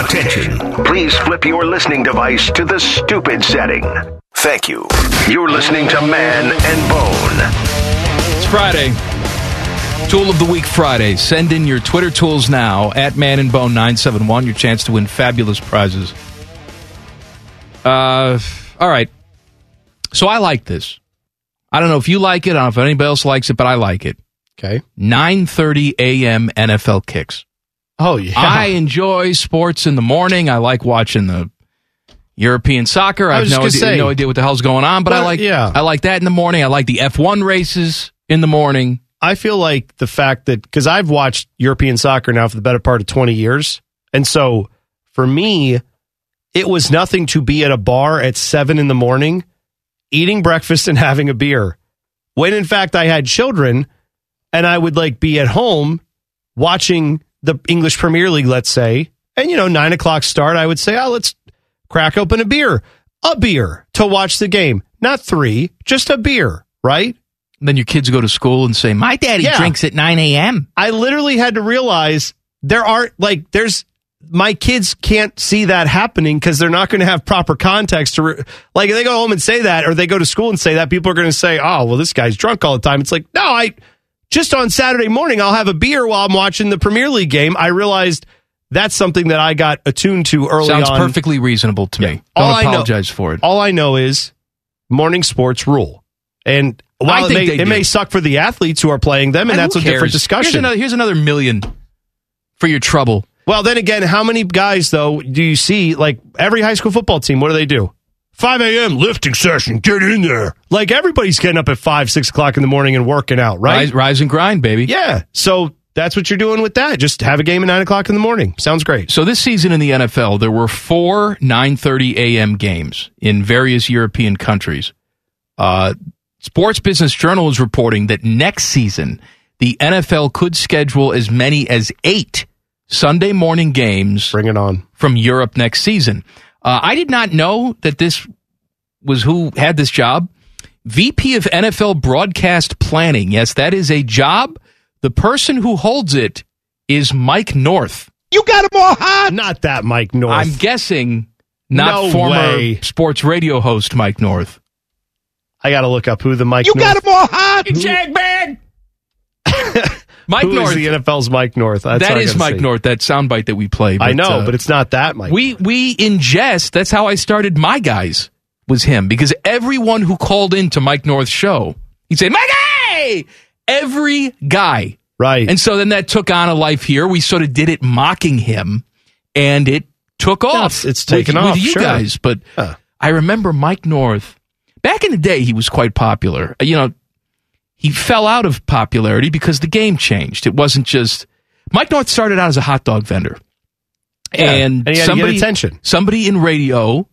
Attention. Please flip your listening device to the stupid setting. Thank you. You're listening to Man and Bone.
It's Friday. Tool of the Week Friday. Send in your Twitter tools now at Man and Bone 971. Your chance to win fabulous prizes. Uh, all right. So I like this. I don't know if you like it. I don't know if anybody else likes it, but I like it.
Okay.
9.30 a.m. NFL kicks.
Oh, yeah.
I enjoy sports in the morning. I like watching the European soccer. I,
I was
have no
just
idea,
gonna say-
no idea what the hell's going on, but, I
Well,
like
yeah.
I like that in the morning. I like the F1 races in the morning.
I feel like the fact that because I've watched European soccer now for the better part of 20 years. And so for me, it was nothing to be at a bar at seven in the morning, eating breakfast and having a beer. When in fact I had children and I would like be at home watching the English Premier League, let's say, and you know, nine o'clock start, I would say, oh, let's crack open a beer, a beer to watch the game, not three, just a beer, right?
Then your kids go to school and say, My daddy drinks at 9 a.m.
I literally had to realize there aren't like, there's, my kids can't see that happening because they're not going to have proper context to, re- like, if they go home and say that, or they go to school and say that, people are going to say, oh, well, this guy's drunk all the time. It's like, no, I, just on Saturday morning, I'll have a beer while I'm watching the Premier League game. I realized that's something that I got attuned to early
Sounds
on.
perfectly reasonable to me. Don't
All I know-
apologize for it.
All I know is morning sports rule. And while
I
it,
think
may,
they
it may
do.
suck for the athletes who are playing them, and, that's a
who
different
cares? Here's
discussion.
another, here's another million for your trouble.
Well, then again, how many guys though do you see? Like every high school football team, what do they do? Five a.m. lifting session. Get in there. Like everybody's getting up at five, six o'clock in the morning and working out, right?
Rise, rise and grind, baby.
Yeah. So that's what you're doing with that. Just have a game at nine o'clock in the morning. Sounds great.
So this season in the NFL, there were four 9:30 a.m. games in various European countries. Uh, Sports Business Journal is reporting that next season the NFL could schedule as many as eight Sunday morning games.
Bring it on
from Europe next season. Uh, I did not know that this was who had this job. VP of NFL Broadcast Planning. Yes, that is a job. The person who holds it is Mike North.
You got him all hot. Not that Mike North.
I'm guessing not
No
former
way.
sports radio host Mike North.
I got to look up who the Mike.
You
North,
got
all hot.
Jackman. Mike
who is
North.
the NFL's Mike North. That's
that
what I
is
gotta
Mike
see.
North. That soundbite that we play.
I know,
uh,
but it's not that Mike.
we we ingest. That's how I started my guys was him because everyone who called in to Mike North's show, he'd say, "My guy," every guy,
right?
And so then that took on a life here. We sort of did it mocking him, and it took off.
it's- it's
with-
taken
with
off,
you
sure.
guys. But
Huh.
I remember Mike North back in the day. He was quite popular. Uh, You know, he fell out of popularity because the game changed. It wasn't just Mike North started out as a hot dog vendor,
Yeah,
and,
and he had to get
somebody
attention.
somebody in radio,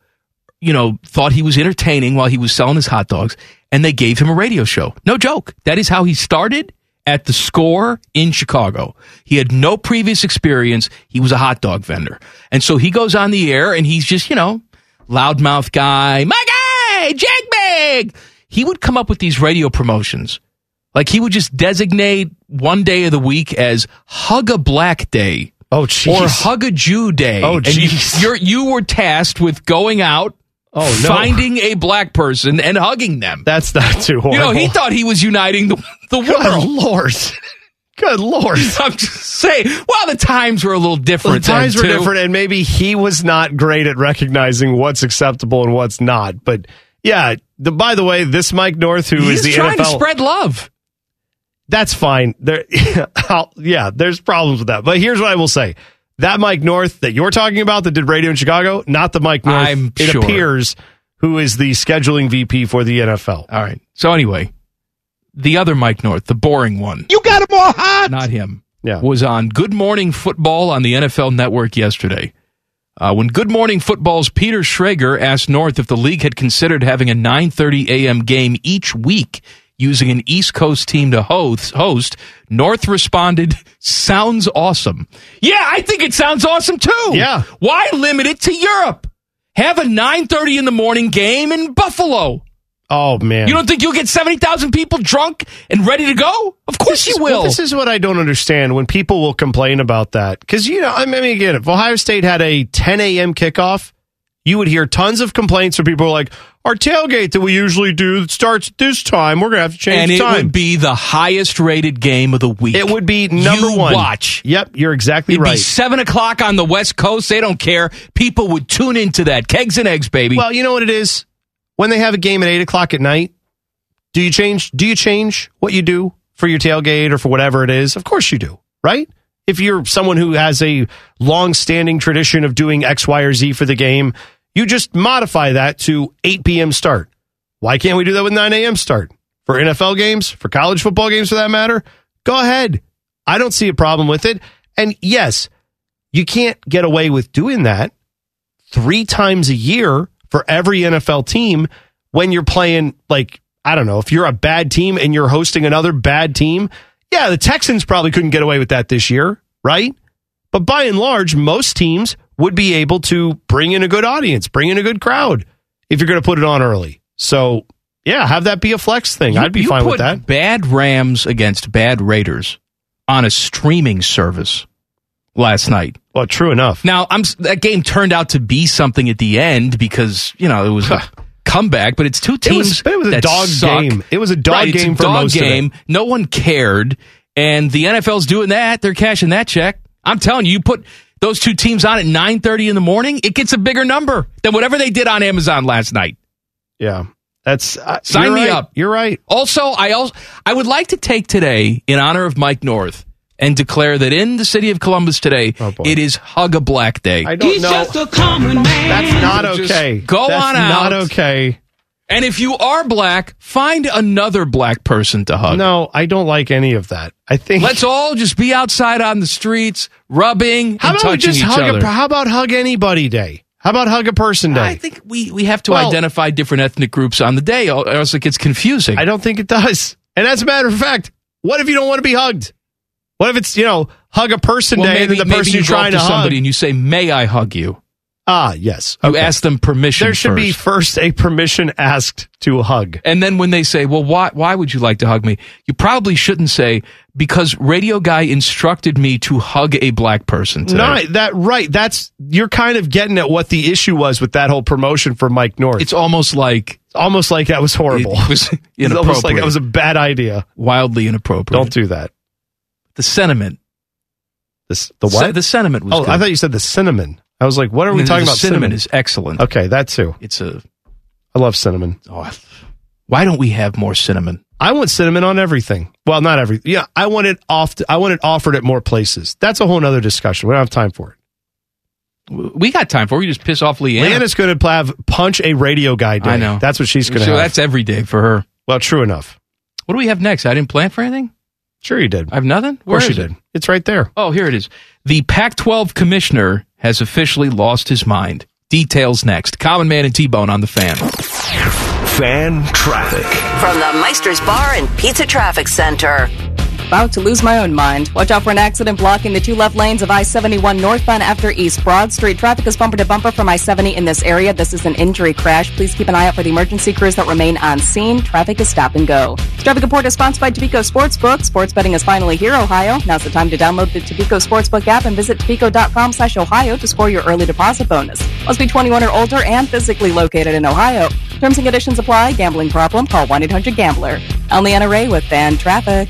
you know, thought he was entertaining while he was selling his hot dogs, and they gave him a radio show. No joke. That is how he started at the score in Chicago. He had no previous experience. He was a hot dog vendor, and so he goes on the air and he's just you know loudmouth guy, my guy, Jack Big. He would come up with these radio promotions. Like he would just designate one day of the week as Hug a Black Day.
Oh,
Or Hug a Jew Day.
Oh,
And you-
jeez.
You're, you were tasked with going out,
Oh, no.
finding a black person and hugging them.
That's not too horrible.
You know, he thought he was uniting the, the
Good
world.
lord. Good lord.
I'm just saying. Well, the times were a little
The
different. then,
times were
too.
different, and maybe he was not great at recognizing what's acceptable and what's not. But yeah, the, by the way, this Mike North, who is the
He's trying to
NFL,
spread love.
that's fine. There, I'll- yeah, there's problems with that. But here's what I will say: that Mike North that you're talking about that did radio in Chicago, not the Mike North.
I'm
it
sure.
appears who is the scheduling VP for the NFL.
All right. So anyway, the other Mike North, the boring one.
You got him all hot.
not him.
Yeah.
Was on Good Morning Football on the NFL Network yesterday. Uh, when Good Morning Football's Peter Schrager asked North if the league had considered having a 9:30 a.m. game each week using an East Coast team to host, host, North responded, "Sounds awesome." Yeah, I think it sounds awesome too. Yeah. Why limit it to Europe? Have a 9:30 in the morning game in Buffalo.
Oh man.
You don't think you'll get 70,000 people drunk and ready to go? Of course you will.
Well, this is what I don't understand when people will complain about that. Because, you know, I mean, again, if Ohio State had a 10 a.m. kickoff, you would hear tons of complaints from people like, our tailgate that we usually do that starts at this time, we're going to have to change
and
the
it
time.
would be the highest rated game of the week.
It would be number
You
one.
Watch.
Yep, you're exactly
It'd
right.
Be seven o'clock on the West Coast. They don't care. People would tune into that. Kegs and eggs, baby.
Well, you know what it is? When they have a game at eight o'clock at night, do you change do you change what you do for your tailgate or for whatever it is? Of course you do, right? If you're someone who has a long standing tradition of doing X, Y, or Z for the game, you just modify that to eight PM start. Why can't we do that with nine AM start? For NFL games, for college football games for that matter? Go ahead. I don't see a problem with it. And yes, you can't get away with doing that three times a year for every NFL team when you're playing like I don't know if you're a bad team and you're hosting another bad team. Yeah, the Texans probably couldn't get away with that this year, right? But by and large, most teams would be able to bring in a good audience, bring in a good crowd if you're going to put it on early. So, yeah, have that be a flex thing.
You-
I'd be
you
fine
put
with that.
Bad Rams against bad Raiders on a streaming service last night.
Well, true enough.
Now, I'm s- that game turned out to be something at the end because you know it was a comeback, but it's two
It was-
teams.
but it was a
that
dog
suck.
game. It was a dog
Right, it's
game for
dog
most of it.
game. No one cared, and the NFL's doing that. They're cashing that check. I'm telling you, you put those two teams on at 9:30 in the morning, it gets a bigger number than whatever they did on Amazon last night.
Yeah, that's uh,
Sign
you're
me
right.
up.
You're right.
Also, I also I would like to take today in honor of Mike North and declare that in the city of Columbus today, it is Hug a Black Day.
Oh, I don't know. That's not okay.
Go
That's
on out.
Not okay.
And if you are black, find another black person to hug.
No, I don't like any of that. I think
Let's all just be outside on the streets, rubbing.
How about
and
we
touching
just
each
hug?
other.
A, how about hug anybody day? How about hug a person day?
I think we, we have to
Well-
identify different ethnic groups on the day, or else it gets confusing.
I don't think it does. And as a matter of fact, what if you don't want to be hugged? What if it's you know hug a person
Well,
day
maybe,
and then the
maybe
person
you
you're
go up
trying
to
to hug?
somebody and you say, "May I hug you?"
Ah, yes.
You ask them permission.
There should
first.
be first a permission asked to hug.
And then when they say, "Well, why why would you like to hug me?" You probably shouldn't say because radio guy instructed me to hug a black person today.
No, that right. That's you're kind of getting at what the issue was with that whole promotion for Mike North.
It's almost like
almost like that was horrible.
It was
It's almost like
inappropriate.
that was a bad idea.
wildly inappropriate.
Don't do that.
the sentiment.
This the what?
Se- the sentiment was
oh, I
good.
thought you said the cinnamon. I was like, what are we
The-
talking
the
about?
Cinnamon is excellent.
okay. That too.
It's a
I love cinnamon.
oh, why don't we have more cinnamon?
I want cinnamon on everything. Well, not every. Yeah, I want it off. I want it offered at more places. That's a whole nother discussion. We don't have time for it.
W- We got time for it. we just piss off Leanne.
Leanna's going to have punch a radio guy day.
I know.
That's what she's going to
so
have.
that's every day for her.
well, true enough.
What do we have next? I didn't plan for anything.
Sure, you did.
I have nothing.
of course,
Where
you
is it?
did. It's right there.
Oh, here it is. The Pac 12 commissioner has officially lost his mind. Details next. Common Man and T Bone on the fan.
Fan traffic.
From the Meister's Bar and Pizza Traffic Center.
About to lose my own mind. Watch out for an accident blocking the two left lanes of I 71 northbound after East Broad Street. Traffic is bumper to bumper from I 70 in this area. This is an injury crash. Please keep an eye out for the emergency crews that remain on scene. Traffic is stop and go. This Traffic Report is sponsored by Tobacco Sportsbook. Sports betting is finally here, Ohio. Now's the time to download the Tobacco Sportsbook app and visit tobacco.com slash Ohio to score your early deposit bonus. Must be 21 or older and physically located in Ohio. Terms and conditions apply. Gambling problem? Call 1-800-GAMBLER. I'm Leanna Ray with Fan Traffic.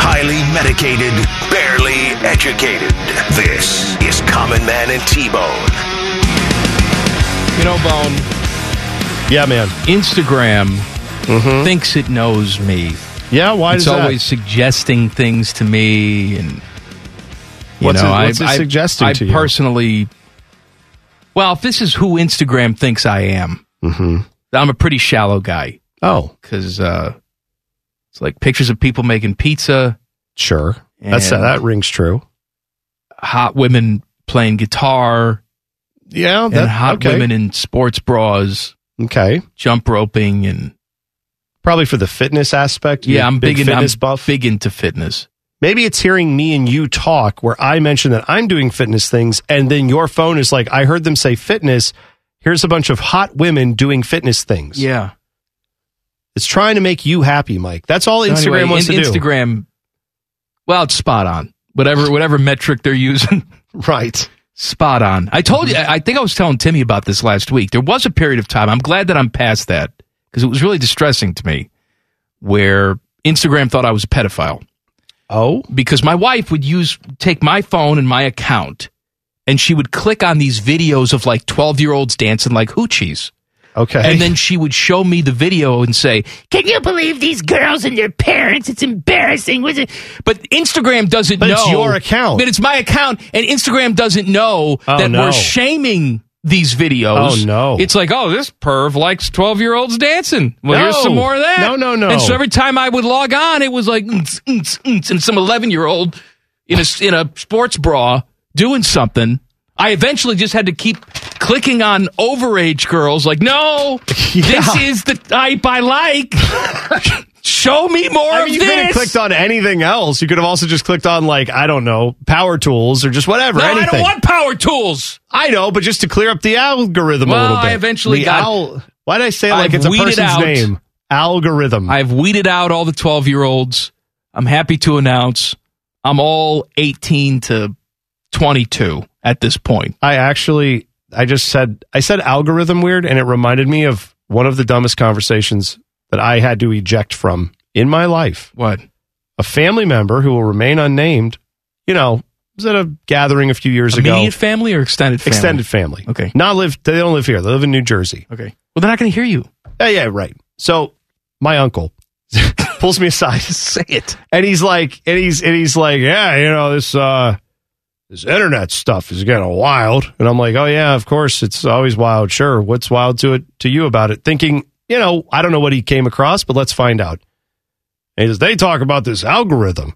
highly medicated, barely educated. This is Common Man and T Bone.
You know, Bone.
Yeah, man. Mm-hmm.
Instagram thinks it knows me.
Yeah, why
It's
does that?
always suggesting things to me, and you
What's
know,
it- what's
I,
it
I-
suggesting
I
to you?
personally, well, if this is who Instagram thinks I am, I'm a pretty shallow guy.
Oh,
because uh, it's like pictures of people making pizza,
Sure. That's uh,
And-
that rings true.
hot women playing guitar,
yeah,
and
that-
hot
okay.
women in sports bras,
okay,
jump roping, and
Probably for the fitness aspect.
yeah,
You're a
I'm big, into
fitness
I'm big into fitness.
Maybe it's hearing me and you talk where I mention that I'm doing fitness things, and then your phone is like, I heard them say fitness. Here's a bunch of hot women doing fitness things.
Yeah.
It's trying to make you happy, Mike. That's all
So
Instagram
anyway,
wants
in-
to do.
Instagram, well, it's spot on. Whatever whatever metric they're using,
right?
Spot on. I told you. I I think I was telling Timmy about this last week. There was a period of time. I'm glad that I'm past that because it was really distressing to me, where Instagram thought I was a pedophile.
Oh,
because my wife would use take my phone and my account, and she would click on these videos of like 12 year olds dancing like hoochies.
Okay,
and then she would show me the video and say,
Can you believe these girls and their parents? It's embarrassing. Was it?
But Instagram doesn't
But
know.
it's your account.
But it's my account, and Instagram doesn't know
Oh,
that
no.
we're shaming these videos.
Oh, no.
It's like, oh, this perv likes 12 year olds dancing. Well,
No.
here's some more of that.
No, no, no.
And so every time I would log on, it was like, "Mm-ts, mm-ts, mm-ts," and some 11 year old in a, in a sports bra doing something. I eventually just had to keep clicking on overage girls, like, no, this is the type I like. Show me more
I
of
mean, you
this.
could have clicked on anything else. You could have also just clicked on like I don't know, power tools or just whatever.
No, I
anything.
don't want power tools.
I know, but just to clear up the algorithm a
Well,
little bit.
I eventually
the
got-
al- Why did I say it like
I've
it's a
weeded
person's
out-
name? Algorithm.
I've weeded out all the 12 year olds. I'm happy to announce I'm all 18 to 22 at this point.
I actually, I just said, I said algorithm weird, and it reminded me of one of the dumbest conversations that I had to eject from in my life.
What?
A family member who will remain unnamed, you know, was at a gathering a few years
Immediate
ago.
family or extended family?
Extended family.
Okay.
Not live, they don't live here. They live in New Jersey.
Okay. Well, they're not going to hear you.
Yeah, yeah, right. So my uncle pulls me aside. Say
it.
And he's like, and he's, and he's like, yeah, you know, this, uh, this internet stuff is getting wild. And I'm like, oh yeah, of course, it's always wild. Sure, what's wild to it to you about it? Thinking, you know, I don't know what he came across, but let's find out. And he says, they talk about this algorithm.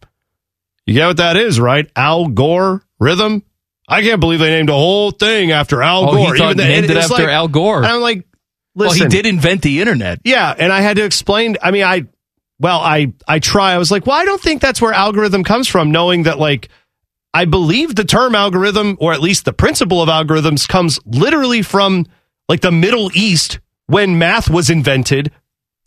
You get what that is, right? Al Gore rhythm. I can't believe they named a whole thing after Al
Oh, he
Gore.
thought
though-
named
and
it
it's
after Al Gore.
And I'm like, listen,
well, he did invent the internet.
yeah, and I had to explain. I mean, I well, I I try. I was like, well, I don't think that's where algorithm comes from. Knowing that, like, I believe the term algorithm, or at least the principle of algorithms, comes literally from like the Middle East when math was invented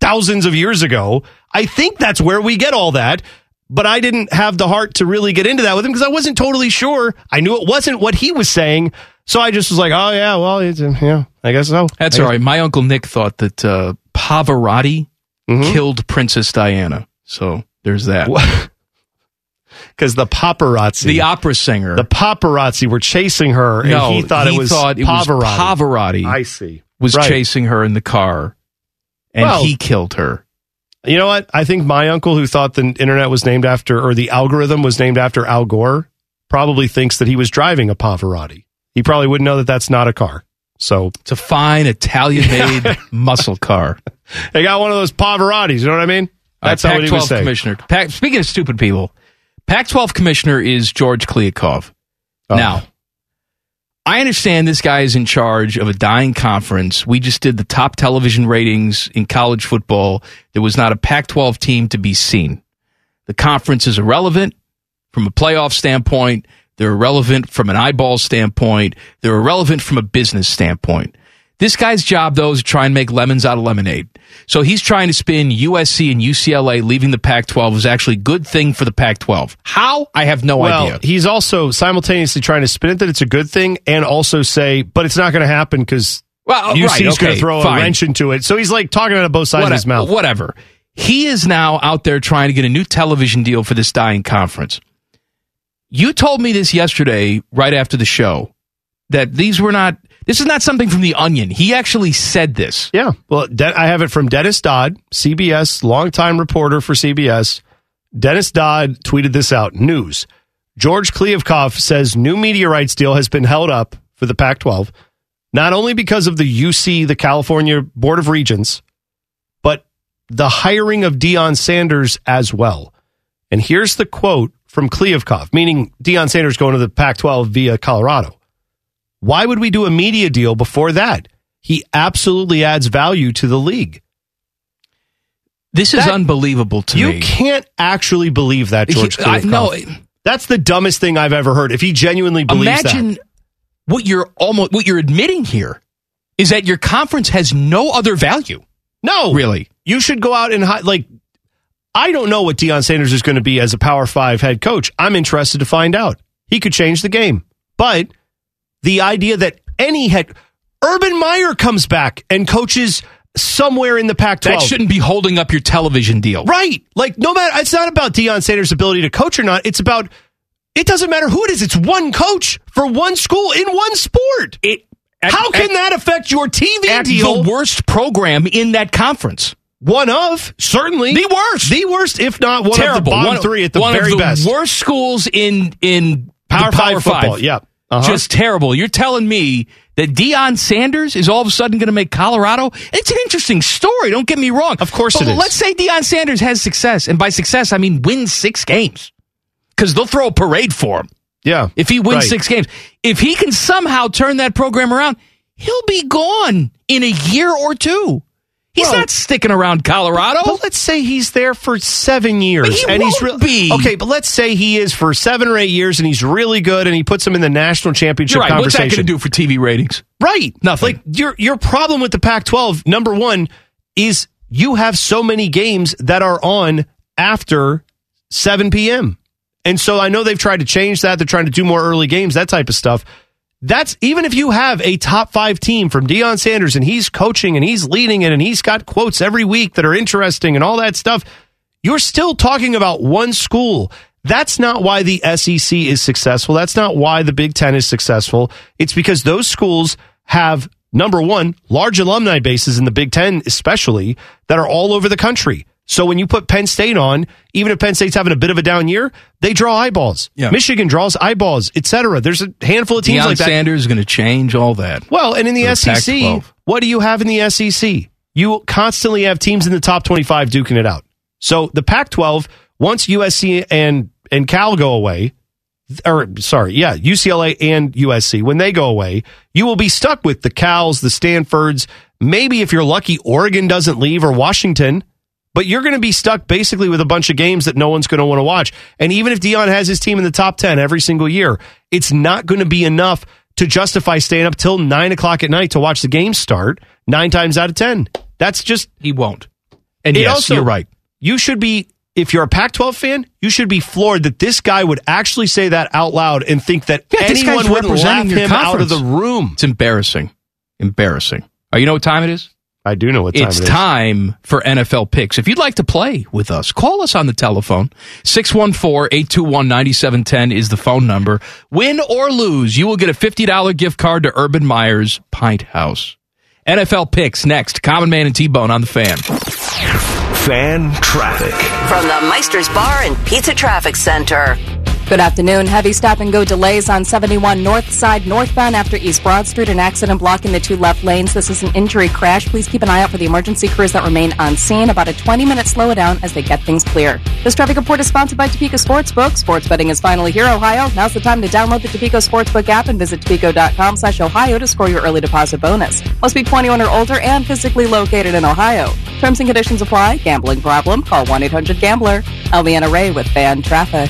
thousands of years ago. I think that's where we get all that. But I didn't have the heart to really get into that with him because I wasn't totally sure. I knew it wasn't what he was saying, so I just was like, "Oh yeah, well, it's, yeah, I guess so."
That's
I
all
guess-
right. My uncle Nick thought that uh, Pavarotti
Mm-hmm.
killed Princess Diana. So there's that.
because the paparazzi,
The opera singer.
the paparazzi were chasing her, and
no,
he thought it was
thought it was
Pavarotti.
Pavarotti.
I see.
Was
Right.
chasing her in the car, and
Well-
he killed her.
You know what? I think my uncle, who thought the internet was named after, or the algorithm was named after Al Gore, probably thinks that he was driving a Pavarotti. He probably wouldn't know that that's not a car. So
It's a fine Italian-made muscle car.
they got one of those Pavarottis. You know what I mean? That's
All
how
right,
he
Pac-12
was saying.
commissioner. Pac- speaking of stupid people, Pac-12 commissioner is George Kliakov.
Oh.
Now, I understand this guy is in charge of a dying conference. We just did the top television ratings in college football. There was not a Pac-12 team to be seen. The conference is irrelevant from a playoff standpoint. They're irrelevant from an eyeball standpoint. They're irrelevant from a business standpoint. This guy's job, though, is to try and make lemons out of lemonade. So he's trying to spin USC and UCLA leaving the Pac 12 was actually a good thing for the Pac 12. How? I have no
well,
idea.
he's also simultaneously trying to spin it that it's a good thing, and also say, but it's not going to happen because
Well,
UC's
right,
going
okay,
to throw
fine.
a wrench into it. So he's like talking out of both sides
Whate-
of his mouth.
Whatever. He is now out there trying to get a new television deal for this dying conference. You told me this yesterday, right after the show, that these were not. This is not something from the Onion. He actually said this.
Yeah. Well, De- I have it from Dennis Dodd, CBS, longtime reporter for CBS. Dennis Dodd tweeted this out News. George Kleevkov says new media rights deal has been held up for the Pac 12, not only because of the UC, the California Board of Regents, but the hiring of Deion Sanders as well. And here's the quote from Kleevkov, meaning Deion Sanders going to the Pac 12 via Colorado. Why would we do a media deal before that? He absolutely adds value to the league.
This is unbelievable to
you
me.
You can't actually believe that, George.
He- I-
Kleefkoff.
no.
that's the dumbest thing I've ever heard. If he genuinely believes
Imagine
that,
what you're almost what you're admitting here is that your conference has no other value.
No,
really.
You should go out and hi- like. I don't know what Deion Sanders is going to be as a Power Five head coach. I'm interested to find out. He could change the game, but the idea that any head, Urban Meyer comes back and coaches somewhere in the Pac-12.
That shouldn't be holding up your television deal.
Right. Like, no matter, it's not about Deion Sanders' ability to coach or not. It's about, it doesn't matter who it is. It's one coach for one school in one sport. How can that affect your TV
at
deal?
the worst program in that conference.
One of, certainly.
The worst.
The worst, if not one
Terrible.
of the bottom
one,
three at the
one
very
of the
best.
worst schools in in Power,
The Power
Five
football, yeah. Uh-huh.
Just terrible. You're telling me that Deion Sanders is all of a sudden going to make Colorado? It's an interesting story. Don't get me wrong. Of course
it is.
Let's say Deion Sanders has success, and by success I mean win six games, because they'll throw a parade for him.
Yeah.
If he wins
Right.
six games, if he can somehow turn that program around, he'll be gone in a year or two. He's
Well-
not sticking around Colorado.
But let's say he's there for seven years,
he
and he's
won't
really
be.
okay. But let's say he is for seven or eight years, and he's really good, and he puts him in the national championship
You're right. What's that
conversation.
going to do for TV ratings?
Right.
Nothing.
Like your your problem with the Pac-12 number 1 is you have so many games that are on after 7 p.m. And so I know they've tried to change that. They're trying to do more early games, that type of stuff. That's even if you have a top five team from Deion Sanders and he's coaching and he's leading it and he's got quotes every week that are interesting and all that stuff, you're still talking about one school. That's not why the SEC is successful. That's not why the Big Ten is successful. It's because those schools have, number one, large alumni bases in the Big Ten, especially, that are all over the country. So when you put Penn State on, even if Penn State's having a bit of a down year, they draw eyeballs.
Yeah.
Michigan draws eyeballs, etc. There's a handful of teams
Deion
like that.
Sanders is going to change all that.
Well, and in the,
For the
SEC,
Pac-12.
what do you have in the SEC? You constantly have teams in the top 25 duking it out. So the Pac 12, once USC and, and Cal go away, or sorry, yeah, UCLA and USC, when they go away, you will be stuck with the Cals, the Stanfords. Maybe if you're lucky, Oregon doesn't leave or Washington, but you're going to be stuck basically with a bunch of games that no one's going to want to watch. And even if Dion has his team in the top 10 every single year, it's not going to be enough to justify staying up till nine o'clock at night to watch the game start nine times out of 10. That's just
He won't. And
it
yes,
also-
you're right.
You should be, if you're a Pac 12 fan, you should be floored that this guy would actually say that out loud and think that
Yeah, this
anyone
guy's
would laugh
representing your
him out of
conference.
the room.
It's embarrassing. Embarrassing. Oh, you know what time it is?
I do know what time
it's
it is.
time for NFL picks. If you'd like to play with us, call us on the telephone. 614-821-9710 is the phone number. Win or lose, you will get a $50 gift card to Urban Meyer's Pint House. NFL picks next. Common Man and T-Bone on the fan.
Fan traffic.
From the Meister's Bar and Pizza Traffic Center.
Good afternoon. Heavy stop and go delays on 71 North Side northbound after East Broad Street. An accident blocking the two left lanes. This is an injury crash. Please keep an eye out for the emergency crews that remain on scene. About a 20 minute slowdown as they get things clear. This traffic report is sponsored by Topeka Sportsbook. Sports betting is finally here, Ohio. Now's the time to download the Topeka Sportsbook app and visit topeka.com slash Ohio to score your early deposit bonus. Must be 21 or older and physically located in Ohio. Terms and conditions apply. Gambling problem? Call 1-800-GAMBLER. LBN Array with fan traffic.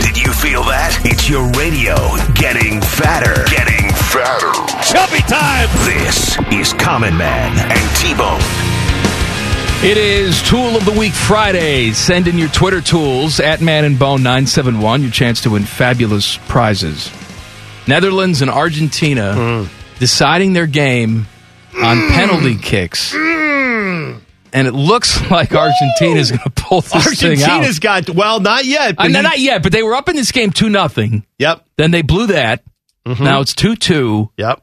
Did you feel that? It's your radio getting fatter. Getting fatter. Chubby time. This is Common Man and T-Bone.
It is Tool of the Week Friday. Send in your Twitter tools at Man and Bone 971, your chance to win fabulous prizes. Netherlands and Argentina
Hmm.
deciding their game on penalty kicks. And it looks like Argentina's going to pull this thing out.
Argentina's got well, not yet.
Uh,
but
no,
you-
not yet, but they were up in this game 2 nothing.
Yep. Mm-hmm.
Then they blew that. Now it's 2 2.
Yep.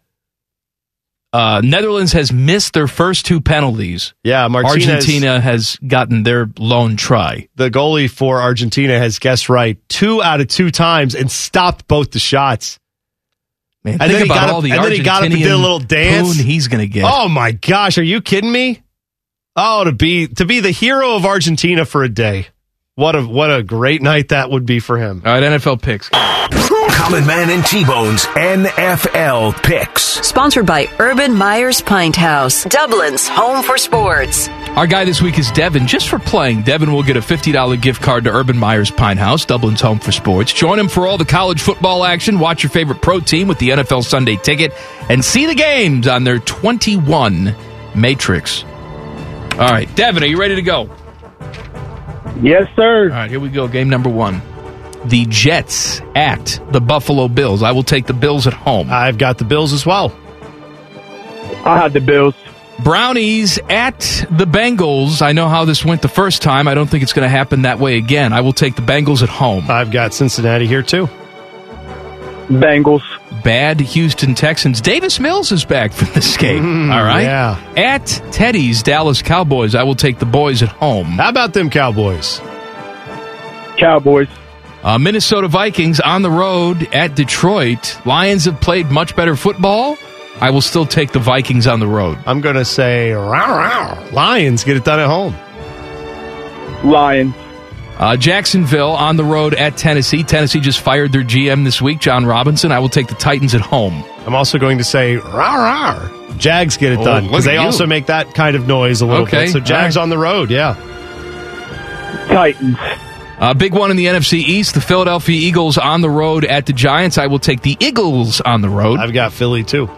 Uh, Netherlands has missed their first two penalties.
Yeah, Martinez-
Argentina has gotten their lone try.
The goalie for Argentina has guessed right two out of two times and stopped both the shots.
Man,
and
think
then he
about
got
all
up,
the
and then he got up and did a
Argentinian
little dance.
poon he's gonna get.
Oh my gosh, are you kidding me? Oh, to be to be the hero of Argentina for a day. What a what a great night that would be for him.
All right, NFL picks.
Common Man and T-Bone's NFL picks.
Sponsored by Urban Myers Pint House, Dublin's home for sports.
Our guy this week is Devin. Just for playing, Devin will get a $50 gift card to Urban Myers Pine House, Dublin's home for sports. Join him for all the college football action. Watch your favorite pro team with the NFL Sunday ticket and see the games on their 21 Matrix. All right, Devin, are you ready to go?
Yes, sir. All
right, here we go. Game number one. The Jets at the Buffalo Bills. I will take the Bills at home.
I've got the Bills as well.
I had the Bills.
Brownies at the Bengals. I know how this went the first time. I don't think it's going to happen that way again. I will take the Bengals at home.
I've got Cincinnati here too.
Bengals.
Bad Houston Texans. Davis Mills is back for this game. All
Mm,
right.
yeah.
At Teddy's Dallas Cowboys. I will take the boys at home. How
about them Cowboys?
Cowboys.
Uh, Minnesota Vikings on the road at Detroit. Lions have played much better football. I will still take the Vikings on the road.
I'm going to say Lions get it done at home.
Lions.
Uh, Jacksonville on the road at Tennessee. Tennessee just fired their GM this week, John Robinson. I will take the Titans at home.
I'm also going to say rah rah. Jags get it
Oh,
done
look
because
at
they
you.
also make that kind of noise a little
Okay,
bit. So
all
Jags
right.
on the road, yeah.
Titans.
Uh, big one in the NFC East. The Philadelphia Eagles on the road at the Giants. I will take the Eagles on the road. I've
got Philly too.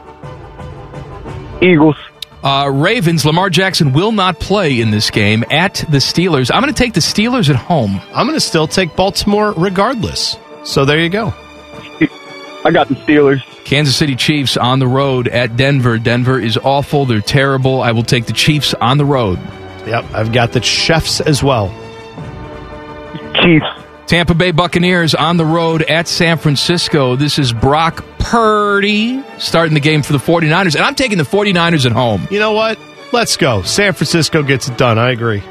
Eagles.
Uh, Ravens. Lamar Jackson will not play in this game at the Steelers. I'm going to take the Steelers at home.
I'm going to still take Baltimore regardless. So there you go.
I got the Steelers.
Kansas City Chiefs on the road at Denver. Denver is awful. They're terrible. I will take the Chiefs on the road.
Yep, I've got the Chefs as well.
Chiefs.
Tampa Bay Buccaneers on the road at San Francisco. This is Brock Purdy starting the game for the 49ers, and I'm taking the 49ers at home.
You know what? Let's go. San Francisco gets it done. I agree.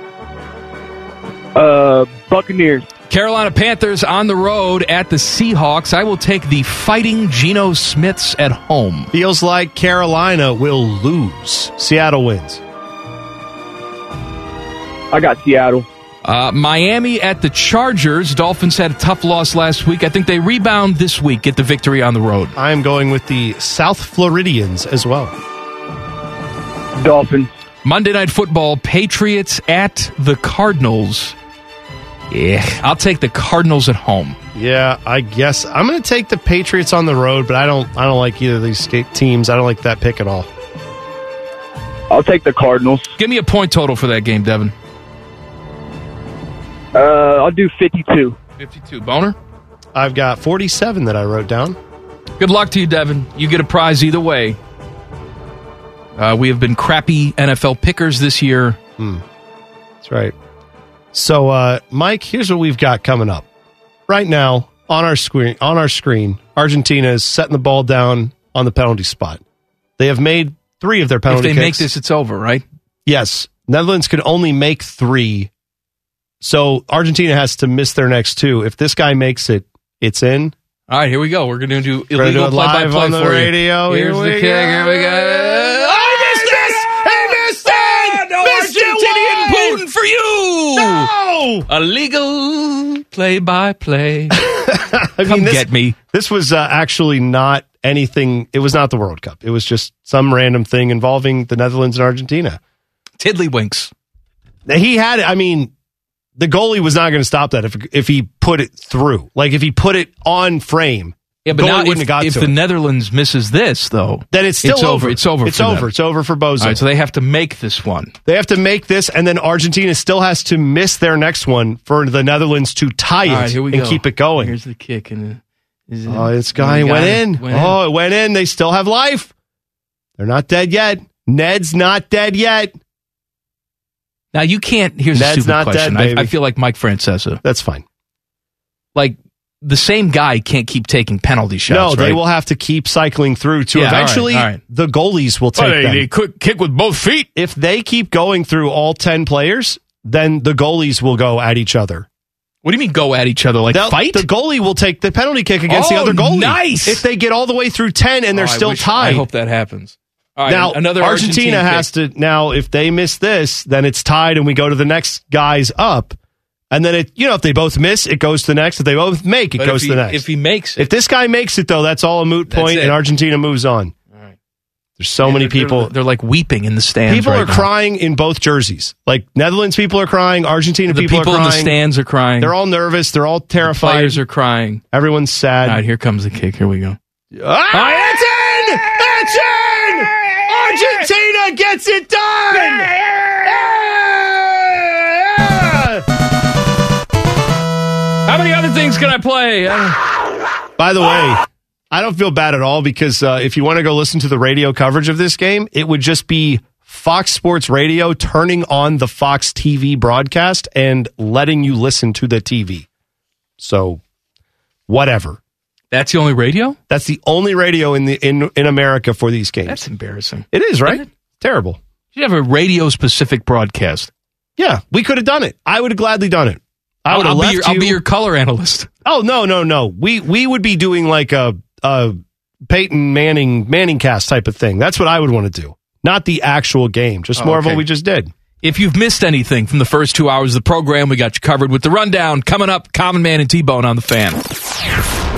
Uh, Buccaneers.
Carolina Panthers on the road at the Seahawks. I will take the fighting Geno Smiths at home.
Feels like Carolina will lose. Seattle wins.
I got Seattle.
Uh, Miami at the Chargers. Dolphins had a tough loss last week. I think they rebound this week, get the victory on the road.
I'm going with the South Floridians as well.
Dolphins.
Monday Night Football, Patriots at the Cardinals. Yeah. I'll take the Cardinals at home.
Yeah, I guess I'm going to take the Patriots on the road, but I don't. I don't like either of these sca- teams. I don't like that pick at all.
I'll take the Cardinals.
Give me a point total for that game, Devin.
Uh, I'll do 52.
52. Boner?
I've got 47 that I wrote down.
Good luck to you, Devin. You get a prize either way. Uh, we have been crappy NFL pickers this year.
Hmm. That's right. So, uh, Mike, here's what we've got coming up right now on our screen. On our screen, Argentina is setting the ball down on the penalty spot. They have made three of their
If
penalty.
they make
kicks.
this, it's over, right?
yes, Netherlands could only make three, so Argentina has to miss their next two. If this guy makes it, it's in.
All right, here we go. We're going to do
We're gonna do
illegal
it
play by
live
play
on the
for you.
radio. Here
Here's the
we
kick. Here we go.
Ah, I
missed it! Missed it! Argentinian Putin for you! Illegal play by play.
I
Come get me.
This was uh, actually not anything. It was not the World Cup. It was just some random thing involving the Netherlands and Argentina.
Tiddlywinks.
He had. I mean, the goalie was not going to stop that if if he put it through. Like if he put it on frame.
Yeah, but
goalie
now
wouldn't
if,
have got
if
to
the
it.
Netherlands misses this, though,
then it's still over.
It's over.
It's
for them.
over. It's over for Bozo.
All right, so they have to make this one.
They have to make this, and then Argentina still has to miss their next one for the Netherlands to tie it
All right, here we
and
go.
keep it going.
Here's the kick, and is it-
Oh, this guy
the
went in.
went
oh, it went in. They still have life. They're not dead yet. Ned's not dead yet.
Now you can't. Here's
Ned's
a stupid
not dead,
question.
baby.
I, I feel like Mike Francesa.
That's fine.
Like the same guy can't keep taking penalty
no,
shots.
they
right?
will have to keep cycling through to
Yeah, all right,
eventually
all right.
the goalies will take
Well, they-
them.
they quick kick with both feet.
If they keep going through all 10 players, then the goalies will go at each other.
What do you mean go at each other? Like
They'll-
fight?
The goalie will take the penalty kick against the
Oh,
other goalie.
nice.
If they get all the way through 10 and they're
Oh, I
still
wish-
tied.
I hope that happens. All right,
now
another
Argentina
Argentine
has to now if they miss this, then it's tied and we go to the next guys up. And then it you know if they both miss, it goes to the next. If they both make, it
But
goes
if
to the
he-
next.
if he makes it.
If this guy makes it though, that's all a moot
That's
point
it.
and Argentina moves on. There's so many people
They're, like weeping in the stands.
People
right
are
now.
crying in both jerseys. Like Netherlands people are crying, Argentina
The
people,
people
are
in
crying.
the stands are crying.
They're all nervous, they're all terrified.
Players are crying.
Everyone's sad.
All right, here comes the kick. Here we go.
Ah, it's in! It's in! Argentina gets it done!
How many other things can I play? Uh,
By the way, I don't feel bad at all because uh, if you want to go listen to the radio coverage of this game, it would just be Fox Sports Radio turning on the Fox TV broadcast and letting you listen to the TV. So, whatever.
that's the only radio.
That's the only radio in the in in America for these games.
That's embarrassing.
it is right. Terrible.
You have a radio specific broadcast.
Yeah, we could have done it. I would have gladly done it. I would have
I'll,
left
be your,
you.
I'll be your color analyst.
oh no, no, no. We we would be doing like a a Peyton Manning Manning cast type of thing. That's what I would want to do. Not the actual game, just
Oh,
more of what
okay.
we just did.
If you've missed anything from the first two hours of the program, we got you covered with the rundown. Coming up, Common Man and T Bone on the fan.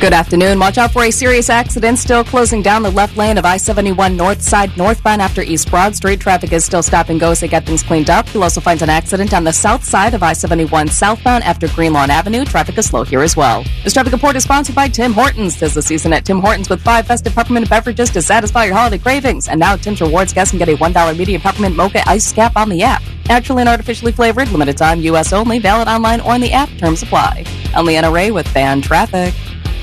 Good afternoon. Watch out for a serious accident still closing down the left lane of I 71 north side northbound after East Broad Street. Traffic is still stop and go as they get things cleaned up. You'll also find an accident on the south side of I 71 southbound after Greenlawn Avenue. Traffic is slow here as well. This traffic report is sponsored by Tim Hortons. This is the season at Tim Hortons with five festive peppermint beverages to satisfy your holiday cravings. And now Tim's Rewards guests can get a $1 medium peppermint mocha ice cap on the app. Naturally and artificially flavored, limited time, U.S. only, valid online or on the app. Terms apply. I'm Leanna Ray with Fan Traffic.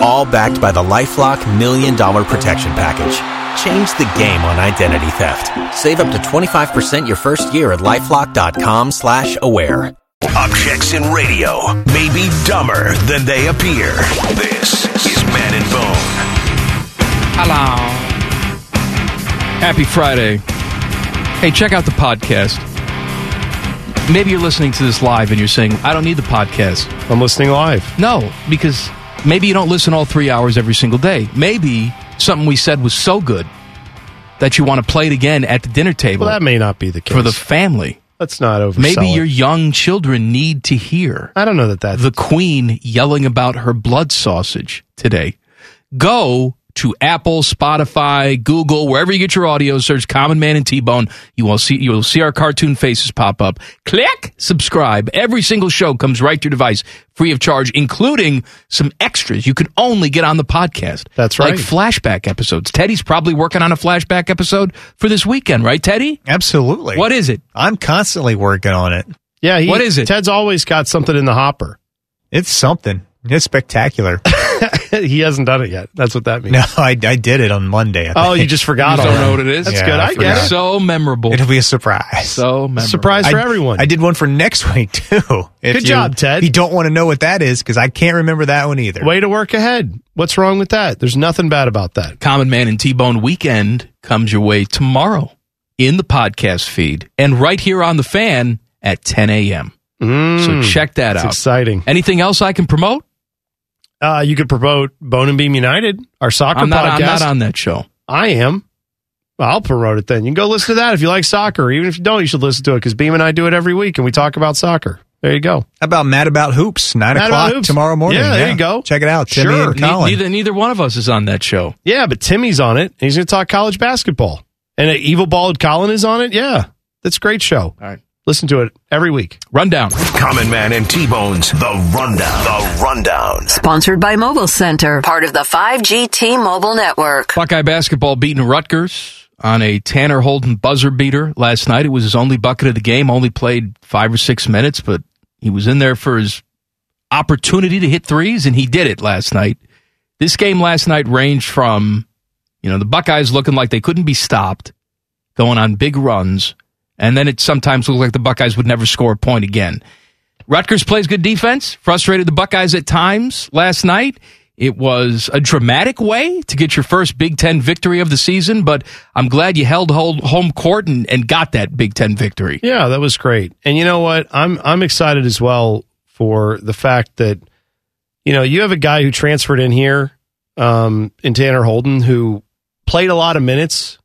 All backed by the LifeLock Million Dollar Protection Package. Change the game on identity theft. Save up to 25% your first year at LifeLock.com slash aware.
Objects in radio may be dumber than they appear. This is Man and Bone.
Hello. Happy Friday. Hey, check out the podcast. Maybe you're listening to this live and you're saying, I don't need the podcast.
I'm listening live.
No, because maybe you don't listen all three hours every single day. Maybe something we said was so good that you want to play it again at the dinner table
Well, that may not be the case.
for the family.
Let's not oversell.
Maybe your
it.
young children need to hear
I don't know that that's
the Queen yelling about her blood sausage today. Go to Apple, Spotify, Google, wherever you get your audio. Search "Common Man and T Bone." You will see you will see our cartoon faces pop up. Click subscribe. Every single show comes right to your device, free of charge, including some extras you can only get on the podcast.
That's
like
right.
flashback episodes. Teddy's probably working on a flashback episode for this weekend, right, Teddy?
Absolutely.
What is it?
I'm constantly working on it.
yeah. He,
what is it?
Ted's always got something in the hopper.
It's something. It's spectacular.
he hasn't done it yet. That's what that means.
no, I, I did it on Monday. I
Oh,
think.
you just forgot.
You don't
already.
know what it is?
That's
Yeah,
good.
I
I
forgot.
guess.
So memorable.
It'll be a surprise.
so memorable.
Surprise for
I-
everyone.
I did one for next week too. If
Good job, Ted.
If you don't want to know what that is because I can't remember that one either.
Way to work ahead. What's wrong with that? There's nothing bad about that.
Common Man and T Bone Weekend comes your way tomorrow in the podcast feed and right here on the fan at 10 a.m. so check that
Mm. Hmm. It's
out.
Exciting.
Anything else I can promote?
Uh, you could promote Bone and Beam United, our soccer
I'm not-
podcast.
I'm not on that show.
I am. Well, I'll promote it then. You can go listen to that if you like soccer. Even if you don't, you should listen to it because Beam and I do it every week and we talk about soccer. There you go.
How about Mad About Hoops, 9
Mad About
o'clock
Hoops.
tomorrow morning?
Yeah, there you go.
Check it out. Timmy
Sure.
and
Ne-
Colin.
Neither neither one of us is on that show.
Yeah, but Timmy's on it. And he's going to talk college basketball. And uh, Evil Bald Colin is on it. Yeah. That's a great show. All
right.
Listen to it every week.
Rundown.
Common Man and T Bones, The Rundown. The Rundown.
Sponsored by Mobile Center, part of the 5G T Mobile Network.
Buckeye basketball beating Rutgers on a Tanner Holden buzzer beater last night. It was his only bucket of the game. Only played five or six minutes, but he was in there for his opportunity to hit threes, and he did it last night. This game last night ranged from, you know, the Buckeyes looking like they couldn't be stopped, going on big runs, and then it sometimes looked like the Buckeyes would never score a point again. Rutgers plays good defense, frustrated the Buckeyes at times last night. It was a dramatic way to get your first Big Ten victory of the season, but I'm glad you held hold- home court and, and got that Big Ten victory.
Yeah, that was great. And you know what? I'm I'm excited as well for the fact that you know you have a guy who transferred in here um, in Tanner Holden who played a lot of minutes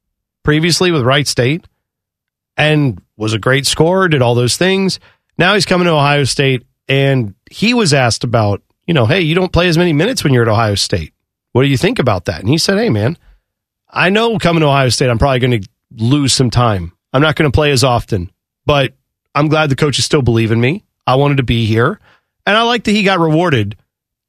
previously with Wright State and was a great scorer, did all those things. Now he's coming to Ohio State, and he was asked about you know, hey, you don't play as many minutes when you're at Ohio State. What do you think about that? And he said, hey, man. I know coming to Ohio State, I'm probably going to lose some time. I'm not going to play as often, but I'm glad the coaches still believe in me. I wanted to be here. And I like that he got rewarded,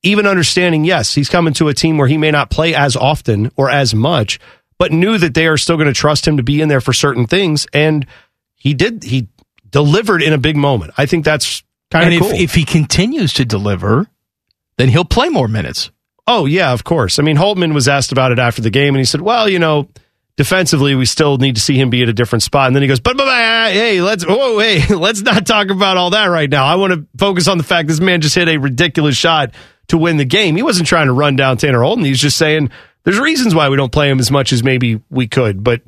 even understanding, yes, he's coming to a team where he may not play as often or as much, but knew that they are still going to trust him to be in there for certain things. And he did, he delivered in a big moment. I think that's kind
and
of
if,
cool.
if he continues to deliver, then he'll play more minutes.
Oh, yeah, of course. I mean, Holtman was asked about it after the game, and he said, well, you know, defensively, we still need to see him be at a different spot. And then he goes, but, but, but hey, let's, whoa, hey, let's not talk about all that right now. I want to focus on the fact this man just hit a ridiculous shot to win the game. He wasn't trying to run down Tanner Holton. He's just saying there's reasons why we don't play him as much as maybe we could, but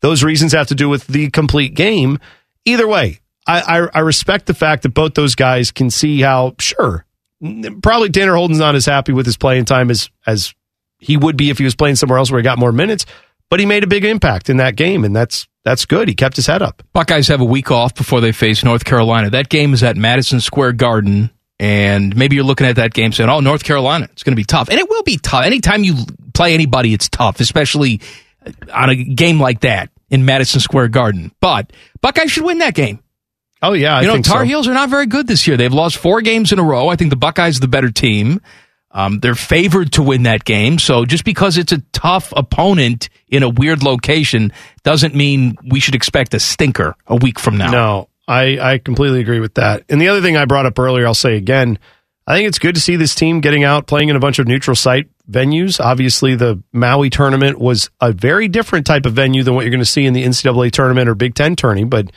those reasons have to do with the complete game. Either way, I, I, I respect the fact that both those guys can see how, sure, n- probably Tanner Holden's not as happy with his playing time as as he would be if he was playing somewhere else where he got more minutes. But he made a big impact in that game, and that's that's good. He kept his head up.
Buckeyes have a week off before they face North Carolina. That game is at Madison Square Garden, and maybe you're looking at that game saying, "Oh, North Carolina, it's going to be tough," and it will be tough. Anytime you play anybody, it's tough, especially on a game like that in Madison Square Garden. But Buckeyes should win that game.
Oh yeah, I
you know,
think
Tar
so.
Heels are not very good this year. They've lost four games in a row. I think the Buckeyes are the better team. Um, they're favored to win that game. So just because it's a tough opponent in a weird location doesn't mean we should expect a stinker a week from now.
No, I, I completely agree with that. And the other thing I brought up earlier, I'll say again, I think it's good to see this team getting out, playing in a bunch of neutral site venues. Obviously, the Maui tournament was a very different type of venue than what you're going to see in the NCAA tournament or Big Ten tourney, but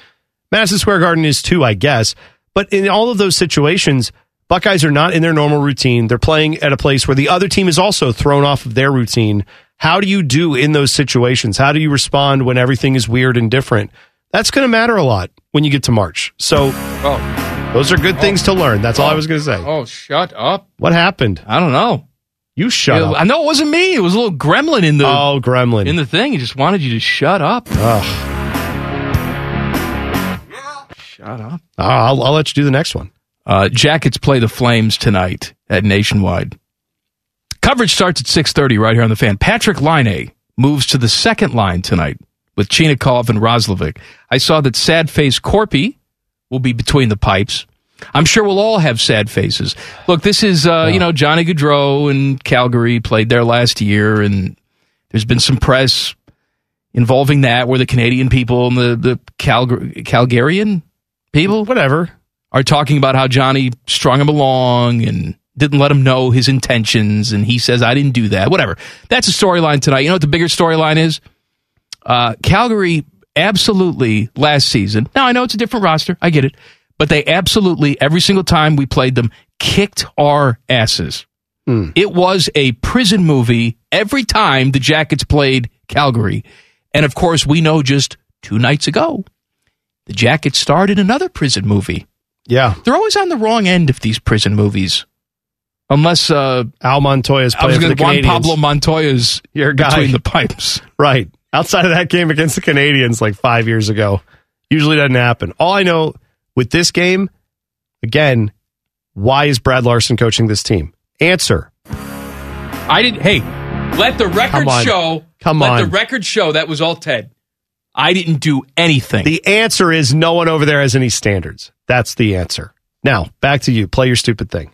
Madison Square Garden is too, I guess. But in all of those situations, Buckeyes are not in their normal routine. They're playing at a place where the other team is also thrown off of their routine. How do you do in those situations? How do you respond when everything is weird and different? That's going to matter a lot when you get to March. So, those are good things to learn. That's all I was going to say.
Oh, shut up.
What happened?
I don't know.
You shut
Yeah,
up.
I know it wasn't me. It was a little gremlin in the
oh gremlin
in the thing. He just wanted you to shut up.
Ugh.
Shut up.
I'll, I'll let you do the next one.
Uh, Jackets play the Flames tonight at Nationwide. Coverage starts at 6:30 right here on the fan. Patrick Line moves to the second line tonight with Chinikov and Roslovic. I saw that sad face Corpy will be between the pipes. I'm sure we'll all have sad faces. Look, this is uh, you know Johnny Gaudreau and Calgary played there last year, and there's been some press involving that where the Canadian people and the the Calgary Calgarian people,
whatever,
are talking about how Johnny strung him along and didn't let him know his intentions, and he says I didn't do that. Whatever. That's a storyline tonight. You know what the bigger storyline is? Uh, Calgary absolutely last season. Now I know it's a different roster. I get it, but they absolutely every single time we played them kicked our asses.
Hmm.
It was a prison movie every time the Jackets played Calgary, and of course we know just two nights ago the Jackets starred in another prison movie.
Yeah.
They're always on the wrong end of these prison movies. Unless uh,
Al Montoya's
I
playing
was
for
gonna-
the
Juan
Canadians.
Pablo Montoya's
Your guy.
between the pipes.
Right. Outside of that game against the Canadians like five years ago, usually doesn't happen. All I know with this game, again, why is Brad Larson coaching this team? Answer.
I didn't. Hey, let the record
Come on.
show.
Come
let
on.
the record show that was all Ted. I didn't do anything.
The answer is no one over there has any standards. That's the answer. Now, back to you. Play your stupid thing.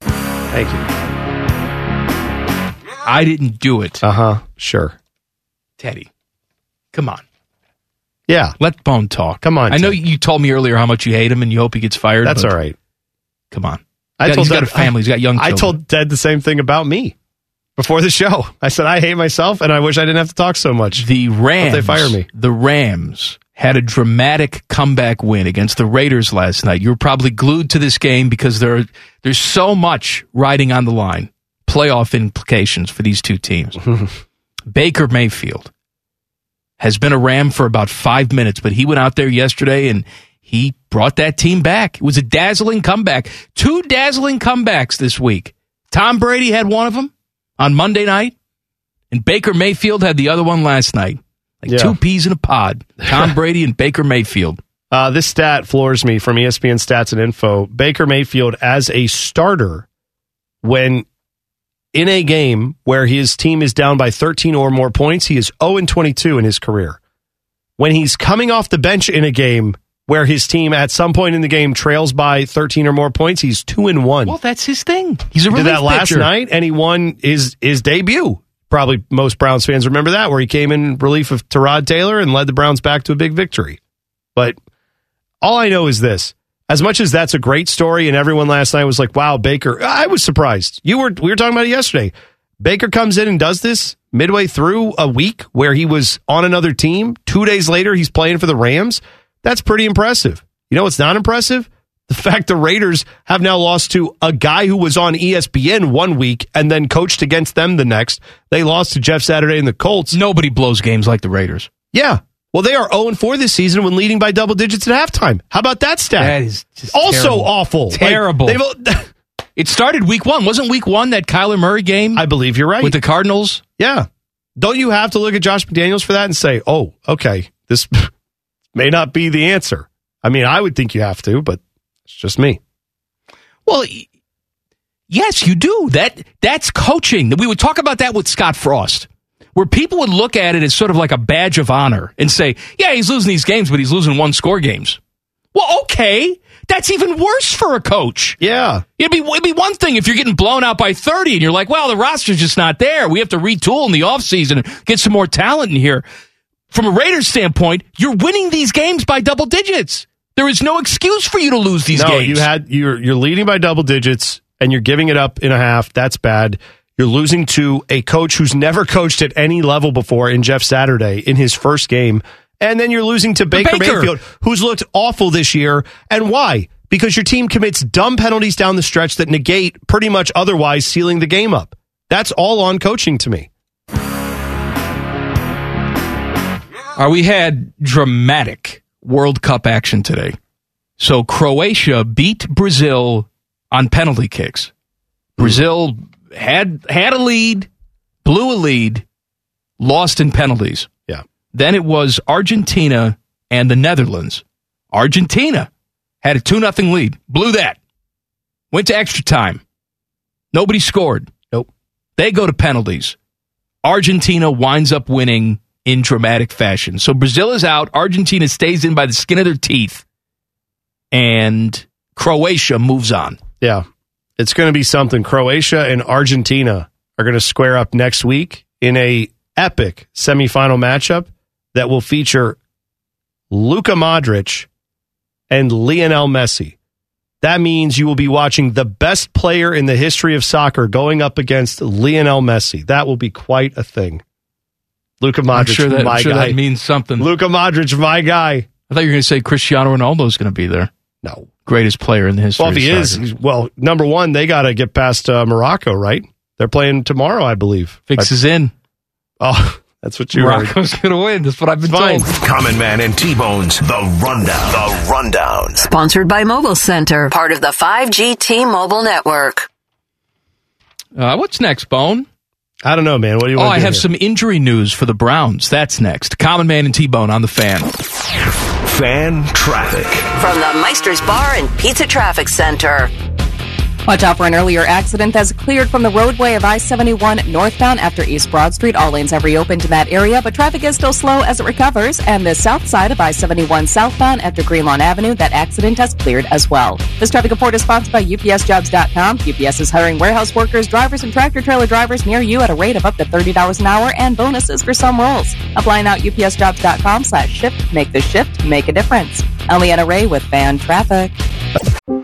Thank you.
I didn't do it.
Uh huh. Sure.
Teddy, come on.
Yeah.
Let Bone talk.
Come on.
I know
Ted.
you told me earlier how much you hate him and you hope he gets fired.
That's
but
all right.
Come on.
I
He's got-
told
he's got
Ted-
a family. He's got young
I
children.
told Ted the same thing about me before the show. I said I hate myself and I wish I didn't have to talk so much.
The Rams.
they fire me.
The Rams had a dramatic comeback win against the Raiders last night. You were probably glued to this game because there there's so much riding on the line. Playoff implications for these two teams. Baker Mayfield has been a Ram for about five minutes, but he went out there yesterday and he brought that team back. It was a dazzling comeback. Two dazzling comebacks this week. Tom Brady had one of them on Monday night, and Baker Mayfield had the other one last night. Like
Yeah.
two peas in a pod. Tom Brady and Baker Mayfield.
Uh, this stat floors me from E ESPN Stats and Info. Baker Mayfield as a starter when in a game where his team is down by 13 or more points, he is 0 and 22 in his career. When he's coming off the bench in a game where his team at some point in the game trails by 13 or more points, he's 2 and 1.
Well, that's his thing. He's a
He did
relief
that last
pitcher.
night and he won his his debut. Probably most Browns fans remember that where he came in relief of Terod Taylor and led the Browns back to a big victory. But all I know is this. As much as that's a great story and everyone last night was like, "Wow, Baker." I was surprised. You were we were talking about it yesterday. Baker comes in and does this midway through a week where he was on another team. 2 days later he's playing for the Rams. That's pretty impressive. You know what's not impressive? The fact the Raiders have now lost to a guy who was on E ESPN one week and then coached against them the next. They lost to Jeff Saturday and the Colts.
Nobody blows games like the Raiders.
Yeah. Well, they are 0 4 this season when leading by double digits at halftime. How about that stat?
That is just
also
terrible.
awful. Like,
Terrible.
they've-
It started week one. Wasn't week one that Kyler Murray game
I believe you're right.
with the Cardinals?
yeah. Don't you have to look at Josh McDaniels for that and say, oh, okay, this may not be the answer? I mean, I would think you have to, but it's just me.
Well, y- yes, you do. That that's coaching. We would talk about that with Scott Frost, where people would look at it as sort of like a badge of honor and say, "Yeah, he's losing these games, but he's losing one score games." Well, okay, that's even worse for a coach.
Yeah.
It'd be it'd be one thing if you're getting blown out by 30 and you're like, "Well, the roster's just not there. We have to retool in the offseason and get some more talent in here." From a Raiders standpoint, you're winning these games by double digits. There is no excuse for you to lose these
no,
games.
you had you're you're leading by double digits and you're giving it up in a half. That's bad. You're losing to a coach who's never coached at any level before in Jeff Saturday in his first game. And then you're losing to Baker,
Baker.
Mayfield, who's looked awful this year. And why? Because your team commits dumb penalties down the stretch that negate pretty much otherwise sealing the game up. That's all on coaching to me.
Uh, we had dramatic World Cup action today. So Croatia beat Brazil on penalty kicks. Brazil had had a lead, blew a lead, lost in penalties.
Yeah.
Then it was Argentina and the Netherlands. Argentina had a 2 0 lead, blew that, went to extra time. Nobody scored.
Nope.
They go to penalties. Argentina winds up winning in dramatic fashion. So Brazil is out. Argentina stays in by the skin of their teeth. And Croatia moves on.
Yeah. It's going to be something. Croatia and Argentina are going to square up next week in a epic semifinal matchup that will feature Luka Modric and Lionel Messi. That means you will be watching the best player in the history of soccer going up against Lionel Messi. That will be quite a thing. Luka Modric,
I'm sure that, I'm
my
sure
guy.
that means something.
Luka Modric, my guy.
I thought you were going to say Cristiano Ronaldo is going to be there.
No.
Greatest player in the history.
Well, if
of
he is,
soccer.
he's- well, number one, they got to get past uh, Morocco, right? They're playing tomorrow, I believe.
fixes in.
I- oh, That's what you heard.
Rocco's going to win. That's what I've been told.
Common Man and T Bones, The Rundown. The Rundown.
Sponsored by Mobile Center, part of the 5G T Mobile Network.
Uh, what's next, Bone?
I don't know, man. What do you
Oh,
wanna
I
do
have
here?
some injury news for the Browns. That's next. Common Man and T Bone on the fan.
Fan traffic.
From the Meister's Bar and Pizza Traffic Center.
Watch out for an earlier accident that's cleared from the roadway of I 71 northbound after East Broad Street. All lanes have reopened to that area, but traffic is still slow as it recovers. And the south side of I 71 southbound after Greenlawn Avenue, that accident has cleared as well. This traffic report is sponsored by UPSJobs.com. UPS is hiring warehouse workers, drivers, and tractor trailer drivers near you at a rate of up to $30 an hour and bonuses for some roles. Apply now at UPSJobs.com slash shift. Make the shift, make a difference. Eliana Ray with Fan Traffic.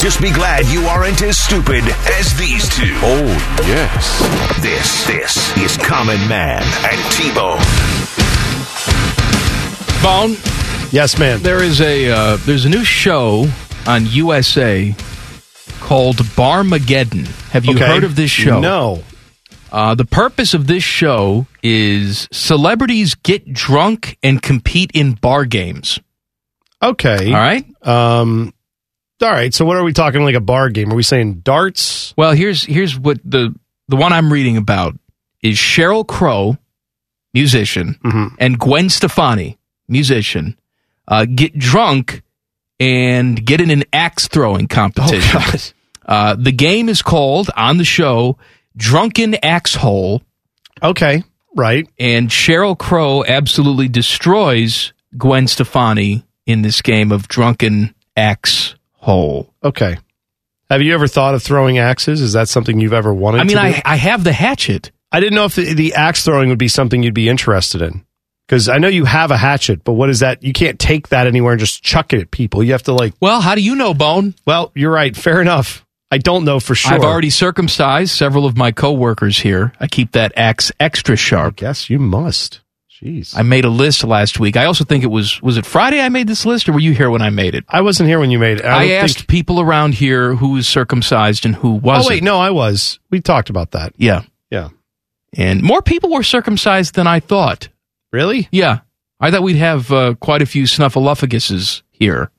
Just be glad you aren't as stupid as these two. Oh, yes. This, this is Common Man and T-Bone.
Bone.
Yes, man.
There is a uh, there's a new show on USA called Barmageddon. Have you
Okay.
heard of this show?
No.
Uh, the purpose of this show is celebrities get drunk and compete in bar games.
Okay.
All right.
Um, all right. So, what are we talking like a bar game? Are we saying darts?
Well, here's here's what the the one I'm reading about is Cheryl Crow, musician,
Mm-hmm.
and Gwen Stefani, musician, uh, get drunk and get in an axe throwing competition.
Oh,
uh, the game is called on the show Drunken Axe Hole.
Okay, right.
And Cheryl Crow absolutely destroys Gwen Stefani in this game of Drunken Axe Hole.
Okay. Have you ever thought of throwing axes? Is that something you've ever wanted?
I mean,
to do?
I, I have the hatchet.
I didn't know if the, the axe throwing would be something you'd be interested in. Because I know you have a hatchet, but what is that? You can't take that anywhere and just chuck it at people. You have to like.
Well, how do you know, Bone?
Well, you're right. Fair enough. I don't know for sure.
I've already circumcised several of my coworkers here. I keep that axe extra sharp.
Yes, you must. Jeez.
I made a list last week. I also think it was was it Friday I made this list or were you here when I made it?
I wasn't here when you made it.
I,
don't think-
asked people around here who was circumcised and who wasn't.
Oh wait, no, I was. We talked about that.
Yeah.
Yeah.
And more people were circumcised than I thought.
Really?
Yeah. I thought we'd have uh, quite a few snuffleupaguses here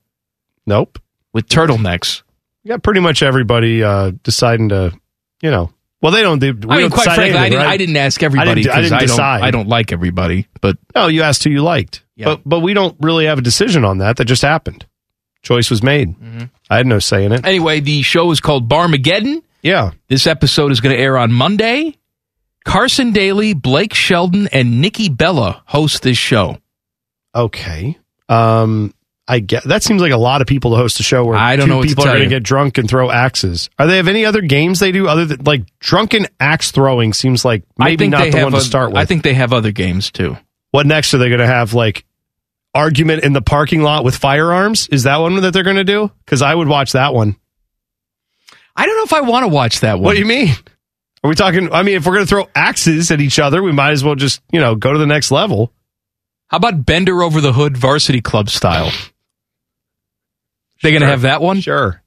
Nope.
with turtlenecks.
We got pretty much everybody uh, deciding to, you know. Well, they don't. They, we
I mean,
don't
quite
decide
frankly, I,
anything,
didn't,
right?
I didn't ask everybody
I didn't, I
because
didn't
I, don't.
decide.
I don't like everybody, but
No, you asked who you liked,
Yeah.
but but we don't really have a decision on that. That just happened. Choice was made. I had no say in it.
Mm-hmm. Anyway, the show is called Barmageddon.
Yeah.
This episode is going to air on Monday. Carson Daly, Blake Sheldon, and Nikki Bella host this show.
Okay. Um. I get that seems like a lot of people to host a show where
I don't
two
know what to
people are
tell
going to
you.
get drunk and throw axes. Are they have any other games they do other than like drunken axe throwing? Seems like
I
maybe
think
not
they
the
have
one
oth-
to start with.
I think they have other games too.
What next are they going to have? Like argument in the parking lot with firearms? Is that one that they're going to do? Because I would watch that one.
I don't know if I want to watch that one.
What do you mean? Are we talking? I mean, if we're going to throw axes at each other, we might as well just you know go to the next level.
How about Bender over the Hood varsity club style? They're going to
Sure.
have that one?
Sure.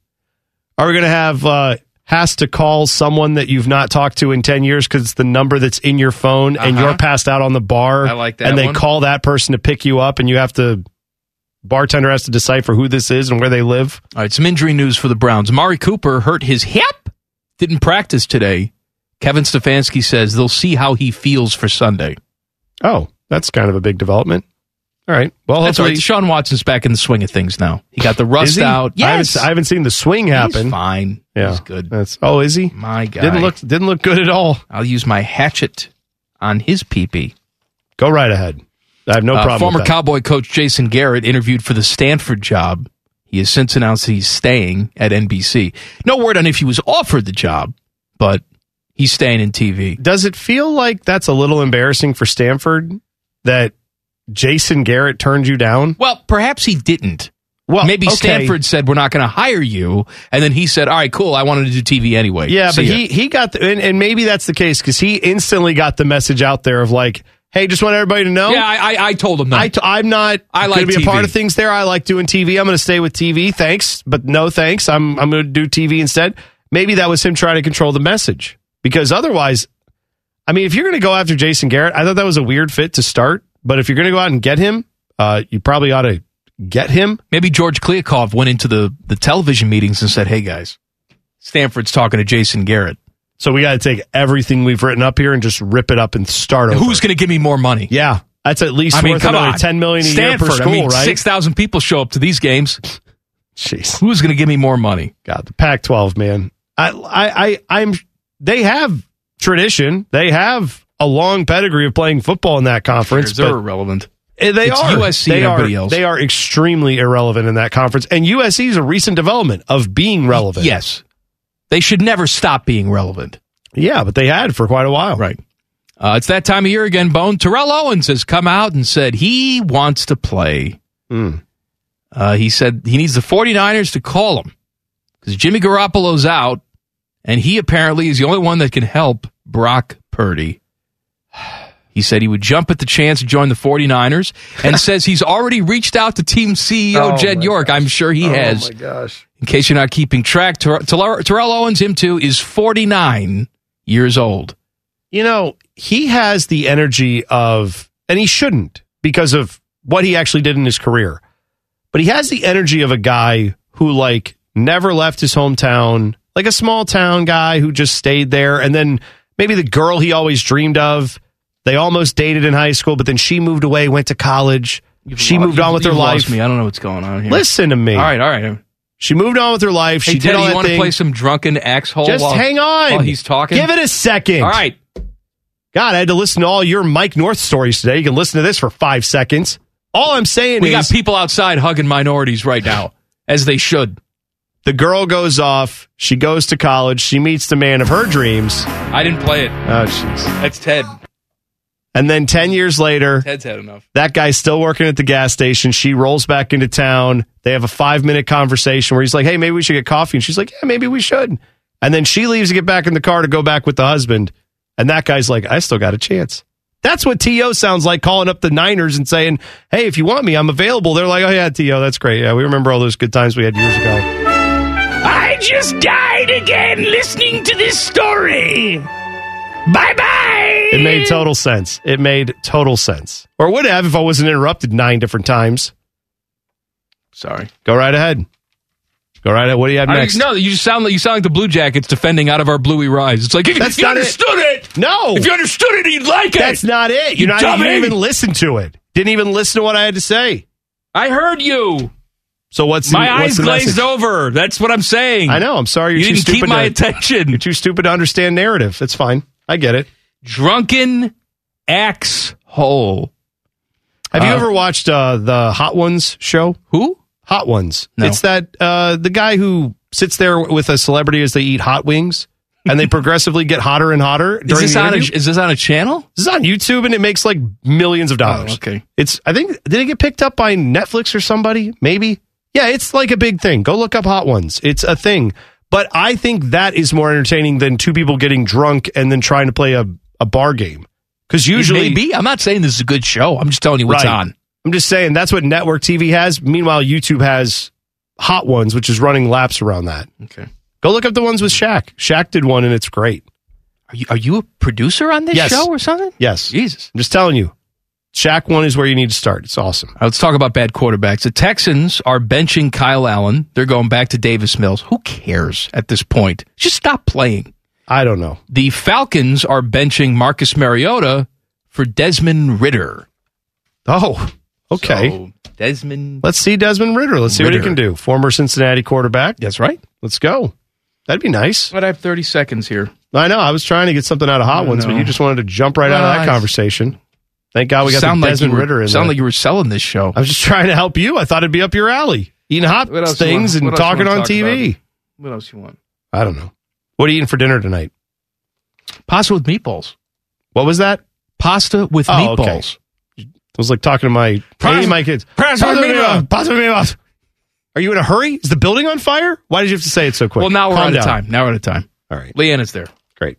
Are we going to have uh, has to call someone that you've not talked to in ten years because it's the number that's in your phone and
Uh-huh.
you're passed out on the bar?
I like that
And they
one.
call that person to pick you up, and you have to bartender has to decipher who this is and where they live.
All right, some injury news for the Browns. Mari Cooper hurt his hip, didn't practice today. Kevin Stefanski says they'll see how he feels for Sunday.
Oh, that's kind of a big development. All right. Well,
That's all
hopefully
right. Sean Watson's back in the swing of things now. He got the rust
Is he?
out.
I haven't,
Yes,
I haven't seen the swing happen.
He's fine.
Yeah,
He's good.
That's oh, is he?
My guy.
Didn't look didn't look good at all.
I'll use my hatchet on his peepee.
Go right ahead. I have no
Uh,
problem.
former
with that.
Cowboy coach Jason Garrett interviewed for the Stanford job. He has since announced he's staying at NBC. No word on if he was offered the job, but he's staying in TV.
Does it feel like that's a little embarrassing for Stanford? that Jason Garrett turned you down?
Well, perhaps he didn't.
Well,
maybe
okay.
Stanford said we're not going to hire you, and then he said, "All right, cool. I wanted to do TV anyway."
Yeah,
See
but
ya.
he he got the, and, and maybe that's the case because he instantly got the message out there of like, hey, just want everybody to know.
Yeah, I, I, I told him that.
I t- I'm not.
I like
gonna be
TV.
a part of things there. I like doing TV. I'm going to stay with TV. Thanks, but no thanks. I'm I'm going to do TV instead. Maybe that was him trying to control the message because otherwise, I mean, if you're going to go after Jason Garrett, I thought that was a weird fit to start. But if you're going to go out and get him, uh, you probably ought to get him.
Maybe George Kliakov went into the, the television meetings and said, hey, guys, Stanford's talking to Jason Garrett.
So we got to take everything we've written up here and just rip it up and start over.
Who's going to give me more money?
Yeah, that's at least
I mean,
worth
come
another
on.
ten million a
Stanford,
year per school,
I mean,
right?
Six thousand people show up to these games.
Jeez,
who's going to give me more money?
God, the Pac-12, man. I, I, I, I'm. They have tradition. They have a long pedigree of playing football in that conference.
They're
but
irrelevant.
Eh, They
It's
are
USC
they
and
are,
everybody else.
They are extremely irrelevant in that conference, and USC is a recent development of being relevant.
Yes, they should never stop being relevant.
Yeah, but they had for quite a while,
right? Uh, it's that time of year again. Bone Terrell Owens has come out and said he wants to play.
Hmm.
Uh, he said he needs the 49ers to call him because Jimmy Garoppolo's out, and he apparently is the only one that can help Brock Purdy. He said he would jump at the chance to join the 49ers and says he's already reached out to team CEO
Oh,
Jed
my
York. I'm sure he has.
Oh my gosh.
In case you're not keeping track, Ter- Terrell Terrell Owens, him too, is 49 years old.
you know, he has the energy of, and he shouldn't because of what he actually did in his career, but he has the energy of a guy who, like, never left his hometown, like a small town guy who just stayed there. And then maybe the girl he always dreamed of, they almost dated in high school, but then she moved away, went to college. she
lo-
moved on
you've-
with her
you've lost
life.
me. I don't know what's going on here.
Listen to me.
All right, all right.
She moved on with her life.
Hey,
she
Teddy,
did all
you
that
want to
thing.
play some drunken axhole?
Just
while-
hang on.
While Oh, he's talking.
Give it a second.
All right.
God, I had to listen to all your Mike North stories today. You can listen to this for five seconds. All I'm saying
We
is
got people outside hugging minorities right now, as they should.
the girl goes off. She goes to college. She meets the man of her dreams.
I didn't play it.
Oh, jeez.
That's Ted.
And then 10 years later,
Ted's had enough.
that guy's still working at the gas station. She rolls back into town. They have a five minute conversation where he's like, hey, maybe we should get coffee. And she's like, yeah, maybe we should. And then she leaves to get back in the car to go back with the husband. And that guy's like, I still got a chance. That's what T.O. sounds like calling up the Niners and saying, hey, if you want me, I'm available. They're like, oh, yeah, T.O., that's great. Yeah, we remember all those good times we had years ago.
I just died again listening to this story. Bye bye.
It made total sense. It made total sense. Or would have if I wasn't interrupted nine different times.
Sorry.
Go right ahead. Go right ahead. What do you have
I
next?
no, you just sound like you sound like the Blue Jackets defending out of our bluey rise. It's like if,
That's
if you
not it.
understood it.
No.
if you understood it, you'd like it.
That's not it.
You
You're not, you
dummy.
didn't even listen to it. Didn't even listen to what I had to say.
I heard you.
So what's the-
My
what's
eyes
the
glazed
message?
over. That's what I'm saying.
I know. I'm sorry. You're
You
too
didn't keep
stupid to,
my attention.
You're too stupid to understand narrative. That's fine. I get it.
Drunken axe hole.
Have you
Uh,
ever watched uh, the Hot Ones show?
Who?
Hot Ones.
No.
It's that uh, the guy who sits there with a celebrity as they eat hot wings, and they progressively get hotter and hotter.
Is
During
this
the
on a,
interview.
is this on a channel?
This is on YouTube and it makes like millions of dollars.
Oh, okay.
It's I think did it get picked up by Netflix or somebody? Maybe. Yeah, it's like a big thing. Go look up Hot Ones. It's a thing. But I think that is more entertaining than two people getting drunk and then trying to play a, a bar game. Because usually
Maybe. I'm not saying this is a good show. I'm just telling you what's
Right.
on.
I'm just saying that's what network TV has. Meanwhile, YouTube has Hot Ones, which is running laps around that.
Okay.
Go look up the ones with Shaq. Shaq did one and it's great.
Are you, are you a producer on this
Yes.
show or something?
Yes.
Jesus.
I'm just telling you. Shaq one is where you need to start. It's awesome.
All right, let's talk about bad quarterbacks. The Texans are benching Kyle Allen. They're going back to Davis Mills. Who cares at this point? Just stop playing.
I don't know.
The Falcons are benching Marcus Mariota for Desmond Ritter.
Oh, okay.
So, Desmond.
Let's see Desmond Ritter. Let's see what he
Ridder.
can do. Former Cincinnati quarterback.
That's right.
Let's go. That'd be nice.
But I have 30 seconds here.
I know. I was trying to get something out of hot
I
ones, but
know.
you just wanted to jump right out of
Nice.
that conversation. Thank God we got
sound
the
like you
Desmond
were,
Ritter in
Sound
there.
like you were selling this show.
I was just trying to help you. I thought it'd be up your alley, eating hot
What else you
things
want?
and
What else you
talking on
wanna talk
TV.
about? What else you want?
I don't know. What are you eating for dinner tonight?
Pasta with meatballs.
What was that?
Pasta with
Oh, okay.
meatballs.
was like talking to my
Pras-
hey, my kids. Pras-
Pras- Pras-
Pras- Pras- Are you in a hurry? Is the building on fire? Why did you have to say it so quick?
Well, now we're
Calm
out of
down.
time. Now we're out of time.
All right.
Leanna's there.
Great.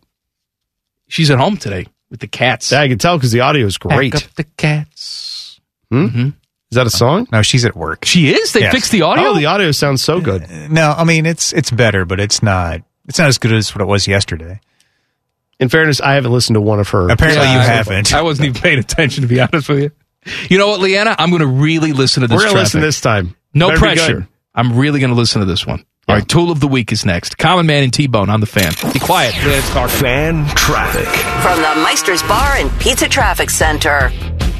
She's at home today with the cats.
Yeah, I can tell because the audio is great.
Pack up the cats.
Mm-hmm. Is that a song?
No, she's at work.
She is. They
Yes. Uh,
fixed the audio.
Oh, the audio sounds so good.
No, I mean it's it's better, but it's not it's not as good as what it was yesterday.
In fairness, I haven't listened to one of her.
Apparently,
Yeah,
you
I-
haven't.
I wasn't even paying attention, to be honest with you. You know what, Leanna? I'm going to really listen to this.
We're gonna
traffic.
listen this time.
No
Better be good.
pressure. I'm really going to listen to this one. All right, tool of the week is next. Common Man and T Bone on the fan. Be quiet. Leanna's talking.
Fan traffic.
From the Meister's Bar and Pizza Traffic Center.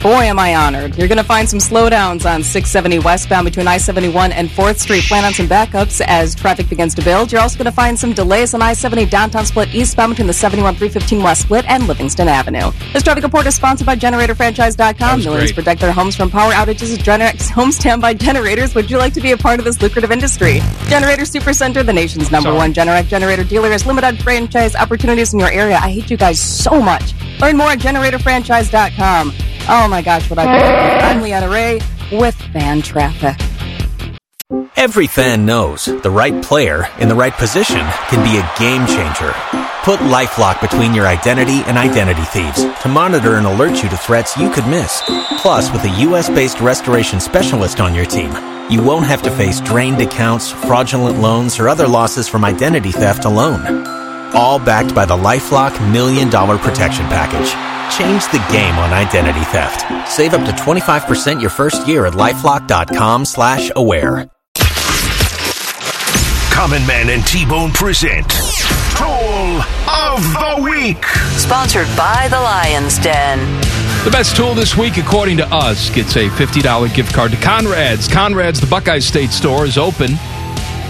Boy, am I honored. You're going to find some slowdowns on 670 westbound between I 71 and 4th Street. Plan on some backups as traffic begins to build. You're also going to find some delays on I 70 downtown split eastbound between the 71 315 West Split and Livingston Avenue. This traffic report is sponsored by
That
GeneratorFranchise.com.
was
Millions
great.
protect their homes from power outages. Generex Home Stand by Generators. Would you like to be a part of this lucrative industry? Generator Supercenter, the nation's number
Sorry.
one Generac generator dealer, has limited franchise opportunities in your area. I hate you guys so much. Learn more at GeneratorFranchise.com. Oh my gosh, what I I'm Leanna Ray with Fan Traffic.
Every fan knows the right player in the right position can be a game changer. Put LifeLock between your identity and identity thieves to monitor and alert you to threats you could miss. Plus, with a U.S.-based restoration specialist on your team, you won't have to face drained accounts, fraudulent loans, or other losses from identity theft alone. All backed by the LifeLock Million Dollar Protection Package. Change the game on identity theft. Save up to 25% your first year at LifeLock.com slash aware.
Common Man and T Bone present Tool of the Week.
Sponsored by the Lions Den.
The best tool this week, according to us, gets a $50 gift card to Conrad's. Conrad's, the Buckeye State store, is open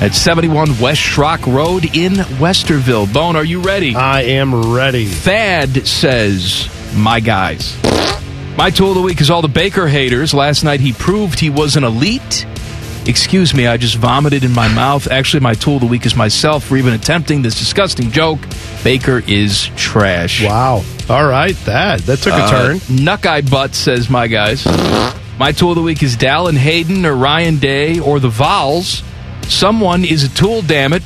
at 71 West Schrock Road in Westerville. Bone, are you ready?
I am ready.
Thad says, My guys. My tool of the week is all the Baker haters. Last night he proved he was an elite. Excuse me, I just vomited in my mouth. Actually, my tool of the week is myself for even attempting this disgusting joke. Baker is trash. Uh,
Wow. All right, that that took a turn.
Nuckeye Butt says, my guys. My tool of the week is Dallin Hayden or Ryan Day or the Vols. Someone is a tool, damn it.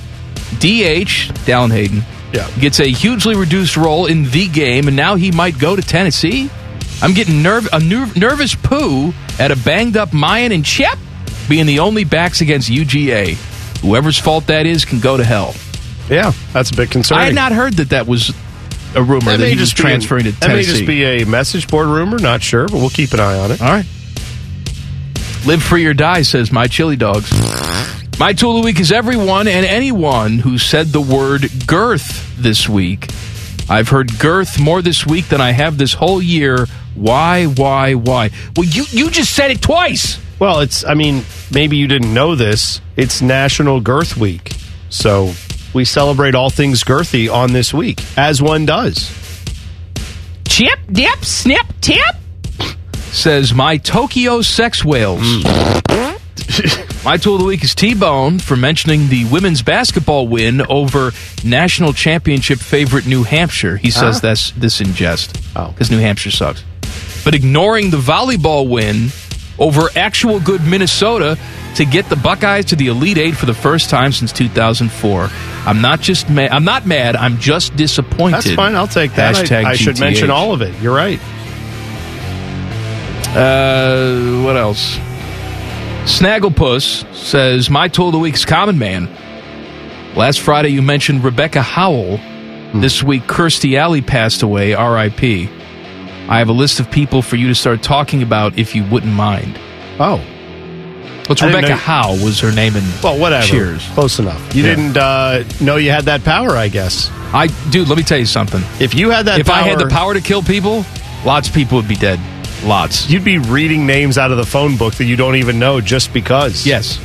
DH, Dallin Hayden,
Yeah.
gets a hugely reduced role in the game, and now he might go to Tennessee. I'm getting nerv- a ner- nervous poo at a banged up Mayan and Chep being the only backs against UGA. Whoever's fault that is can go to hell.
Yeah, that's a bit concerning.
I had not heard that that was a rumor that, he was
be
transferring
an-
to
That may
Tennessee.
just be a message board rumor. Not sure, but we'll keep an eye on it.
All right. Live free or die, says my chili dogs. My tool of the week is everyone and anyone who said the word girth this week. I've heard girth more this week than I have this whole year. Why, why, why? Well, you, you just said it twice.
Well, it's. I mean, maybe you didn't know this. It's National Girth Week, so we celebrate all things girthy on this week, as one does.
Chip, dip, snip, tip.
Says my Tokyo sex whales. my tool of the week is T Bone for mentioning the women's basketball win over national championship favorite New Hampshire. He says
Ah.
Huh?
that's this in jest. Oh. Because New Hampshire sucks. But ignoring the volleyball win over actual good Minnesota to get the Buckeyes to the Elite Eight for the first time since 2004. I'm not just ma- I'm not mad. I'm just disappointed.
That's fine. I'll take that. I,
Hashtag
I should
GTH.
mention all of it. You're right.
Uh, what else? Snagglepuss says, My tool of the week's Common Man. Last Friday, you mentioned Rebecca Howell.
Hmm.
This week, Kirstie Alley passed away, RIP. I have a list of people for you to start talking about if you wouldn't mind.
Oh.
What's
I didn't
Rebecca
know-
Howell was her name in
Well, whatever.
Cheers.
Close enough. You
Yeah.
didn't uh, know you had that power, I guess.
I dude, let me tell you something.
If you had that
if I had the power to kill people, lots of people would be dead. Lots.
you'd be reading names out of the phone book that you don't even know just because.
Yes.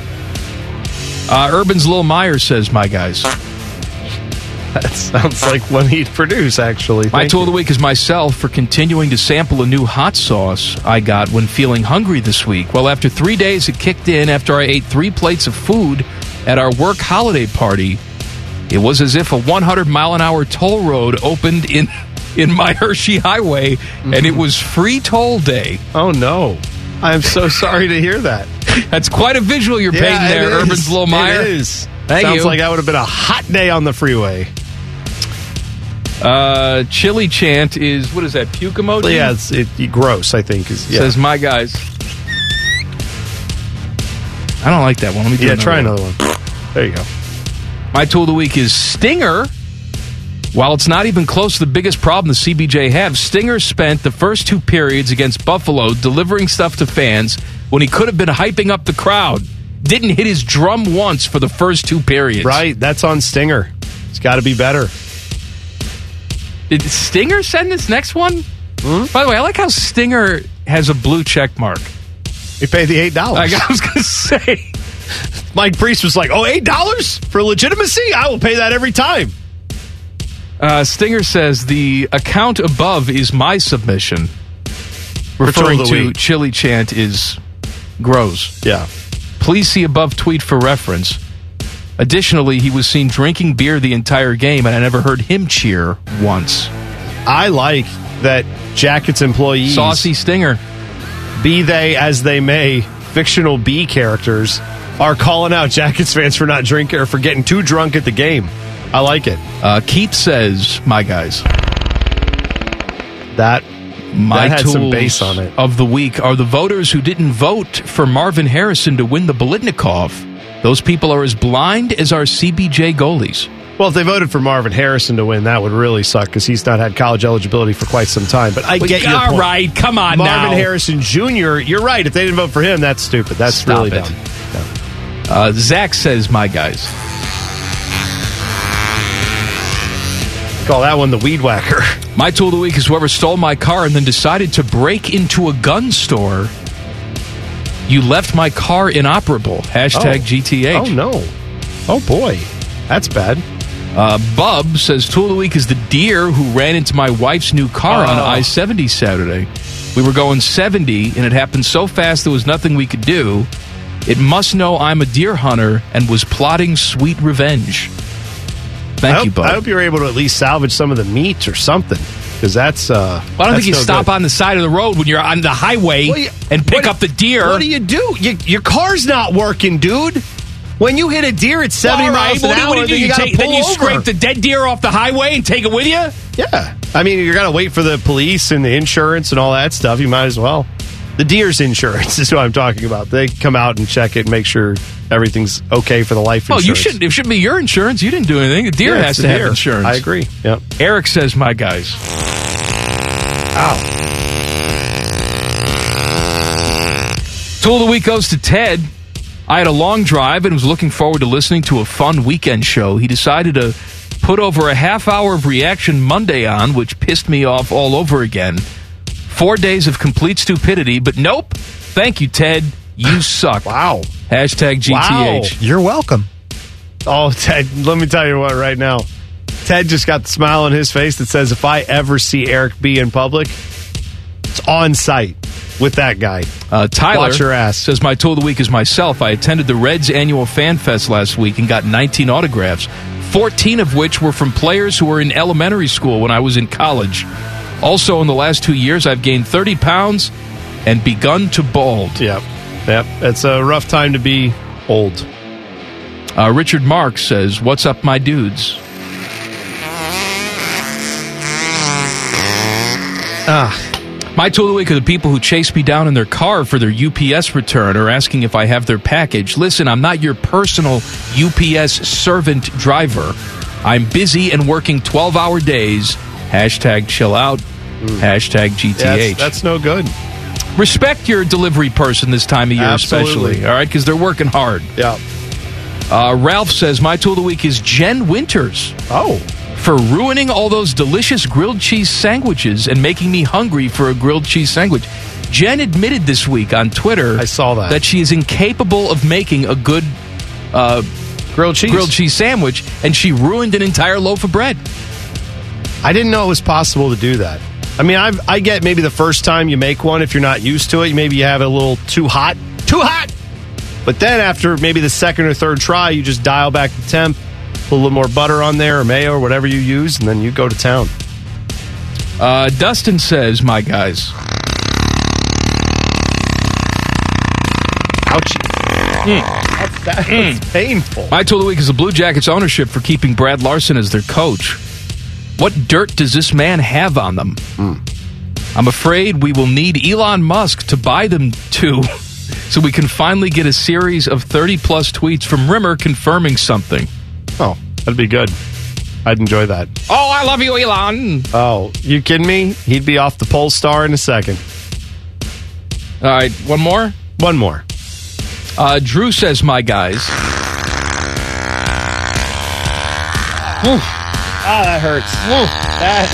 Uh, Urban's Lil Meyer says, My guys.
That sounds like one he'd produce, actually.
My
Thank
tool of the
you.
week is myself for continuing to sample a new hot sauce I got when feeling hungry this week. Well, after three days, it kicked in after I ate three plates of food at our work holiday party. It was as if a 100 mile an hour toll road opened in in my Hershey Highway, and it was free toll day.
Mm-hmm. Oh no! I'm so sorry to hear that.
That's quite a visual you're
Yeah,
painting there,
it
Urban
is.
Blomeyer.
It is.
Thank
Sounds
you.
like that would have been a hot day on the freeway.
Uh, chili chant is what is that? Puke emoji.
yeah, it's it, gross. I think is yeah.
Oh, Says my guys. I don't like that one. Let me do
Yeah, try another one. There you go.
My tool of the week is Stinger. While it's not even close to the biggest problem the CBJ have, Stinger spent the first two periods against Buffalo delivering stuff to fans when he could have been hyping up the crowd. Didn't hit his drum once for the first two periods.
Right, that's on Stinger. It's got to be better.
Did Stinger send this next one?
Hmm?
By the way, I like how Stinger has a blue check mark.
He paid the eight dollars.
I was gonna say,
Mike Priest was like, "Oh, eight dollars for legitimacy? I will pay that every time."
Uh, Stinger says the account above is my submission, referring
of
to
the week.
Chili Chant is grows.
Yeah.
Please see above tweet for reference. Additionally, he was seen drinking beer the entire game, and I never heard him cheer once.
I like that Jackets employees,
Saucy Stinger,
be they as they may, fictional B characters, are calling out Jackets fans for not drinking or for getting too drunk at the game. I like it.
Uh, Keith says, "My guys,
that
my
that had
tools
some bass on it.
of the week are the voters who didn't vote for Marvin Harrison to win the Bolitnikov. Those people are as blind as our CBJ goalies."
Well, if they voted for Marvin Harrison to win, that would really suck because he's not had college eligibility for quite some time. But I
Well,
get your
all
point.
right, come on
Marvin
now.
Harrison Jr. You're right. If they didn't vote for him, that's stupid. That's
Stop
really
it.
dumb.
Uh, Zach says, "My guys,
Call that one the weed whacker.
my tool of the week is whoever stole my car and then decided to break into a gun store. You left my car inoperable.
Oh.
Hashtag GTH.
Oh no. Oh boy, that's bad.
Uh, Bub says, tool of the week is the deer who ran into my wife's new car on
Oh.
I seventy Saturday. We were going seventy, and it happened so fast there was nothing we could do. It must know I'm a deer hunter and was plotting sweet revenge. Thank
I hope,
you, Bub.
I hope you're able to at least salvage some of the meat or something because that's. Uh,
Well, I don't think you stop
on.
on the side of the road when you're on the highway
Well, you-
and pick
what-
up the deer.
What do you do? You, your car's not working, dude. When you hit a deer at 70
All
miles
right,
an
what do you-
hour,
what do you do?
then you,
You
gotta
take- then
pull
you
over.
scrape the dead deer off the highway and take it with you?
Yeah. I mean, you're going to wait for the police and the insurance and all that stuff. You might as well. The deer's insurance is what I'm talking about. They come out and check it and make sure everything's okay for the life
Well,
insurance.
Oh, you shouldn't. It shouldn't be your insurance. You didn't do anything. The deer
Yeah,
has
it's
to
the
have
deer.
insurance.
I agree. Yep.
Eric says, "My guys,
Ow.
tool of the week goes to Ted. I had a long drive and was looking forward to listening to a fun weekend show. He decided to put over a half hour of reaction Monday on, which pissed me off all over again. Four days of complete stupidity, but nope. Thank you, Ted. You suck.
Wow.
Hashtag
Wow.
GTH.
You're welcome.
Oh, Ted, let me tell you what right now. Ted just got the smile on his face that says, if I ever see Eric B in public, it's on site with that guy.
Uh, Tyler
Watch your ass.
says, My tool of the week is myself. I attended the Reds annual fan fest last week and got 19 autographs, 14 of which were from players who were in elementary school when I was in college. Also, in the last two years, I've gained 30 pounds and begun to bald.
Yep. Yep. It's a rough time to be old.
Uh, Richard Marks says, What's up, my dudes?
Ah.
My tool of the week are the people who chase me down in their car for their UPS return or asking if I have their package. Listen, I'm not your personal UPS servant driver. I'm busy and working 12 hour days. Hashtag chill out. Hashtag
Yeah,
GTH.
that's, Mm. that's no good.
Respect your delivery person this time of year,
Absolutely.
especially. All right, because they're working hard.
Yeah.
Uh, Ralph says, My tool of the week is Jen Winters
Oh.
for ruining all those delicious grilled cheese sandwiches and making me hungry for a grilled cheese sandwich. Jen admitted this week on Twitter
I saw that.
that she is incapable of making a good uh,
Grilled cheese.
grilled cheese sandwich, and she ruined an entire loaf of bread.
I didn't know it was possible to do that. I mean, I've, I get maybe the first time you make one, if you're not used to it, maybe you have it a little too hot. Too hot! But then after maybe the second or third try, you just dial back the temp, put a little more butter on there or mayo or whatever you use, and then you go to town.
Uh, Dustin says, "My guys." Ouch.
That's, that's painful.
My tool of the week is the Blue Jackets' ownership for keeping Brad Larson as their coach. What dirt does this man have on them?
Hmm.
I'm afraid we will need Elon Musk to buy them too, so we can finally get a series of 30 plus tweets from Rimmer confirming something.
Oh, that'd be good. I'd enjoy that.
Oh, I love you, Elon.
Oh, you kidding me? He'd be off the pole star in a second.
All right, one more?
One more.
Uh, Drew says, My guys.
Ah, that hurts. That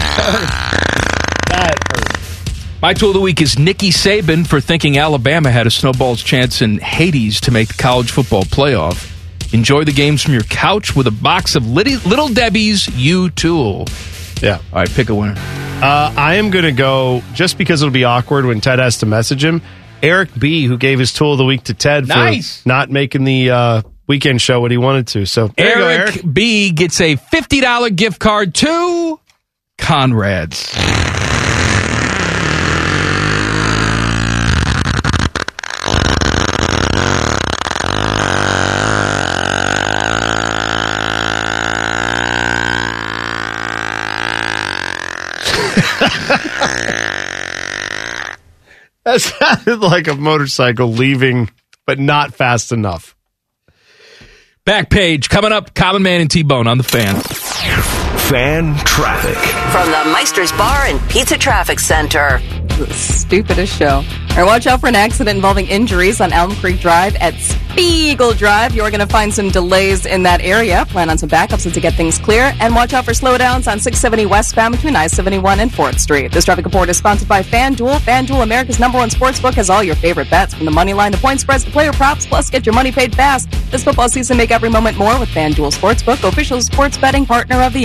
hurts. That hurts.
My tool of the week is Nikki Saban for thinking Alabama had a snowball's chance in Hades to make the college football playoff. Enjoy the games from your couch with a box of Liddy, Little Debbie's U Tool.
Yeah.
All right, pick a winner.
Uh, I am going to go just because it'll be awkward when Ted has to message him. Eric B, who gave his tool of the week to Ted
Nice.
for not making the uh, weekend show what he wanted to. So there you go,
Eric, B gets a $50 gift card to Conrad's.
That sounded like a motorcycle leaving, but not fast enough.
Back page coming up. Common Man and T Bone on the fan.
Fan traffic.
From the Meister's Bar and Pizza Traffic Center.
The stupidest show. All right, watch out for an accident involving injuries on Elm Creek Drive at Spiegel Drive. You are going to find some delays in that area. Plan on some backups to get things clear. And watch out for slowdowns on 670 westbound between I 71 and 4th Street. This traffic report is sponsored by FanDuel. FanDuel, America's number one sports book, has all your favorite bets from the money line to point spreads to player props. Plus, get your money paid fast. This football season, make every moment more with FanDuel Sportsbook, official sports betting partner of the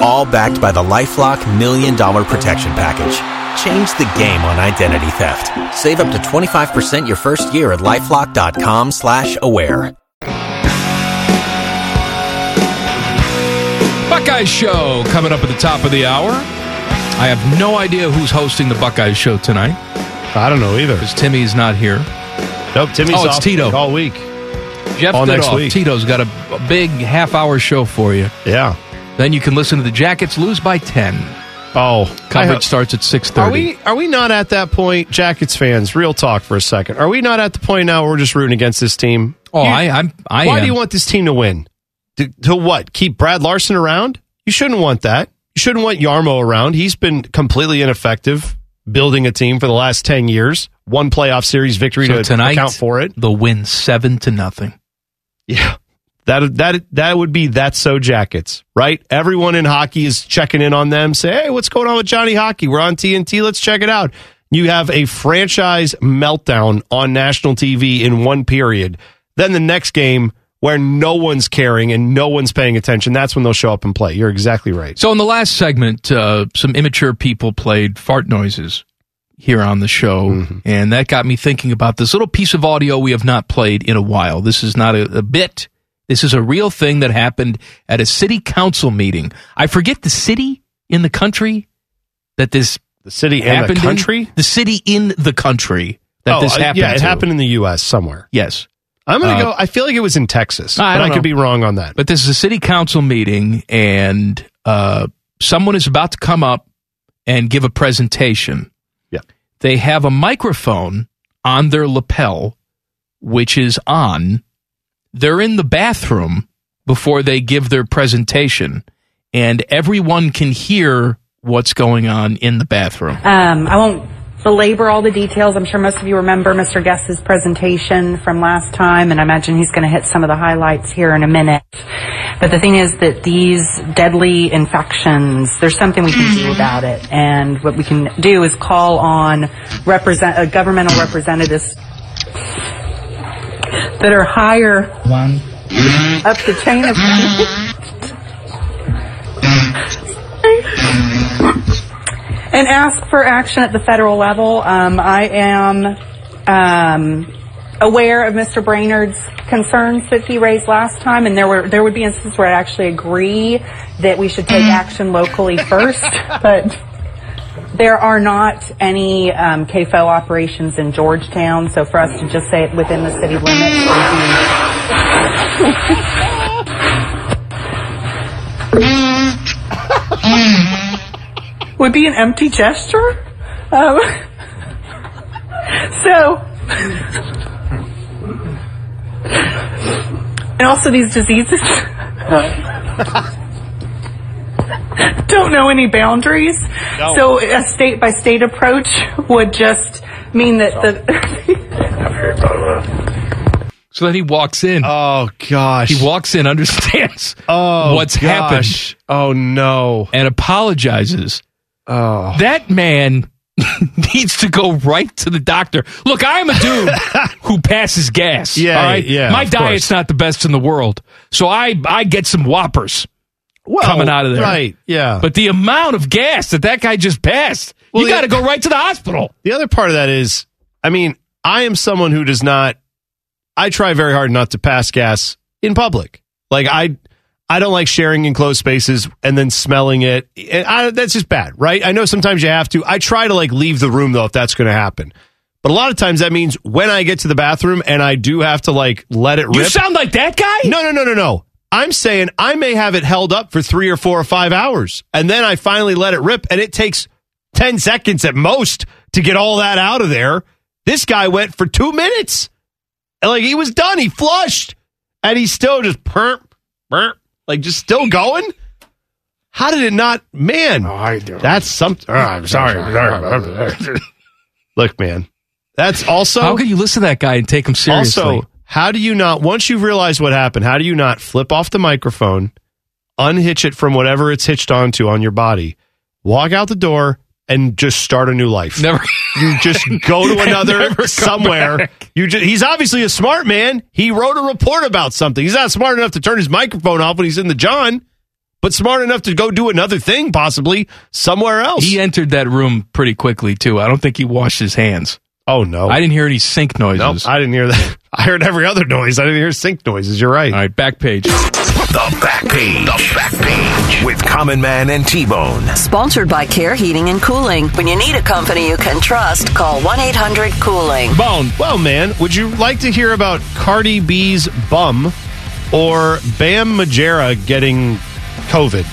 All backed by the LifeLock Million Dollar Protection Package. Change the game on identity theft. Save up to 25% your first year at LifeLock.com slash aware.
Buckeye Show coming up at the top of the hour. I have no idea who's hosting the Buckeye Show tonight.
I don't know either.
Because Timmy's not here.
Nope, Timmy's
Oh, it's
off
Tito.
all week.
Jeff
All next
Goodoff,
week.
Tito's got a, a big half hour show for you.
Yeah.
Then you can listen to the Jackets lose by 10.
Oh, I
Coverage
hope-
starts at 6.30.
Are we are we not at that point, Jackets fans? Real talk for a second. Are we not at the point now where we're just rooting against this team?
Oh, I, I'm, I
Why
am.
do you want this team to win? To, to what? Keep Brad Larson around? You shouldn't want that. You shouldn't want Yarmo around. He's been completely ineffective building a team for the last ten years. One playoff series victory
so
to
tonight,
account for it.
They'll win 7 to nothing.
Yeah. That that that would be that so jackets, right? Everyone in hockey is checking in on them. Say, hey, what's going on with Johnny Hockey? We're on TNT. Let's check it out. You have a franchise meltdown on national TV in one period. Then the next game where no one's caring and no one's paying attention. That's when they'll show up and play. You're exactly right.
So in the last segment, uh, some immature people played fart noises here on the show,
Mm-hmm.
and that got me thinking about this little piece of audio we have not played in a while. This is not a, a bit. This is a real thing that happened at a city council meeting. I forget the city in the country that this
The city and the
happened in.
country.
the city in the country that
Oh,
this
uh,
happened.
Yeah, it
to.
happened in the U.S. somewhere.
Yes,
I'm gonna
Uh,
go. I feel like it was in Texas,
I
but I
don't
could
know.
be wrong on that.
But this is a city council meeting, and uh, someone is about to come up and give a presentation.
Yeah.
They have a microphone on their lapel, which is on. They're in the bathroom before they give their presentation, and everyone can hear what's going on in the bathroom.
Um, I won't belabor all the details. I'm sure most of you remember Mr. Guest's presentation from last time, and I imagine he's going to hit some of the highlights here in a minute. But the thing is that these deadly infections, there's something we can do about it. And what we can do is call on represent, uh, governmental representatives that are higher
One.
up the chain of and ask for action at the federal level. Um, I am um, aware of Mr. Brainerd's concerns that he raised last time, and there were there would be instances where I actually agree that we should take action locally first, but. There are not any um, KFO operations in Georgetown, so for us to just say it within the city limits would be would be an empty gesture. Um, so, and also these diseases don't know any boundaries.
No.
So a state by state approach would just mean that the
So then he walks in.
Oh gosh.
He walks in, understands
oh,
what's
gosh.
happened.
Oh no.
And apologizes.
Oh.
That man needs to go right to the doctor. Look, I'm a dude who passes gas.
Yeah,
all right?
yeah,
My
of
diet's
course.
not the best in the world. So I I get some whoppers coming out of there.
Right. Yeah.
But the amount of gas that that guy just passed, you
Well,
got to
the-
go right to the hospital.
The other part of that is, I mean, I am someone who does not. I try very hard not to pass gas in public. Like I, I don't like sharing enclosed spaces and then smelling it. And I, that's just bad, right? I know sometimes you have to. I try to like leave the room though if that's going to happen. But a lot of times that means when I get to the bathroom and I do have to like let it rip.
You sound like that guy?
No, no, no, no, no. I'm saying I may have it held up for three or four or five hours, and then I finally let it rip, and it takes 10 seconds at most to get all that out of there. This guy went for two minutes. And like he was done. He flushed. And he's still just burp, burp, like just still going. How did it not man? Oh, I do. That's something. I'm sorry. Look, man. That's also
How can you listen to that guy and take him seriously?
also, how do you not, once you've realized what happened, how do you not flip off the microphone, unhitch it from whatever it's hitched onto on your body, walk out the door, and just start a new life?
Never.
You just go to
And never
another
come
somewhere.
back.
You just, he's obviously a smart man. He wrote a report about something. He's not smart enough to turn his microphone off when he's in the John, but smart enough to go do another thing, possibly somewhere else.
He entered that room pretty quickly too. I don't think he washed his hands.
oh, no.
I didn't hear any sink
Nope,
noises.
I didn't hear that. I heard every other noise. I didn't hear sink noises. You're right.
All right, back page.
The back page. The back page with Common Man and T-Bone.
Sponsored by Care Heating and Cooling. When you need a company you can trust, call 1 800 Cooling.
Bone. Well, man, would you like to hear about Cardi B's bum or Bam Majera getting COVID?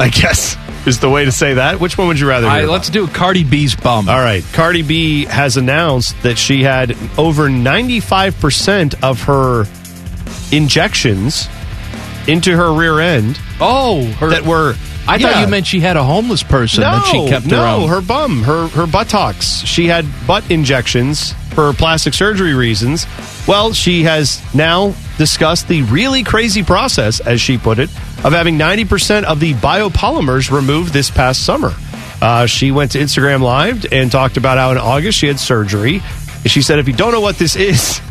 I guess is the way to say that. Which one would you rather?
All
Hear
right,
about?
let's do Cardi B's bum.
All right. Cardi B has announced that she had over 95% of her injections into her rear end
Oh, her,
that were.
I
Yeah.
thought you meant she had a homeless person
no,
that she kept
no,
around.
her bum, her her buttocks. She had butt injections for plastic surgery reasons. Well, she has now discussed the really crazy process, as she put it, of having ninety percent of the biopolymers removed this past summer. Uh, she went to Instagram Live and talked about how in August she had surgery. She said, "If you don't know what this is."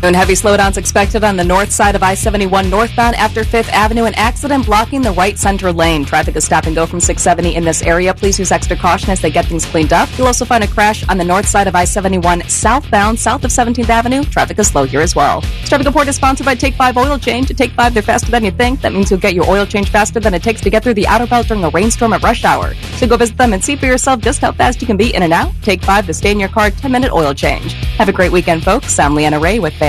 And heavy slowdowns expected on the north side of I 71 northbound after 5th Avenue. An accident blocking the right center lane. Traffic is stop and go from 670 in this area. Please use extra caution as they get things cleaned up. You'll also find a crash on the north side of I 71 southbound, south of 17th Avenue. Traffic is slow here as well. This traffic report is sponsored by Take 5 Oil Change. At Take 5, they're faster than you think. That means you'll get your oil change faster than it takes to get through the outer belt during a rainstorm at rush hour. So go visit them and see for yourself just how fast you can be in and out. Take 5, the stay in your car 10 minute oil change. Have a great weekend, folks. I'm Leanna Ray with Fan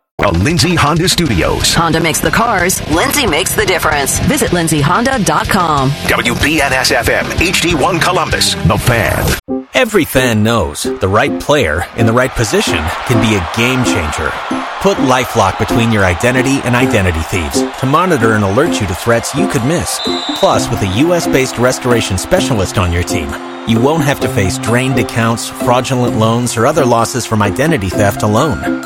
From Lindsay Honda Studios,
Honda makes the cars, Lindsay makes the difference. Visit lindsayhonda.com.
WBNS FM, HD1 Columbus, The Fan.
Every fan knows the right player in the right position can be a game changer. Put LifeLock between your identity and identity thieves to monitor and alert you to threats you could miss. Plus, with a U.S.-based restoration specialist on your team, you won't have to face drained accounts, fraudulent loans, or other losses from identity theft alone.